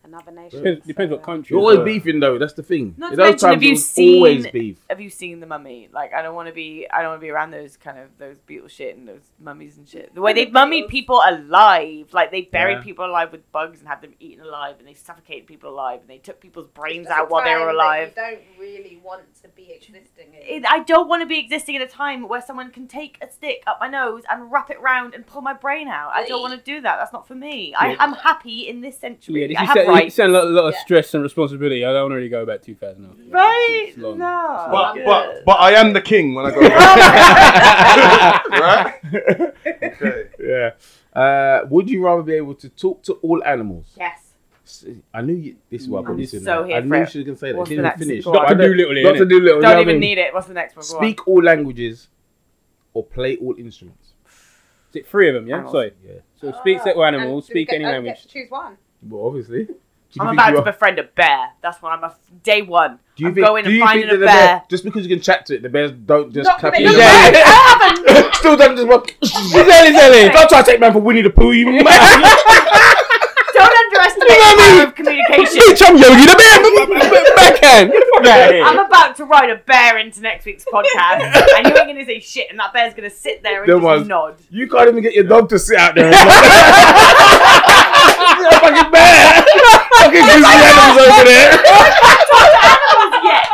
E: another nation.
C: depends, depends
E: So,
C: what
E: uh,
C: country.
A: You're
C: as
A: always
C: well.
A: beefing though. That's the thing. In
D: Not to
A: those
D: mention,
A: times,
D: have you
A: it was always
D: seen-
A: beef.
D: Have you seen the mummy? Like, I don't want to be, I don't want to be around those kind of those beetle shit and those mummies and shit. The way they mummied people alive, like they buried
A: Yeah.
D: people alive with bugs and had them eaten alive, and they suffocated people alive, and they took people's brains
E: that's a
D: out while they
E: time
D: were
E: that
D: alive.
E: You don't really want to be existing. in.
D: it, I don't want to be existing at a time where someone can take a stick up my nose and wrap it round and pull my brain out. I don't want to do that. That's not for me. I,
C: Yeah.
D: I'm happy in this
C: Yeah,
D: century.
C: this
D: I
C: is
D: have
C: sound, you
D: rights.
C: sound a lot, lot of
E: Yeah.
C: stress and responsibility. I don't want to really go back too fast now.
D: Right?
C: It's
D: No.
C: long.
B: But
D: Yeah.
B: but but I am the king when I go. right? Okay.
A: Yeah. Uh, would you rather be able to talk to all animals?
D: yes.
A: S- I knew you, this is what I
D: I'm
A: probably said.
D: Mm. so
A: that.
D: here
A: I
D: for
A: knew
D: it.
A: she was going to say that.
D: What's
A: she
D: the
A: didn't
D: next
A: finish.
D: one? Dr.
A: But I don't-
C: Doolittle, innit?
A: Dr. Doolittle. you know
D: Don't
A: what I mean?
D: even need it. What's the next one? Go on.
A: Speak all languages or play all instruments.
C: Is it three of them? Yeah.
D: Animals.
C: Sorry.
A: Yeah.
C: So speak set
E: Ah,
D: Uh,
E: And
C: animal.
E: do we
C: Speak
E: get-
C: any
E: I get
C: language.
E: to choose one.
A: Well, obviously. Do you
D: I'm
A: think
D: about
A: you
D: to
A: are-
D: befriend a bear. That's what I'm a day one.
A: do you
D: I'm
A: think,
D: going
A: do
D: and
A: you
D: finding
A: think
D: a
A: that the
D: bear.
A: Just because you can chat to it, the bears don't just
E: Not
A: clap
E: gonna
A: you
E: be-
A: down.
E: Yeah.
A: Still don't just walk. Don't try to take man for Winnie the Pooh, you mad.
D: Don't underestimate
A: You know what I
D: the power
A: mean?
D: of communication.
A: Bitch, I'm Yogi the Bear. Backhand. Get the fuck out of
D: I'm about to ride a bear into next week's podcast, and you ain't gonna say shit, and that bear's gonna sit there and
A: There
D: just
A: was-
D: nod.
A: You can't even get your dog to sit out there. and laugh. You're a fucking bear. fucking goosey animals over there.
D: Yes.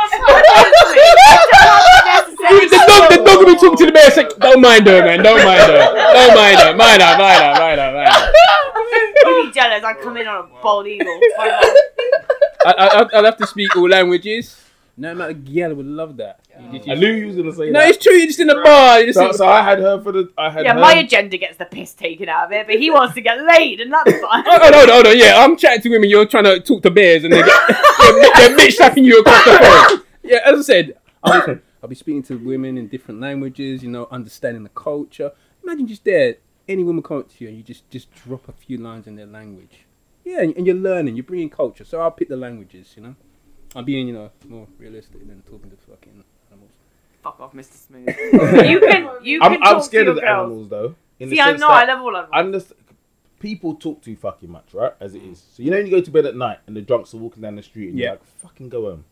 D: Honestly, I don't know if it's
C: The
D: necessary.
C: dog, the dog will be talking to the bear. It's like, don't mind her, man. Don't mind her. Don't mind her. Mind her. Mind her. Mind her. Mind her.
D: You'd be jealous. I'd come in on a bald eagle.
C: I, I, I'd- I'd have to speak all languages. No amount of yellow would love that. You just-
A: I knew you was gonna say
C: no,
A: that.
C: it's true. You're just in a bar. You're just
A: So,
C: in-
A: so I had her for the. I had
D: Yeah,
A: her.
D: my agenda gets the piss taken out of it, but he wants to get laid, and that's fine.
C: Oh, oh, no, no, no, yeah, I'm chatting to women, you're trying to talk to bears, and they're, they're, they're bitch slapping you across the phone. Yeah, as I said, I'll be, I'll be speaking to women in different languages, you know, understanding the culture. Imagine just there, any woman comes up to you and you just, just drop a few lines in their language. Yeah, and, and you're learning, you're bringing culture. So I'll pick the languages, you know. I'm being, you know, more realistic than talking to fucking animals.
D: Fuck off, Mr. Smooth. you can, you can
A: I'm,
D: talk
A: I'm scared
D: to
A: of
D: your
A: the
D: girls.
A: animals though. In the
D: See, I'm
A: sense
D: not.
A: that-
D: I love all of them.
A: understand, people talk too fucking much, right? As it is. So you know when you go to bed at night and the drunks are walking down the street and
C: Yeah.
A: you're like, fucking go home.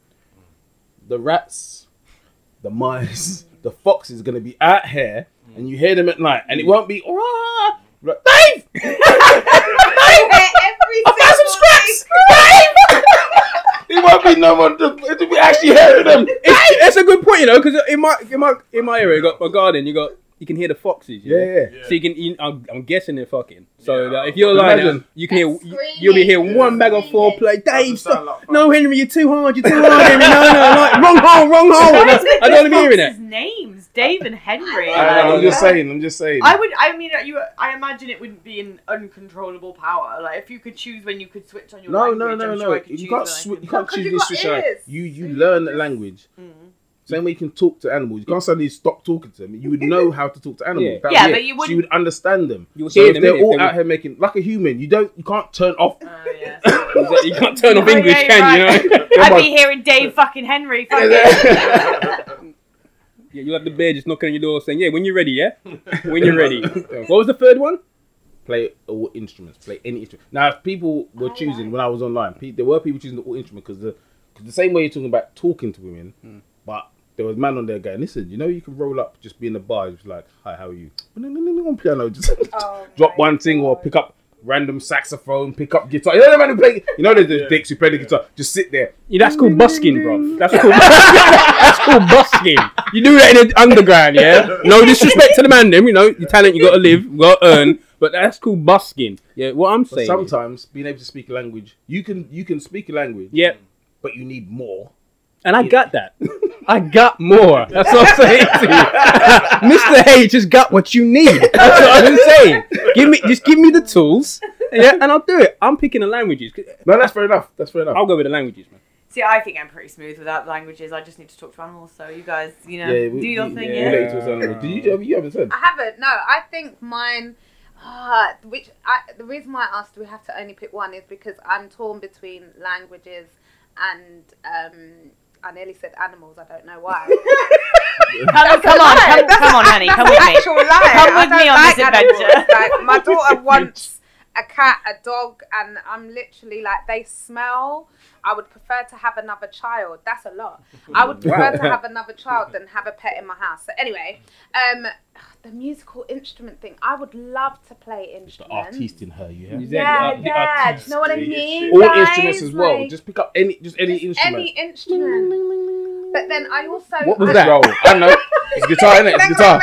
A: The rats, the mice, the foxes are gonna be out here and you hear them at night and it won't be "Rah!" You're like, Dave!
E: Every
A: I found some scraps! Dave! it won't be no one to, to be actually hearing them.
C: It's, it's a good point, you know, because in my, in, my, in my area, you got my garden, you got, you can hear the foxes. you
A: Yeah,
C: know?
A: yeah.
B: Yeah.
C: So you can, you, I'm, I'm guessing they're fucking. So
B: Yeah.
C: like, if you're lying,
A: Imagine.
C: you can hear,
E: That's
C: you, you'll be hearing
E: screaming.
C: one bag of foreplay. Dave,
B: Doesn't sound
C: stop.
B: like fun.
C: no, Henry, you're too hard. You're too hard, Henry. No, no, no. Wrong hole, wrong hole.
D: Why is
C: I
D: it
C: don't want to be
D: Fox's
C: hearing that.
D: Names Dave and Henry.
A: I,
D: Like,
A: am just saying, I'm just saying.
D: I would. I mean, you. I imagine it wouldn't be an uncontrollable power. Like if you could choose when you could switch on your.
A: no,
D: language,
A: no, no,
D: I'm
A: no.
D: Sure I could
A: you
D: choose
A: can't
D: when I
A: sw-
D: could-
A: you can't
E: Because
A: choose
E: you've
A: this
E: got
A: switch out.
E: ears.
A: You you
E: So you
A: learn
E: can
A: the
E: just-
A: language.
D: Mm.
A: Same way you can talk to animals. You can't suddenly stop talking to them. You would know how to talk to animals.
C: Yeah.
A: That
D: Yeah,
A: would be
D: but
A: it.
D: you
A: So you would understand them.
C: You would
A: so
C: hear
A: if
C: them,
A: they're
C: innit?
A: all
C: They
A: out here making like a human, you don't you can't turn off.
D: Oh, yeah, sorry.
C: You can't turn off
D: Yeah,
C: English,
D: yeah,
C: can
D: right.
C: you? Know?
D: I'd be hearing Dave fucking Henry. Fucking.
C: yeah, you'll have the bear just knocking on your door saying, "Yeah, when you're ready, yeah, when you're ready." what was the third one?
A: play all instruments. Play any instrument. Now, if people were choosing when I was online, pe- there were people choosing all instrument because the cause the same way you're talking about talking to women, but there was a man on there going, "Listen, you know you can roll up, just be in the bar, just be like, hi, how are you?" On piano, just
E: Oh
A: drop
E: my
A: one thing or
E: God.
A: pick up random saxophone, pick up guitar. You know the man who play. You know the, the
B: Yeah.
A: dicks who play the guitar. Just sit there.
C: Yeah, that's called busking, bro. That's called that's called busking. You do that in the underground, yeah. No disrespect to the man, them. You know, your talent you got to live, you got to earn, but that's called busking. Yeah, what I'm
A: But
C: saying. is-
A: sometimes being able to speak a language, you can you can speak a language,
C: yeah,
A: but you need more.
C: and I got that. I got more. That's what I'm saying to you. Mr. H has got what you need. That's what I'm saying. Give me, just give me the tools, yeah, and I'll do it. I'm picking the languages.
A: No, that's fair enough. That's fair enough.
C: I'll go with the languages, man.
D: See, I think I'm pretty smooth without languages. I just need to talk to animals. So you guys, you know,
A: we-
D: do your
A: we-
D: thing.
A: we
D: Yeah.
A: relate to us anyway. Did you, have you haven't said?
E: I haven't. No, I think mine. ah, which I, the reason why I asked we have to only pick one is because I'm torn between languages and um, I nearly said animals. I don't know why.
D: Come, come on, come, come on, honey, come with me.
E: Actual lie.
D: Come
E: I
D: with
E: don't
D: me on
E: like
D: this
E: animals.
D: adventure.
E: Like my daughter wants a cat, a dog, and I'm literally like they smell. I would prefer to have another child. That's a lot. I would prefer to have another child than have a pet in my house. So anyway, um, the musical instrument thing. I would love to play
A: It's the
E: instruments.
A: artiste in her, you hear?
E: Yeah,
C: Exactly, the
E: yeah. Do you know what I
B: artiste.
E: mean?
A: All
E: guys?
A: instruments as well.
E: Like,
A: just pick up any, just any
E: just
A: instrument.
E: Any instrument. But then I also.
A: What was
E: I-
A: that? Roll. I know. It's guitar, innit? It's guitar.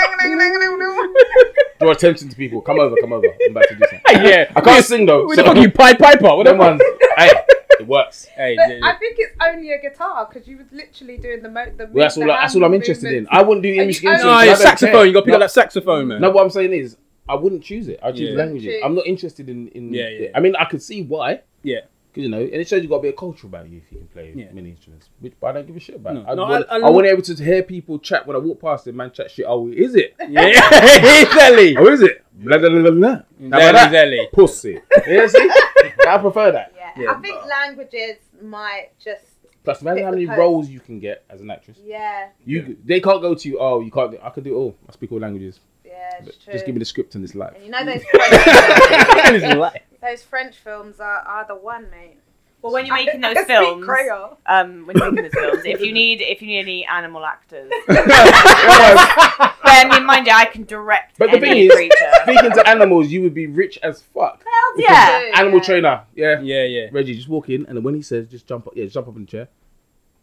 A: Draw attention to people. Come over, come over. I'm about to do something.
C: Yeah,
A: I can't sing though.
C: Who the fuck are you, Pied Piper? What the
A: Them
C: fuck?
A: ones. Hey, it works.
C: Hey,
E: But
C: yeah,
E: I
C: yeah.
E: think it's only a guitar because you was literally doing the mo- the.
A: Well, that's all.
E: the
A: I, that's all I'm
E: hand
A: interested in.
E: movements.
A: I wouldn't do
E: you-
A: English
E: oh,
A: instruments.
E: no,
C: No,
A: I
C: your
A: don't care.
C: saxophone. You got to pick
A: no,
C: up that saxophone, man.
A: No, what I'm saying is, I wouldn't choose it. I choose
C: Yeah.
A: languages.
E: Choose.
A: I'm not interested in. in
C: Yeah, yeah.
A: I mean, I could see why.
C: Yeah.
A: Because you know, and it shows you got to be a culture about you if you can play
C: Yeah.
A: many instruments, which I don't give a shit about.
C: No.
A: I,
C: No,
A: want,
C: I-
A: I,
C: I
A: want to be able to hear people chat when I walk past them, man, chat shit. Oh, is it?
C: Yeah, exactly.
A: Oh, is it? Blah, blah, blah, blah, blah. How about that?
C: Exactly.
A: Pussy. Yeah, see? I prefer that.
E: Yeah.
C: Yeah.
E: I think languages might just
A: Plus, imagine how
E: Pick the
A: many
E: post.
A: roles you can get as an actress.
E: yeah
A: You they can't go to you. Oh, you can't. Do, I can do it all. I speak all languages.
E: yeah it's true.
A: Just give me the script and it's life.
E: And you know those French, those French films are, are the one, mate.
D: Well, when you're
E: I-
D: making
E: I
D: those
E: speak
D: films,
E: Creole.
D: um, when you're making those films, if you need if you need any animal actors,
A: Otherwise,
D: bear in mind I can direct
A: But the thing
D: any
A: is-
D: creature.
A: Speaking to animals, you would be rich as fuck.
D: Hells
A: Because
D: yeah.
A: Animal
E: Yeah.
A: trainer. Yeah.
C: Yeah, yeah.
A: Reggie, just walk in, and then when he says, just jump up. Yeah, jump up in the chair.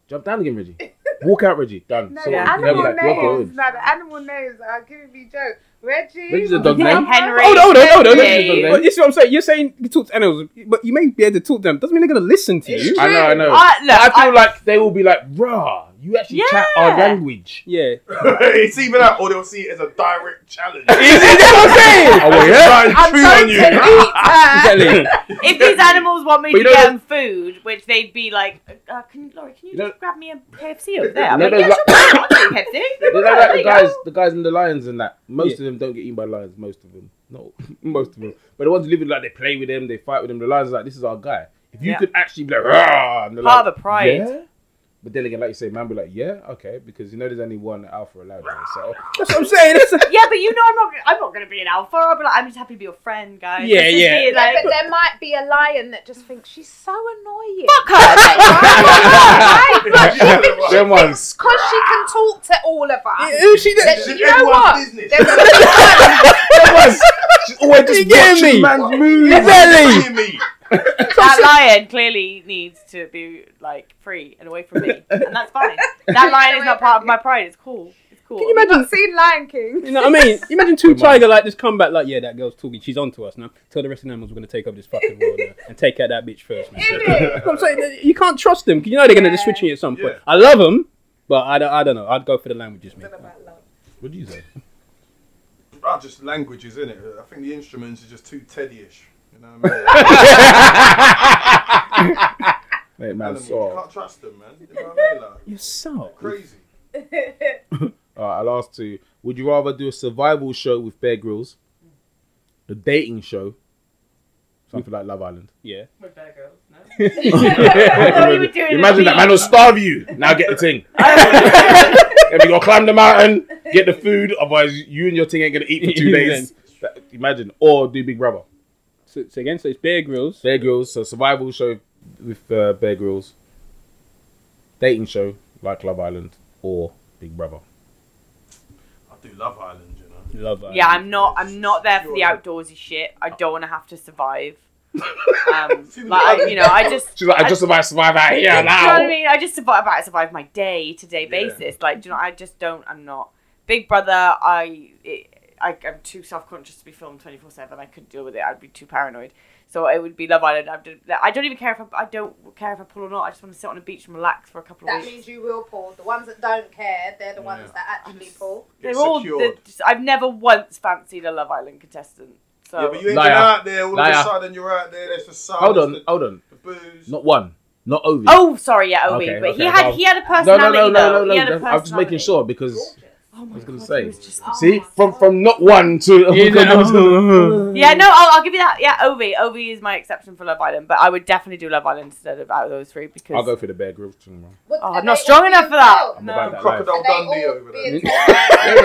A: Jump down again, Reggie. Walk out, Reggie. Done.
E: No,
A: So
E: the
A: on. They'll be
E: animal
A: like,
E: names.
A: "You're good."
E: No, the animal names are giving me joke. Reggie.
A: Reggie's a dog
E: Yeah,
A: name.
D: Henry.
C: Oh no, no, no, no! no.
A: Hey.
C: But this is what I'm saying. You're saying you talk to animals, but you may be able to talk to them. Doesn't mean they're gonna listen to you.
A: I know, I know.
D: I, look,
A: But I
D: I
A: feel like they will be like, rah. You actually chat our
D: Yeah.
A: language.
C: Yeah.
B: it's either that or they'll see it as a direct challenge.
A: Oh, well, yeah.
B: I'm
D: going to eat uh, her.
C: Exactly.
D: if these animals want me
A: But
D: to
A: you
D: get
A: know-
D: them food, which they'd be like, uh, can Laurie, can you,
A: You know-
D: just grab me a KFC over there? I'm
A: No,
D: like,
A: no,
D: yeah,
A: like-
D: sure, I'll do KFC.
A: You know,
D: There
A: like the
D: you
A: guys,
D: go.
A: the guys in the lions and that. Most
C: Yeah.
A: of them don't get eaten by lions. Most of them, no, most of them. But the ones who live with like they play with them, they fight with them. The lions are like, this is our guy. If you
D: Yeah.
A: could actually be like, Rah, and they're
D: Part
A: like,
D: of the pride.
A: "Yeah?" But then again, like you say, man, be like, yeah, okay, because you know there's only one alpha allowed. There, so
C: That's what I'm saying. That's a-
D: Yeah, but you know I'm not. I'm not gonna be an alpha. I'll be like, I'm just happy to be your friend, guys.
C: Yeah,
D: This is
C: yeah.
D: me,
E: Yeah,
D: like,
E: but there might be a lion that just thinks she's so annoying.
D: fuck her.
E: Because
A: them ones.
E: she can talk to all of us.
C: Who's she? That,
E: That- you know what?
B: Business.
E: There's a-
A: them ones. She's
D: Oh,
A: always just
C: You get
A: watching
C: me?
A: man's moves.
C: Exactly.
B: Hear me.
D: that lion clearly needs to be like free and away from me, and that's fine. That lion is not part of my pride. It's cool. It's cool.
C: Can you imagine?
E: I've seen Lion King.
C: You know what I mean? Imagine two
A: Good man.
C: tiger like just come back like, yeah, that girl's talking, she's onto us now. Tell the rest of the animals we're gonna take over this fucking world now and take out that bitch first, man.
E: Isn't it?
C: I'm saying that you can't trust them 'cause you know they're gonna just switch on you at some point.
B: Yeah.
C: I love them, but I don't, I don't know. I'd go for the languages, mate.
A: What do you say?
B: Ah, just languages, in it. I think the instruments are just too Teddy-ish. You know what I mean?
A: Mate, man,
B: Animals,
A: so.
B: you can't trust them, man. You know what I mean? Like,
C: You're so
B: crazy.
A: All right, I'll ask two. Would you rather do a survival show with Bear Grylls, a dating show, something like Love Island?
C: yeah.
D: With Bear Grylls, no? thought you were doing it
A: Imagine that
D: illegal.
A: man will starve you. Now get the thing. and we gonna climb the mountain, get the food. Otherwise, you and your thing ain't gonna eat for two days. That- Imagine or do Big Brother.
C: So, so again, so it's Bear Grylls.
A: Bear Grylls, so survival show with uh, Bear Grylls, dating show like Love Island or Big Brother.
B: I do Love Island, you know.
C: Love Island.
D: Yeah,
B: Um,
D: I'm not. I'm not there for the outdoorsy shit. I don't want to have to survive. Um, like I, you know, I just.
A: She's like, I just about survive out here
D: Do you know what I
A: now.
D: mean? I just survive. I survive my day to day
B: Yeah.
D: basis. Like, do you know? I just don't. I'm not Big Brother. I, it, I I'm too self conscious to be filmed twenty four seven. I couldn't deal with it. I'd be too paranoid. So it would be Love Island. I've done, I don't even care if I, I don't care if I pull or not. I just want to sit on a beach and relax for a couple of
E: That
D: weeks.
E: means you will pull. The ones that don't care, they're the ones
B: Yeah.
E: that actually pull.
D: They're
B: Get
D: all.
B: secured.
D: they're just- I've never once fancied a Love Island contestant. So
B: yeah, but you ain't
A: Liar.
B: been out there. All
A: Liar.
B: of a sudden, you're out there. There's the sun.
A: Hold
B: there's
A: on,
B: The,
A: hold on.
B: the booze.
A: Not one, not Ovi.
D: Oh, sorry, yeah, Obi,
A: Okay,
D: but he
A: okay,
D: had
A: well-
D: he had a
A: no, no,
D: personality
A: no,
D: though.
A: no, no,
D: he had a
A: no. I'm just making
D: personality.
A: sure because
D: Oh my
A: was gonna
D: God,
A: say.
D: he was just
E: Oh
A: see
E: my
A: from
E: God.
A: from not one to
C: You know.
D: Yeah, no, I'll, I'll give you that. Yeah, Ovi. Ovi is my exception for Love Island, but I would definitely do Love Island instead of out of those three because
A: I'll go for the Bear Grylls tomorrow.
E: Would-
D: Oh,
E: are
D: I'm not
E: they
D: strong
E: all
D: enough for that.
E: being
A: I'm
D: No.
A: about that
B: Crocodile
A: life.
E: killed? Are
B: Dundee
E: they all
B: over there.
E: being
A: there.
E: killed?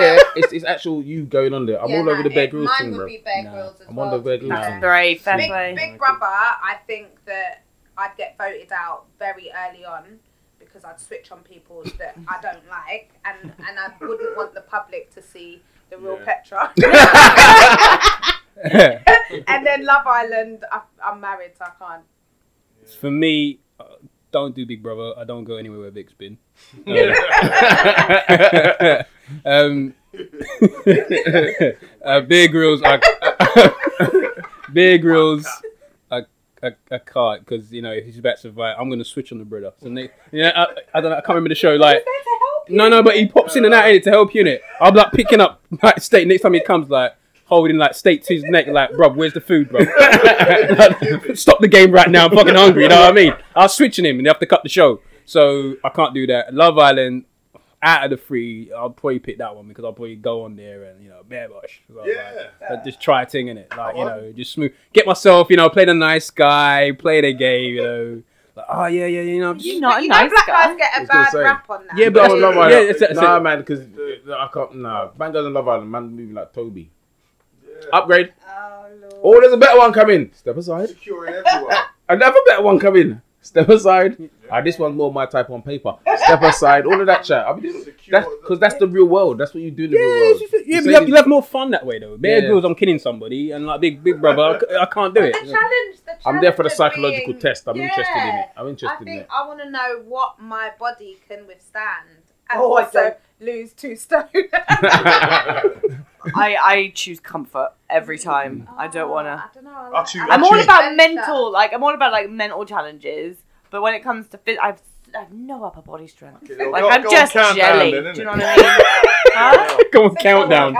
A: Yeah, yeah, it's, it's actual you going on there. I'm
E: Yeah,
A: all over the
E: nah,
A: Bear
E: it-
A: Grylls
E: Mine
A: thing,
E: would
A: bro.
E: be Bear Grylls as
A: I'm
E: well,
A: on the Bear
E: to be
A: Grylls
E: fair.
A: thing.
D: That's brave. Fair
E: Big,
D: play.
E: Big Brother, I think that I'd get voted out very early on because I'd switch on people that I don't like, and and I wouldn't want the public to see the real
B: Yeah.
E: Petra.
C: Yeah.
E: and then Love Island, I, I'm married, so I can't.
C: for me, uh, don't do Big Brother. I don't go anywhere where Vic's been. um, uh, Bear Grylls, I, Bear Grylls, I, I, I can't because you know if he's about to survive, I'm gonna switch on the brother. So they, you know, I, I don't know, I can't remember the show. Like,
E: There to help you.
C: no, no, but he pops in and out in it to help you in it. I'm like picking up like steak next time he comes, like holding like steak to his neck, like, bruv, where's the food, bro? Stop the game right now. I'm fucking hungry. You know what I mean? I was switching him and they have to cut the show, so I can't do that. Love Island. Out of the three, I'll probably pick that one because I'll probably go on there and you know, bear bush. So, like,
B: Yeah.
C: uh, just try a thing in it, like you
B: Come
C: know, just smooth. Get myself, you know, play the nice guy, play the game, you know. Like, oh yeah, yeah, you know.
D: You're
C: just-
D: not
E: But
D: a
E: you
D: nice
E: know, black
D: guy.
E: guys get
A: I
E: a
A: was gonna
E: bad
A: say.
E: rap on that.
C: Yeah, but
A: But
C: I was
A: on Love
C: yeah,
A: Island,
C: it's- it's-
A: nah, man, because I can't. Nah, man goes on Love Island. Man, moving like Toby. Upgrade.
E: Oh lord.
A: Oh, there's a better one coming. Step aside.
B: Securing everyone.
A: Another better one coming. Step aside. Ah, this one's more my type on paper. Step aside. All of that chat. I mean,
B: Secure.
A: that's because that's the real world. That's what you do in the
C: Yeah,
A: real
C: it's
A: world.
C: just- yeah,
A: You
C: but
A: say
C: you have,
A: you-
C: you have more fun that way though. Bear
A: Yeah.
C: Grylls, I'm killing somebody, and like Big Big Brother, I c- I, can't do
E: But
C: it.
E: the challenge, the challenge
A: I'm there for the
E: of
A: psychological
E: being-
A: test. I'm interested in
E: Yeah.
A: it. I'm interested
E: I
A: in
E: think
A: it.
E: I want to know what my body can withstand and
D: Oh, I
E: also
D: don't.
E: lose two stone.
D: I, I choose comfort every time. I don't want to.
E: Oh, I don't know. Ah. I
B: I'll choose-
E: like-
B: I'll
D: I'm all
B: choose-
D: about mental. Like I'm all about like mental challenges. But when it comes to, phys- I have I have no upper body strength.
B: Okay, well,
D: like
B: go-
D: I'm
B: go on
D: just
B: countdown
D: jelly.
B: then, innit?
D: do you know what I mean? huh?
C: Go on, countdown.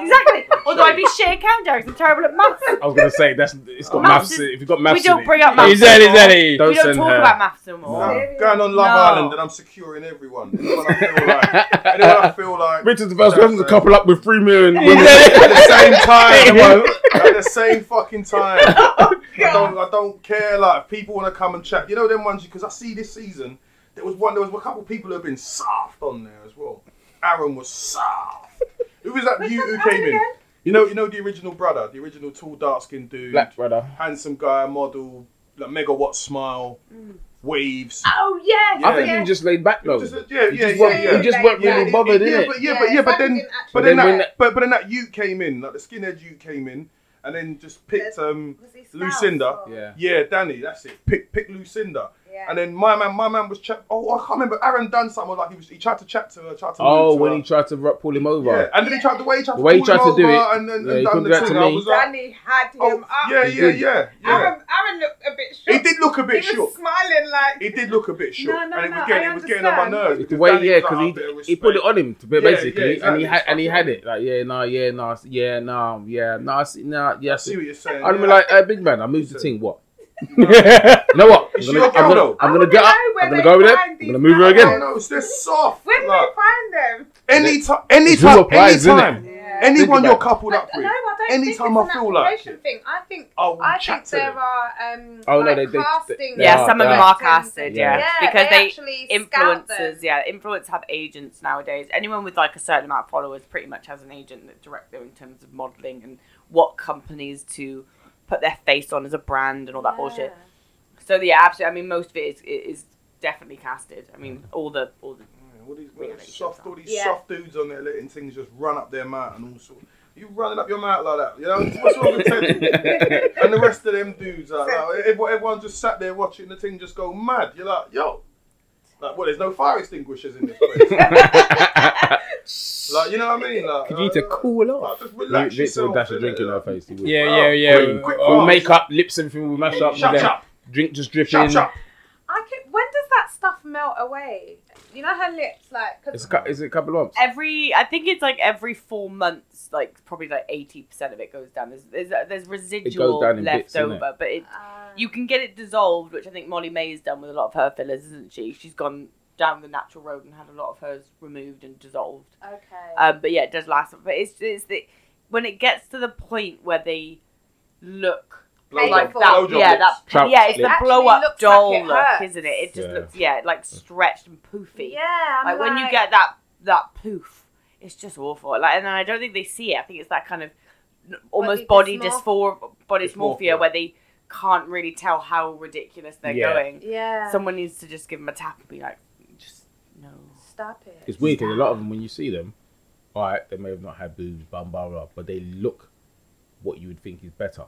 D: Exactly. Although I'd be shit at countdowns. I'm terrible at maths.
A: I was gonna say that's it's got
D: Maths
A: maths.
D: is-
A: if you've got maths,
D: we
A: in
D: don't
A: it,
D: bring up maths.
C: Exactly,
D: anymore.
C: exactly.
A: Don't
D: We don't
A: send
D: talk
A: her.
D: about maths anymore.
E: No.
B: I'm going on Love
D: No.
B: Island and I'm securing everyone. Anyone I feel like, anyone I feel like
A: Richard's the first person to
B: Exactly.
A: couple up with three million women
B: at the same time.
A: Yeah.
B: at the same fucking time. I don't, I don't care. Like if people want to come and chat. You know them ones because I see this season there was one. There was a couple people who have been soft on there as well. Aaron was soft. Who was that? You who came in? You know, you know the original brother, the original tall dark skinned dude,
A: black brother.
B: handsome guy, model, like megawatt smile, waves.
E: Oh yes,
B: I
A: I think
B: Yeah.
A: you just laid back though.
B: Just, uh, yeah,
A: You
B: yeah,
A: just
B: yeah,
A: weren't-
B: yeah.
A: You just weren't
E: Yeah,
A: really
B: yeah,
A: bothered
B: yeah,
A: in it.
B: But yeah, but yeah, but then, but
A: then
B: then,
A: when
B: that, but but then that you came in, like the skinhead you came in, and then just picked um Lucinda.
A: Yeah.
B: Yeah, Danny, that's it. Pick pick Lucinda.
E: Yeah.
B: And then my man, my man was chat. Oh, I can't remember. Aaron done something like he was. He tried to chat to her. Tried to.
A: Oh,
B: move to
A: when
B: her.
A: he tried to ru- pull him over.
B: Yeah, and then he tried the way he tried
A: The way he
B: pull him
A: tried to do
B: over
A: it.
B: and then
A: Yeah,
B: and
A: he
B: done
A: couldn't
B: the
A: do that
B: thing.
A: to
B: I
A: me.
B: was like,
F: Danny had him
B: oh,
F: up.
B: yeah,
A: He
B: yeah,
A: did.
B: yeah, yeah.
F: Aaron, Aaron looked a bit shook.
B: He did look a bit
F: He
B: shook.
F: was smiling like.
B: He did look a bit shook,
F: no,
B: and it was
F: no,
B: getting,
F: I
B: it was getting on my
F: understand.
B: nerves.
A: The way, yeah,
B: Danny was like,
A: because
B: "Oh, bit
A: he
B: of
A: he put it
B: respect."
A: on him to-
B: Yeah, yeah,
A: basically, and
B: exactly.
A: he had and he had it like yeah, nah, yeah, nah, s- yeah, nah, yeah, nah, s- nah, yeah.
B: I see what you're saying.
A: I'd be
B: yeah.
A: like, hey, big man, I moved the thing. What?
C: yeah,
A: You know what? I'm
B: Is
A: gonna,
B: she
A: I'm
B: your girl,
A: gonna,
B: though?
A: I'm gonna
F: I
A: get
F: wanna
A: up.
F: know where
A: I'm gonna
F: they
A: go over there.
F: find
A: I'm
F: these
A: gonna move her
F: guys.
A: again.
B: No, no, it's- they're soft.
F: Where did
B: like,
F: they find them?
B: any time,
A: It's
B: anytime,
A: who applies, innit?
B: anytime,
F: Yeah.
B: anyone
A: Think about
B: you're
A: it.
B: coupled up
F: I,
B: with,
F: no, I don't
B: anytime
F: think it's
B: I feel
F: an
B: like
F: application
B: it.
F: thing. I think
B: I will
F: I
B: chat
F: think
B: to
F: there
B: them.
F: are um
A: Oh, no,
F: like
A: they- they- they-
F: casting
A: Yeah,
D: Yeah,
A: Yeah,
D: some of
A: yeah.
D: them are
F: directors and-
D: casted,
A: Yeah.
D: yeah,
F: Yeah,
D: because
F: they
D: they,
F: actually scout them.
D: influencers, yeah, influencers have agents nowadays. Anyone with like a certain amount of followers pretty much has an agent that direct them in terms of modeling and what companies to put their face on as a brand and all that bullshit. So yeah, absolutely. I mean, most of it is, is definitely casted. I mean, all the all the
B: Yeah, All these, all
D: Really
B: these soft, all these
E: Yeah.
B: soft dudes on there letting things just run up their mouth and all sorts. You running up your mouth like that, you know? What's wrong with Ted? And the rest of them dudes, like, like, ev- everyone just sat there watching the thing just go mad. You're like, yo, like, well, there's no fire extinguishers in this place. like, you know what I mean? Like,
C: Could you need to
B: uh,
C: cool off?
B: Like, just relax
A: Rich would
B: yourself,
A: dash a
B: innit?
A: drink in her face. he would.
C: yeah, yeah.
B: Quick, quick,
A: Or
B: fast.
A: make up lips and everything. We mash up.
B: uh, Shut
A: with them.
B: up!
A: Drink just
B: Shut
A: dripping.
B: up!
F: I can, when does that stuff melt away? You know her lips, like. 'cause- um,
A: It's a, cou- it's a couple of months.
D: every I think it's like every four months, like probably like eighty percent of it goes down. There's there's, uh, there's residual
A: down in
D: left
A: bits, innit?
D: over, but it
F: Ah.
D: you can get it dissolved, which I think Molly May has done with a lot of her fillers, isn't she? She's gone down the natural road and had a lot of hers removed and dissolved.
F: Okay.
D: Um, but yeah, it does last. But it's it's the when it gets to the point where they look
B: Blowjob.
D: like
F: Blowjob.
D: that,
B: Blowjob
D: yeah,
B: lips.
D: that
A: Trout
D: yeah, it's
A: lips.
D: the
F: Actually
D: blow up
F: looks
D: doll
F: like it
D: look,
F: hurts.
D: isn't it? It just
A: Yeah.
D: looks yeah, like stretched and poofy.
F: Yeah, I'm
D: Like, when you get that that poof, it's just awful. Like, and I don't think they see it. I think it's that kind of n- almost body,
F: Body
D: dysphor body dysmorphia
B: Dysmorphia.
D: where they can't really tell how ridiculous they're
A: Yeah.
D: going.
F: Yeah.
D: Someone needs to just give them a tap and be like, just no.
F: Stop it.
A: It's weird because a lot of them, when you see them, all right, they may have not had boobs, bum, blah, blah, but they look what you would think is better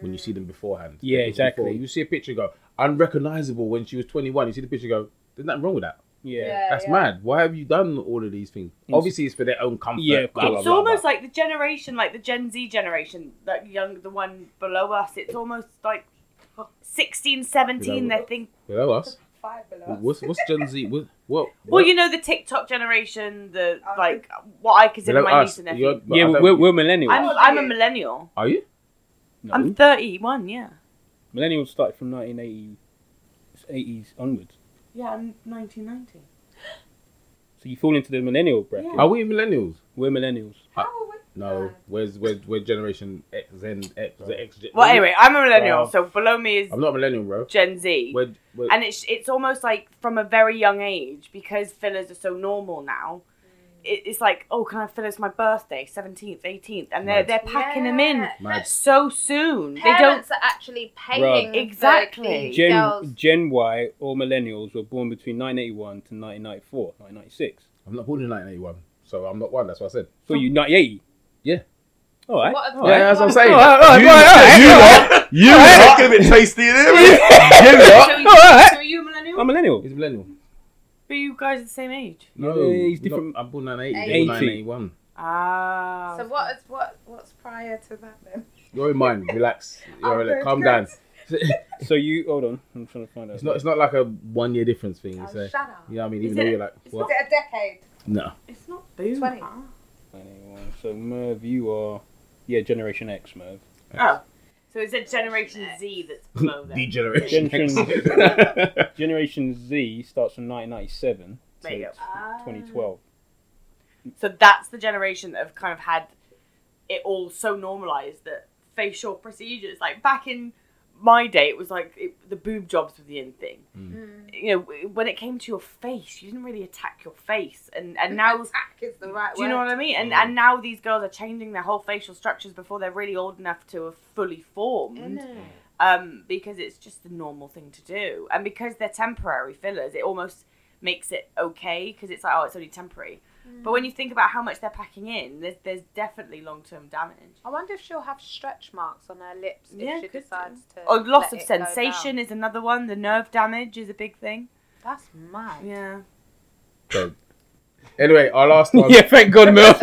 A: when you see them beforehand.
C: Yeah,
A: Because
C: exactly.
A: before, you see a picture and go unrecognizable when she was 21. You see the picture and go, there's nothing wrong with that.
C: yeah,
A: That's mad. Why have you done all of these things?
C: It's-
A: Obviously, it's for their own comfort.
C: Yeah, of
A: blah, blah,
C: course.
D: It's
A: blah, blah.
D: almost like the generation, like the Gen Z generation, that young, the one below us. It's almost like 16, 17,
A: Below
D: they think.
A: Below us.
F: Five below. us.
A: What's, what's Gen Z? What? what
D: Well, you know the TikTok generation, the
F: Oh.
D: like what I consider
A: below
D: my
A: us.
D: niece and nephew.
A: You're- but I don't-
C: we're, we're millennials.
D: I'm,
F: Are
D: I'm a
F: you?
D: millennial.
A: are you?
C: no.
D: I'm 31, yeah.
C: millennials started from 1980s 80s onwards.
D: Yeah, I'm 1990.
C: So you fall into the millennial bracket.
D: Yeah.
A: Are we millennials?
C: We're millennials.
F: How are we?
A: No. Where's where's where generation X, Zen, X, the X. gen-
D: Well, anyway, I'm a millennial,
A: Wow.
D: so below me is
A: I'm not a millennial, bro.
D: Gen Z.
A: Where, where,
D: And it's it's almost like from a very young age because fillers are so normal now. It, it's like, oh, can I fill this my birthday, 17th, 18th, and they're
A: Right.
D: they're packing them in
A: Mad.
D: so soon. They don't.
E: Parents are actually paying
C: Right.
E: for
D: Exactly.
E: these girls.
C: Gen, Gen Y or millennials were born between 1981 to 1994, 1996.
A: I'm not born in 1981, so I'm not one. That's what I said.
C: So you 1980?
A: Yeah.
C: All right.
E: What a-
C: all right.
A: that's what I'm saying.
C: All right, all right,
A: You-
C: all right,
A: you
C: all right.
A: You
B: It's
A: lot,
B: getting a bit tasty in here.
A: you lot.
D: So, you,
C: Alright.
D: so are you a millennial?
C: I'm millennial.
A: He's a millennial.
D: but you guys are the same age.
A: No,
C: Yeah, he's
A: we're not-
C: different.
A: I'm born 1980.
E: 80.
A: You're 1981.
D: Ah.
E: So what is what what's prior to that then?
A: You're in mine. Relax. You're
E: Oh,
A: relax.
E: good,
A: Calm
E: good.
A: down.
C: So you hold on. I'm trying to find out.
A: It's not. It's not like a one year difference thing.
E: Oh,
A: It's a,
E: shut up.
A: you know what I mean?
D: Is
A: Even though
D: it-
A: you're like,
E: Was
A: what?
E: it a decade?
A: No.
D: It's not boomer.
E: 20.
C: Anyone. So Merv, you are yeah Generation X Merv.
D: Oh. So it's a Generation Z that's below that.
A: Degeneration.
C: Generation-
A: X.
C: Generation Z starts from 1997 to
D: There you go.
C: Ah. 2012.
D: So that's the generation that have kind of had it all so normalized that facial procedures, like back in my day, it was like it, the boob jobs were the in thing. You know, w- when it came to your face, you didn't really attack your face, and and now.
E: Attack is the right
D: Do you know what I mean? And and now these girls are changing their whole facial structures before they're really old enough to have fully formed, um, because it's just the normal thing to do, and because they're temporary fillers, it almost makes it okay because it's like oh, it's only temporary.
E: Mm.
D: But when you think about how much they're packing in, there's there's definitely long term damage.
E: I wonder if she'll have stretch marks on her lips if
D: Yeah,
E: she
D: could
E: decides to.
D: Oh, loss
E: let
D: of
E: it go down.
D: sensation is another one. The nerve damage is a big thing.
E: That's mad.
D: Yeah.
A: anyway, our last one.
C: Yeah, thank God, Merv.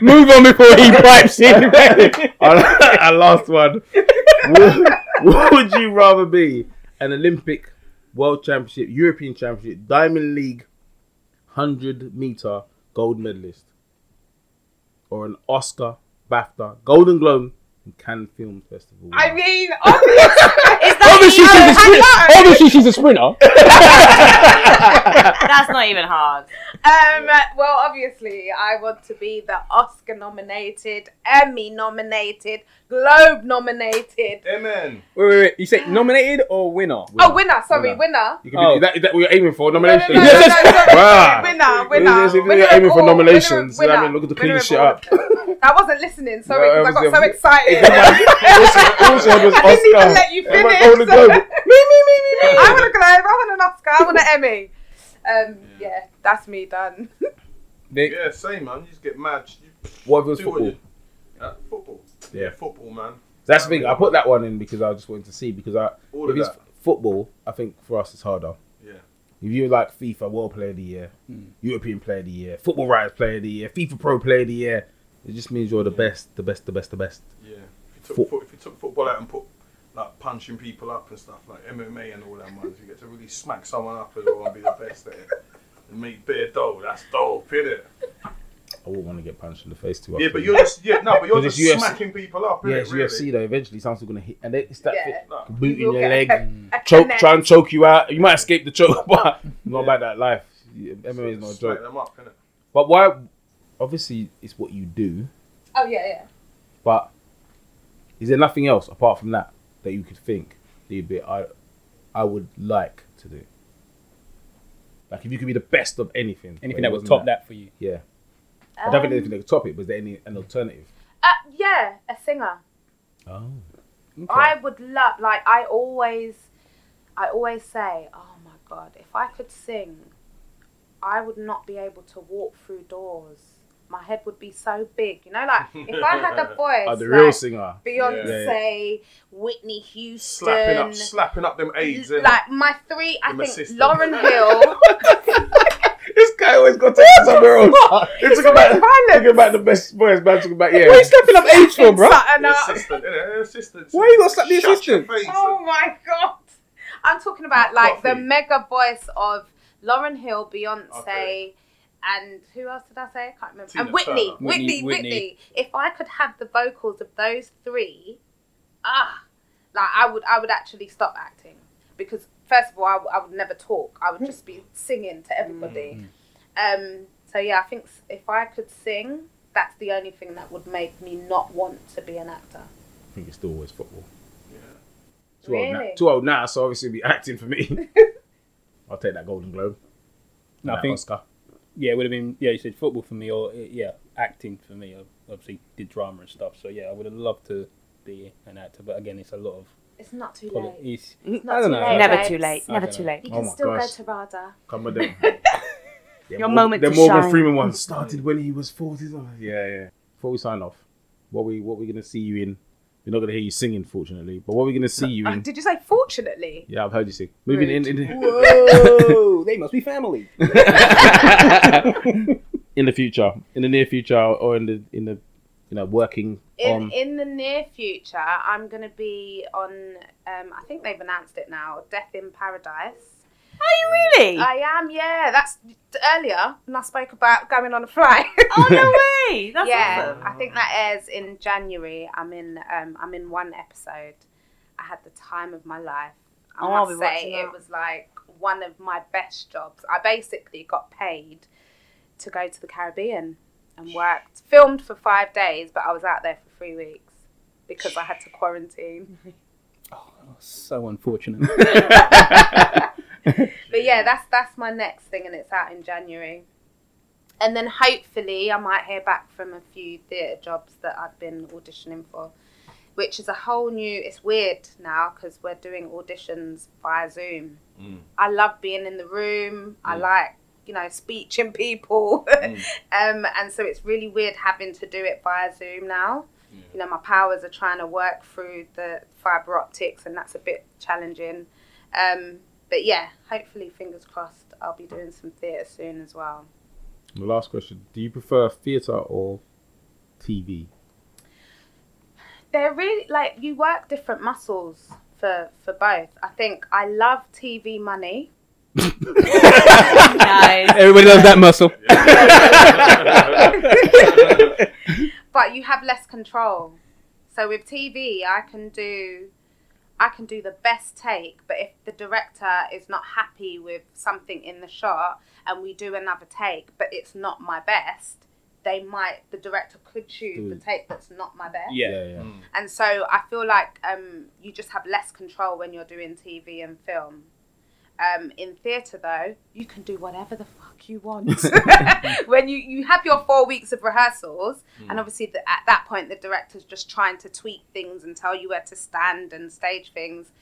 C: Move on before he pipes in.
A: our, our last one. Would- what would you rather be? An Olympic, World Championship, European Championship, Diamond League, hundred meter gold medalist, or an Oscar, BAFTA, Golden Globe, and Cannes Film Festival.
E: I
D: Mm.
E: mean,
C: Obviously,
E: obviously,
C: she's a sprinter. Obviously, she's a sprinter.
D: That's not even hard.
E: um, well, obviously, I want to be the Oscar-nominated, Emmy-nominated, Globe-nominated.
B: Amen.
C: Wait, wait, wait. You say nominated or winner?
E: Oh, winner! Sorry,
A: Winner.
E: winner.
A: You can be,
C: Oh.
A: is, that, is that what you're aiming for?
E: No, no,
A: Nomination?
E: no, no, no, sorry.
A: Wow. Yes,
E: Winner,
A: yes,
E: winner.
A: yes,
E: winner
A: you're
E: of
A: aiming for
E: all,
A: nominations.
E: winner of-
A: You know what I mean? Look at the
E: winner
A: clean
E: of
A: shit
E: all of them. I wasn't listening, sorry,
A: No,
E: because I got so
A: obviously-
E: excited.
A: also, also was
E: I didn't even
A: Oscar.
E: let you
A: Am I
E: finish.
A: Golden Globe?
E: me, me, me, me, me. I want a Globe. I want an Oscar. I want an Emmy. Um, yeah. that's me done.
C: Nick,
B: Yeah, same man. You just get mad. You,
A: What if it was
B: do what
A: football?
B: you- uh, football.
A: Yeah.
B: football, man.
A: That's the thing. I put that one in because I just wanted to see because I
B: All
A: if
B: of
A: it's
B: that.
A: football, I think for us it's harder.
B: Yeah.
A: If you're like FIFA World Player of the Year,
B: Hmm.
A: European Player of the Year, Football Rights Player of the Year, FIFA Pro Player of the Year, it just means you're the best, the best, the best, the best.
B: Yeah. If you,
A: Fo-
B: took, fo- if you took football out and put like punching people up and stuff like MMA and all that, man, you get to really smack someone up as well and be the best at it. And make beer dough. That's dope, innit?
A: I wouldn't want to get punched in the face too often.
B: Yeah, but you're just yeah, no, but you're
A: 'Cause it's
B: just
A: UFC.
B: smacking people up.
A: yeah,
B: innit,
A: it's
B: really?
A: UFC though. Eventually, someone's gonna hit, and they, it's that
E: Yeah.
A: fit,
B: No.
A: boot in
E: You'll
A: your leg,
E: get a-
B: Hmm.
E: a
A: choke,
E: connect.
A: try and choke you out. You might escape the choke, but not about that life. MMA is not a
B: Smack
A: joke.
B: them up, innit?
A: But why? Obviously, it's what you do.
E: Oh yeah, yeah.
A: But is there nothing else apart from that that you could think that you'd be I I would like to do? Like if you could be the best of anything, but it
C: anything that would
A: wasn't
C: top that for you?
A: Yeah, I don't think
E: Um,
A: there's anything that could top it. Was there any an alternative?
E: uh, yeah, a singer.
A: Oh,
E: I would love. Like I always, I always say, oh my god, if I could sing, I would not be able to walk through doors. My head would be so big, you know. Like if I had a voice,
A: the real
E: like,
A: singer.
E: Beyonce, Whitney Houston,
B: Slapping up, slapping up them AIDS. innit?
E: like my three, I
B: Them
E: think
B: assistants.
E: Lauren Hill.
A: This guy always got to somewhere else. It's talking about talking about the best boys, man. Talking about yeah.
C: stepping up age for, bro?
E: Sutton
B: The
E: up.
B: assistant, innit? Her assistant.
C: Why you gotta slap the
B: Shut
C: assistant?
B: Your face,
E: Oh my god! I'm talking about like the
B: Coffee.
E: mega voice of Lauren Hill, Beyonce,
B: Okay.
E: and who else did I say? I can't remember.
B: Tina
E: and Whitney,
B: Turner.
E: Whitney,
C: Whitney,
E: Whitney,
C: Whitney.
E: If I could have the vocals of those three, ah, like I would, I would actually stop acting because first of all, I, w- I would never talk. I would just be singing to everybody.
C: Mm.
E: Um. So yeah, I think s- if I could sing, that's the only thing that would make me not want to be an actor.
A: I think it's still always football.
B: Yeah.
A: Too old now.
E: Really?
A: Too old now, so obviously it'd be acting for me. I'll take that Golden Globe.
C: No, I
A: That
C: think
A: Oscar.
C: yeah, it would have been yeah. You said football for me, or uh, yeah, acting for me. I obviously did drama and stuff, so yeah, I would have loved to be an actor. But again, it's a lot of
E: It's not too late.
C: quality. It's-
E: not
C: I don't know.
E: too late.
D: Never
E: babes.
D: too late. Never
C: Okay.
D: too late.
E: You
A: Oh
E: can
A: my
E: still
A: gosh.
E: go to RADA.
A: Come with them. Your
D: moment
A: The
D: to
A: Morgan
D: shine.
A: Freeman one started when he was forty. Yeah, yeah. Before we sign off, what we what we're gonna see you in? We're not gonna hear you singing, fortunately. But what we're gonna see you
E: Oh,
A: in?
E: did you say fortunately?
A: Yeah, I've heard you sing. Moving in in,
C: Whoa, they must be family.
A: in the future, in the near future, or in the in the you know, working
E: In
A: on.
E: in the near future, I'm gonna be on. Um, I think they've announced it now. Death in Paradise.
D: Really?
E: I am. Yeah, that's earlier when I spoke about going on a flight.
D: oh no way! That's
E: yeah,
D: awesome.
E: I think that airs in January. I'm in. Um, I'm in one episode. I had the time of my life. I
D: Oh, I'll
E: must
D: be watching
E: say it
D: that.
E: was like one of my best jobs. I basically got paid to go to the Caribbean and worked, filmed for five days, but I was out there for three weeks because I had to quarantine.
C: So unfortunate.
E: But yeah, that's that's my next thing, and it's out in January. And then hopefully, I might hear back from a few theatre jobs that I've been auditioning for, which is a whole new. It's weird now because we're doing auditions via Zoom.
B: Mm.
E: I love being in the room. I like you know speeching people, um, and so it's really weird having to do it via Zoom now. You know, my powers are trying to work through the fibre optics, and that's a bit challenging. Um, but yeah, hopefully, fingers crossed, I'll be doing some theatre soon as well.
A: The last question: Do you prefer theatre or TV?
E: They're really like you work different muscles for for both. I think I love TV money.
D: nice.
C: Everybody loves that muscle.
E: but you have less control. So with TV, I can do, I can do the best take. But if the director is not happy with something in the shot, and we do another take, but it's not my best, they might. The director could choose the
A: Mm.
E: take that's not my best.
A: Yeah, yeah.
E: And so I feel like um, you just have less control when you're doing TV and film. Um, in theatre, though, you can do whatever the fuck you want. when you, you have your four weeks of rehearsals, and obviously the, at that point, the director's just trying to tweak things and tell you where to stand and stage things.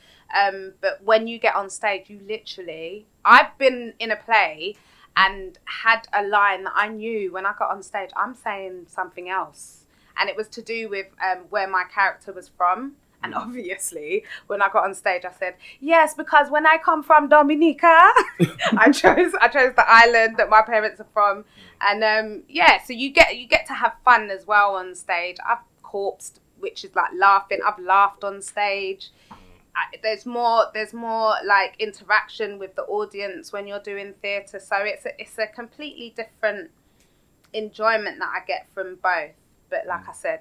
E: Um, but when you get on stage, you literally. I've been in a play and had a line that I knew when I got on stage, I'm saying something else and it was to do with um, where my character was from. And obviously, when I got on stage, I said yes because when I come from Dominica, I chose I chose the island that my parents are from, and um, yeah, so you get you get to have fun as well on stage. I've corpsed, which is like laughing. I've laughed on stage. I, there's more there's more like interaction with the audience when you're doing theatre, so it's a, it's a completely different enjoyment that I get from both but like I said,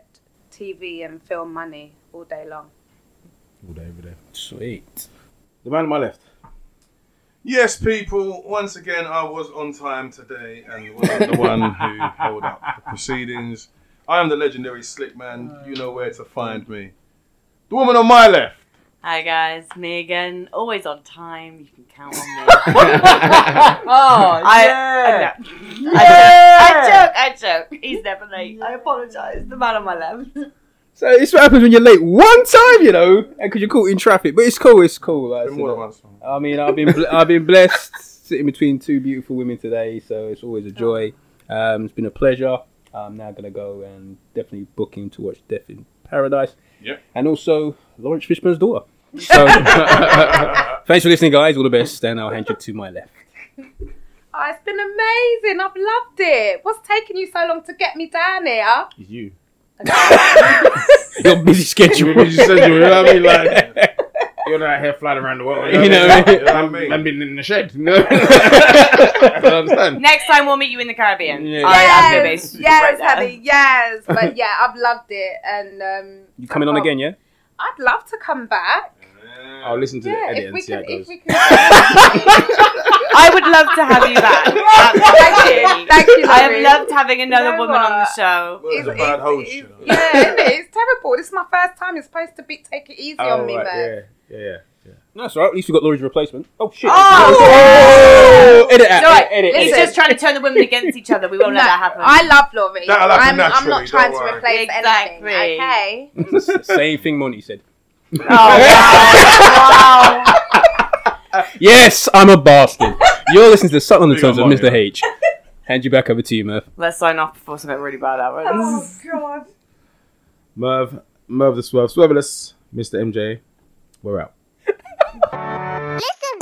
E: TV and film money all day long.
A: All day, every day.
C: Sweet.
A: The man on my left.
B: Yes, people. Once again, I was on time today and was the one who held up the proceedings. I am the legendary Slick Man. You know where to find me. The woman on my left.
D: Hi guys, me again. Always on time. You can count on me. I,
G: yeah.
D: I, know. I, joke. I joke. He's never late. I apologise. The man on my left.
C: So it's what happens when you're late one time, you know, because you're caught in traffic. But it's cool. It's cool. Like,
B: Been more
C: so
B: than once.
C: I mean, I've been bl- I've been blessed sitting between two beautiful women today, so it's always a joy. Um, it's been a pleasure. I'm now gonna go and definitely book him to watch Death in Paradise.
B: Yep.
C: And also Lawrence Fishburne's daughter. So thanks for listening, guys. All the best, and I'll hand you to my left.
E: Oh, it's been amazing. I've loved it. What's taking you so long to get me down here?
A: It's you.
C: Your busy schedule.
A: you just said you were, I mean, like, you're not out here flying around the world.
C: You know what I mean?
A: You know what I mean? I'm been in the shed. No, I don't understand.
D: Next time we'll meet you in the Caribbean.
C: Yeah.
D: I am the
E: Yes,
D: base.
E: yes,
D: right there.
E: honey, yes. But yeah, I've loved it, and um,
C: You coming on
E: oh,
C: again, yeah?
E: I'd love to come back.
A: I'll Oh, listen to
E: Yeah,
A: the edit
E: if
A: and
E: we
A: see how
E: can,
A: it
E: if
A: goes.
E: we can.
D: I would love to have you back. Absolutely.
E: Thank you,
D: I have
E: Laurie.
D: loved having another
E: You know
D: woman on the
E: what?
D: show.
B: Well, it's a
E: It's-
B: bad
E: it's-
B: host.
E: it's-
B: You know.
E: yeah, isn't it? it's terrible. This is my first time. You're supposed to be take it easy
C: Oh,
E: on me,
A: right,
E: man.
A: yeah, yeah, yeah.
C: No, it's all right. At least we got Laurie's replacement. Oh shit!
D: Oh!
C: Oh, edit out.
D: It's all right.
C: Edit.
D: He's
C: edit.
D: just trying to turn the women against each other. We won't let
E: No,
D: that happen.
E: I love Laurie.
B: That'll happen
E: I'm, I'm
B: naturally,
E: not trying to
B: don't worry.
E: replace
D: Exactly.
E: anything. Okay.
C: Same thing Monty said.
D: Oh, wow.
C: Yes, I'm a bastard. You're listening to Subtle on the
B: You got
C: Terms of
B: Marty.
C: Mr. H. Hand you back over to you, Murph.
D: Let's sign off before something really bad happens.
E: God.
A: Merv, Merv the Swerve, Swerveless, Mr. MJ. We're out.
H: Listen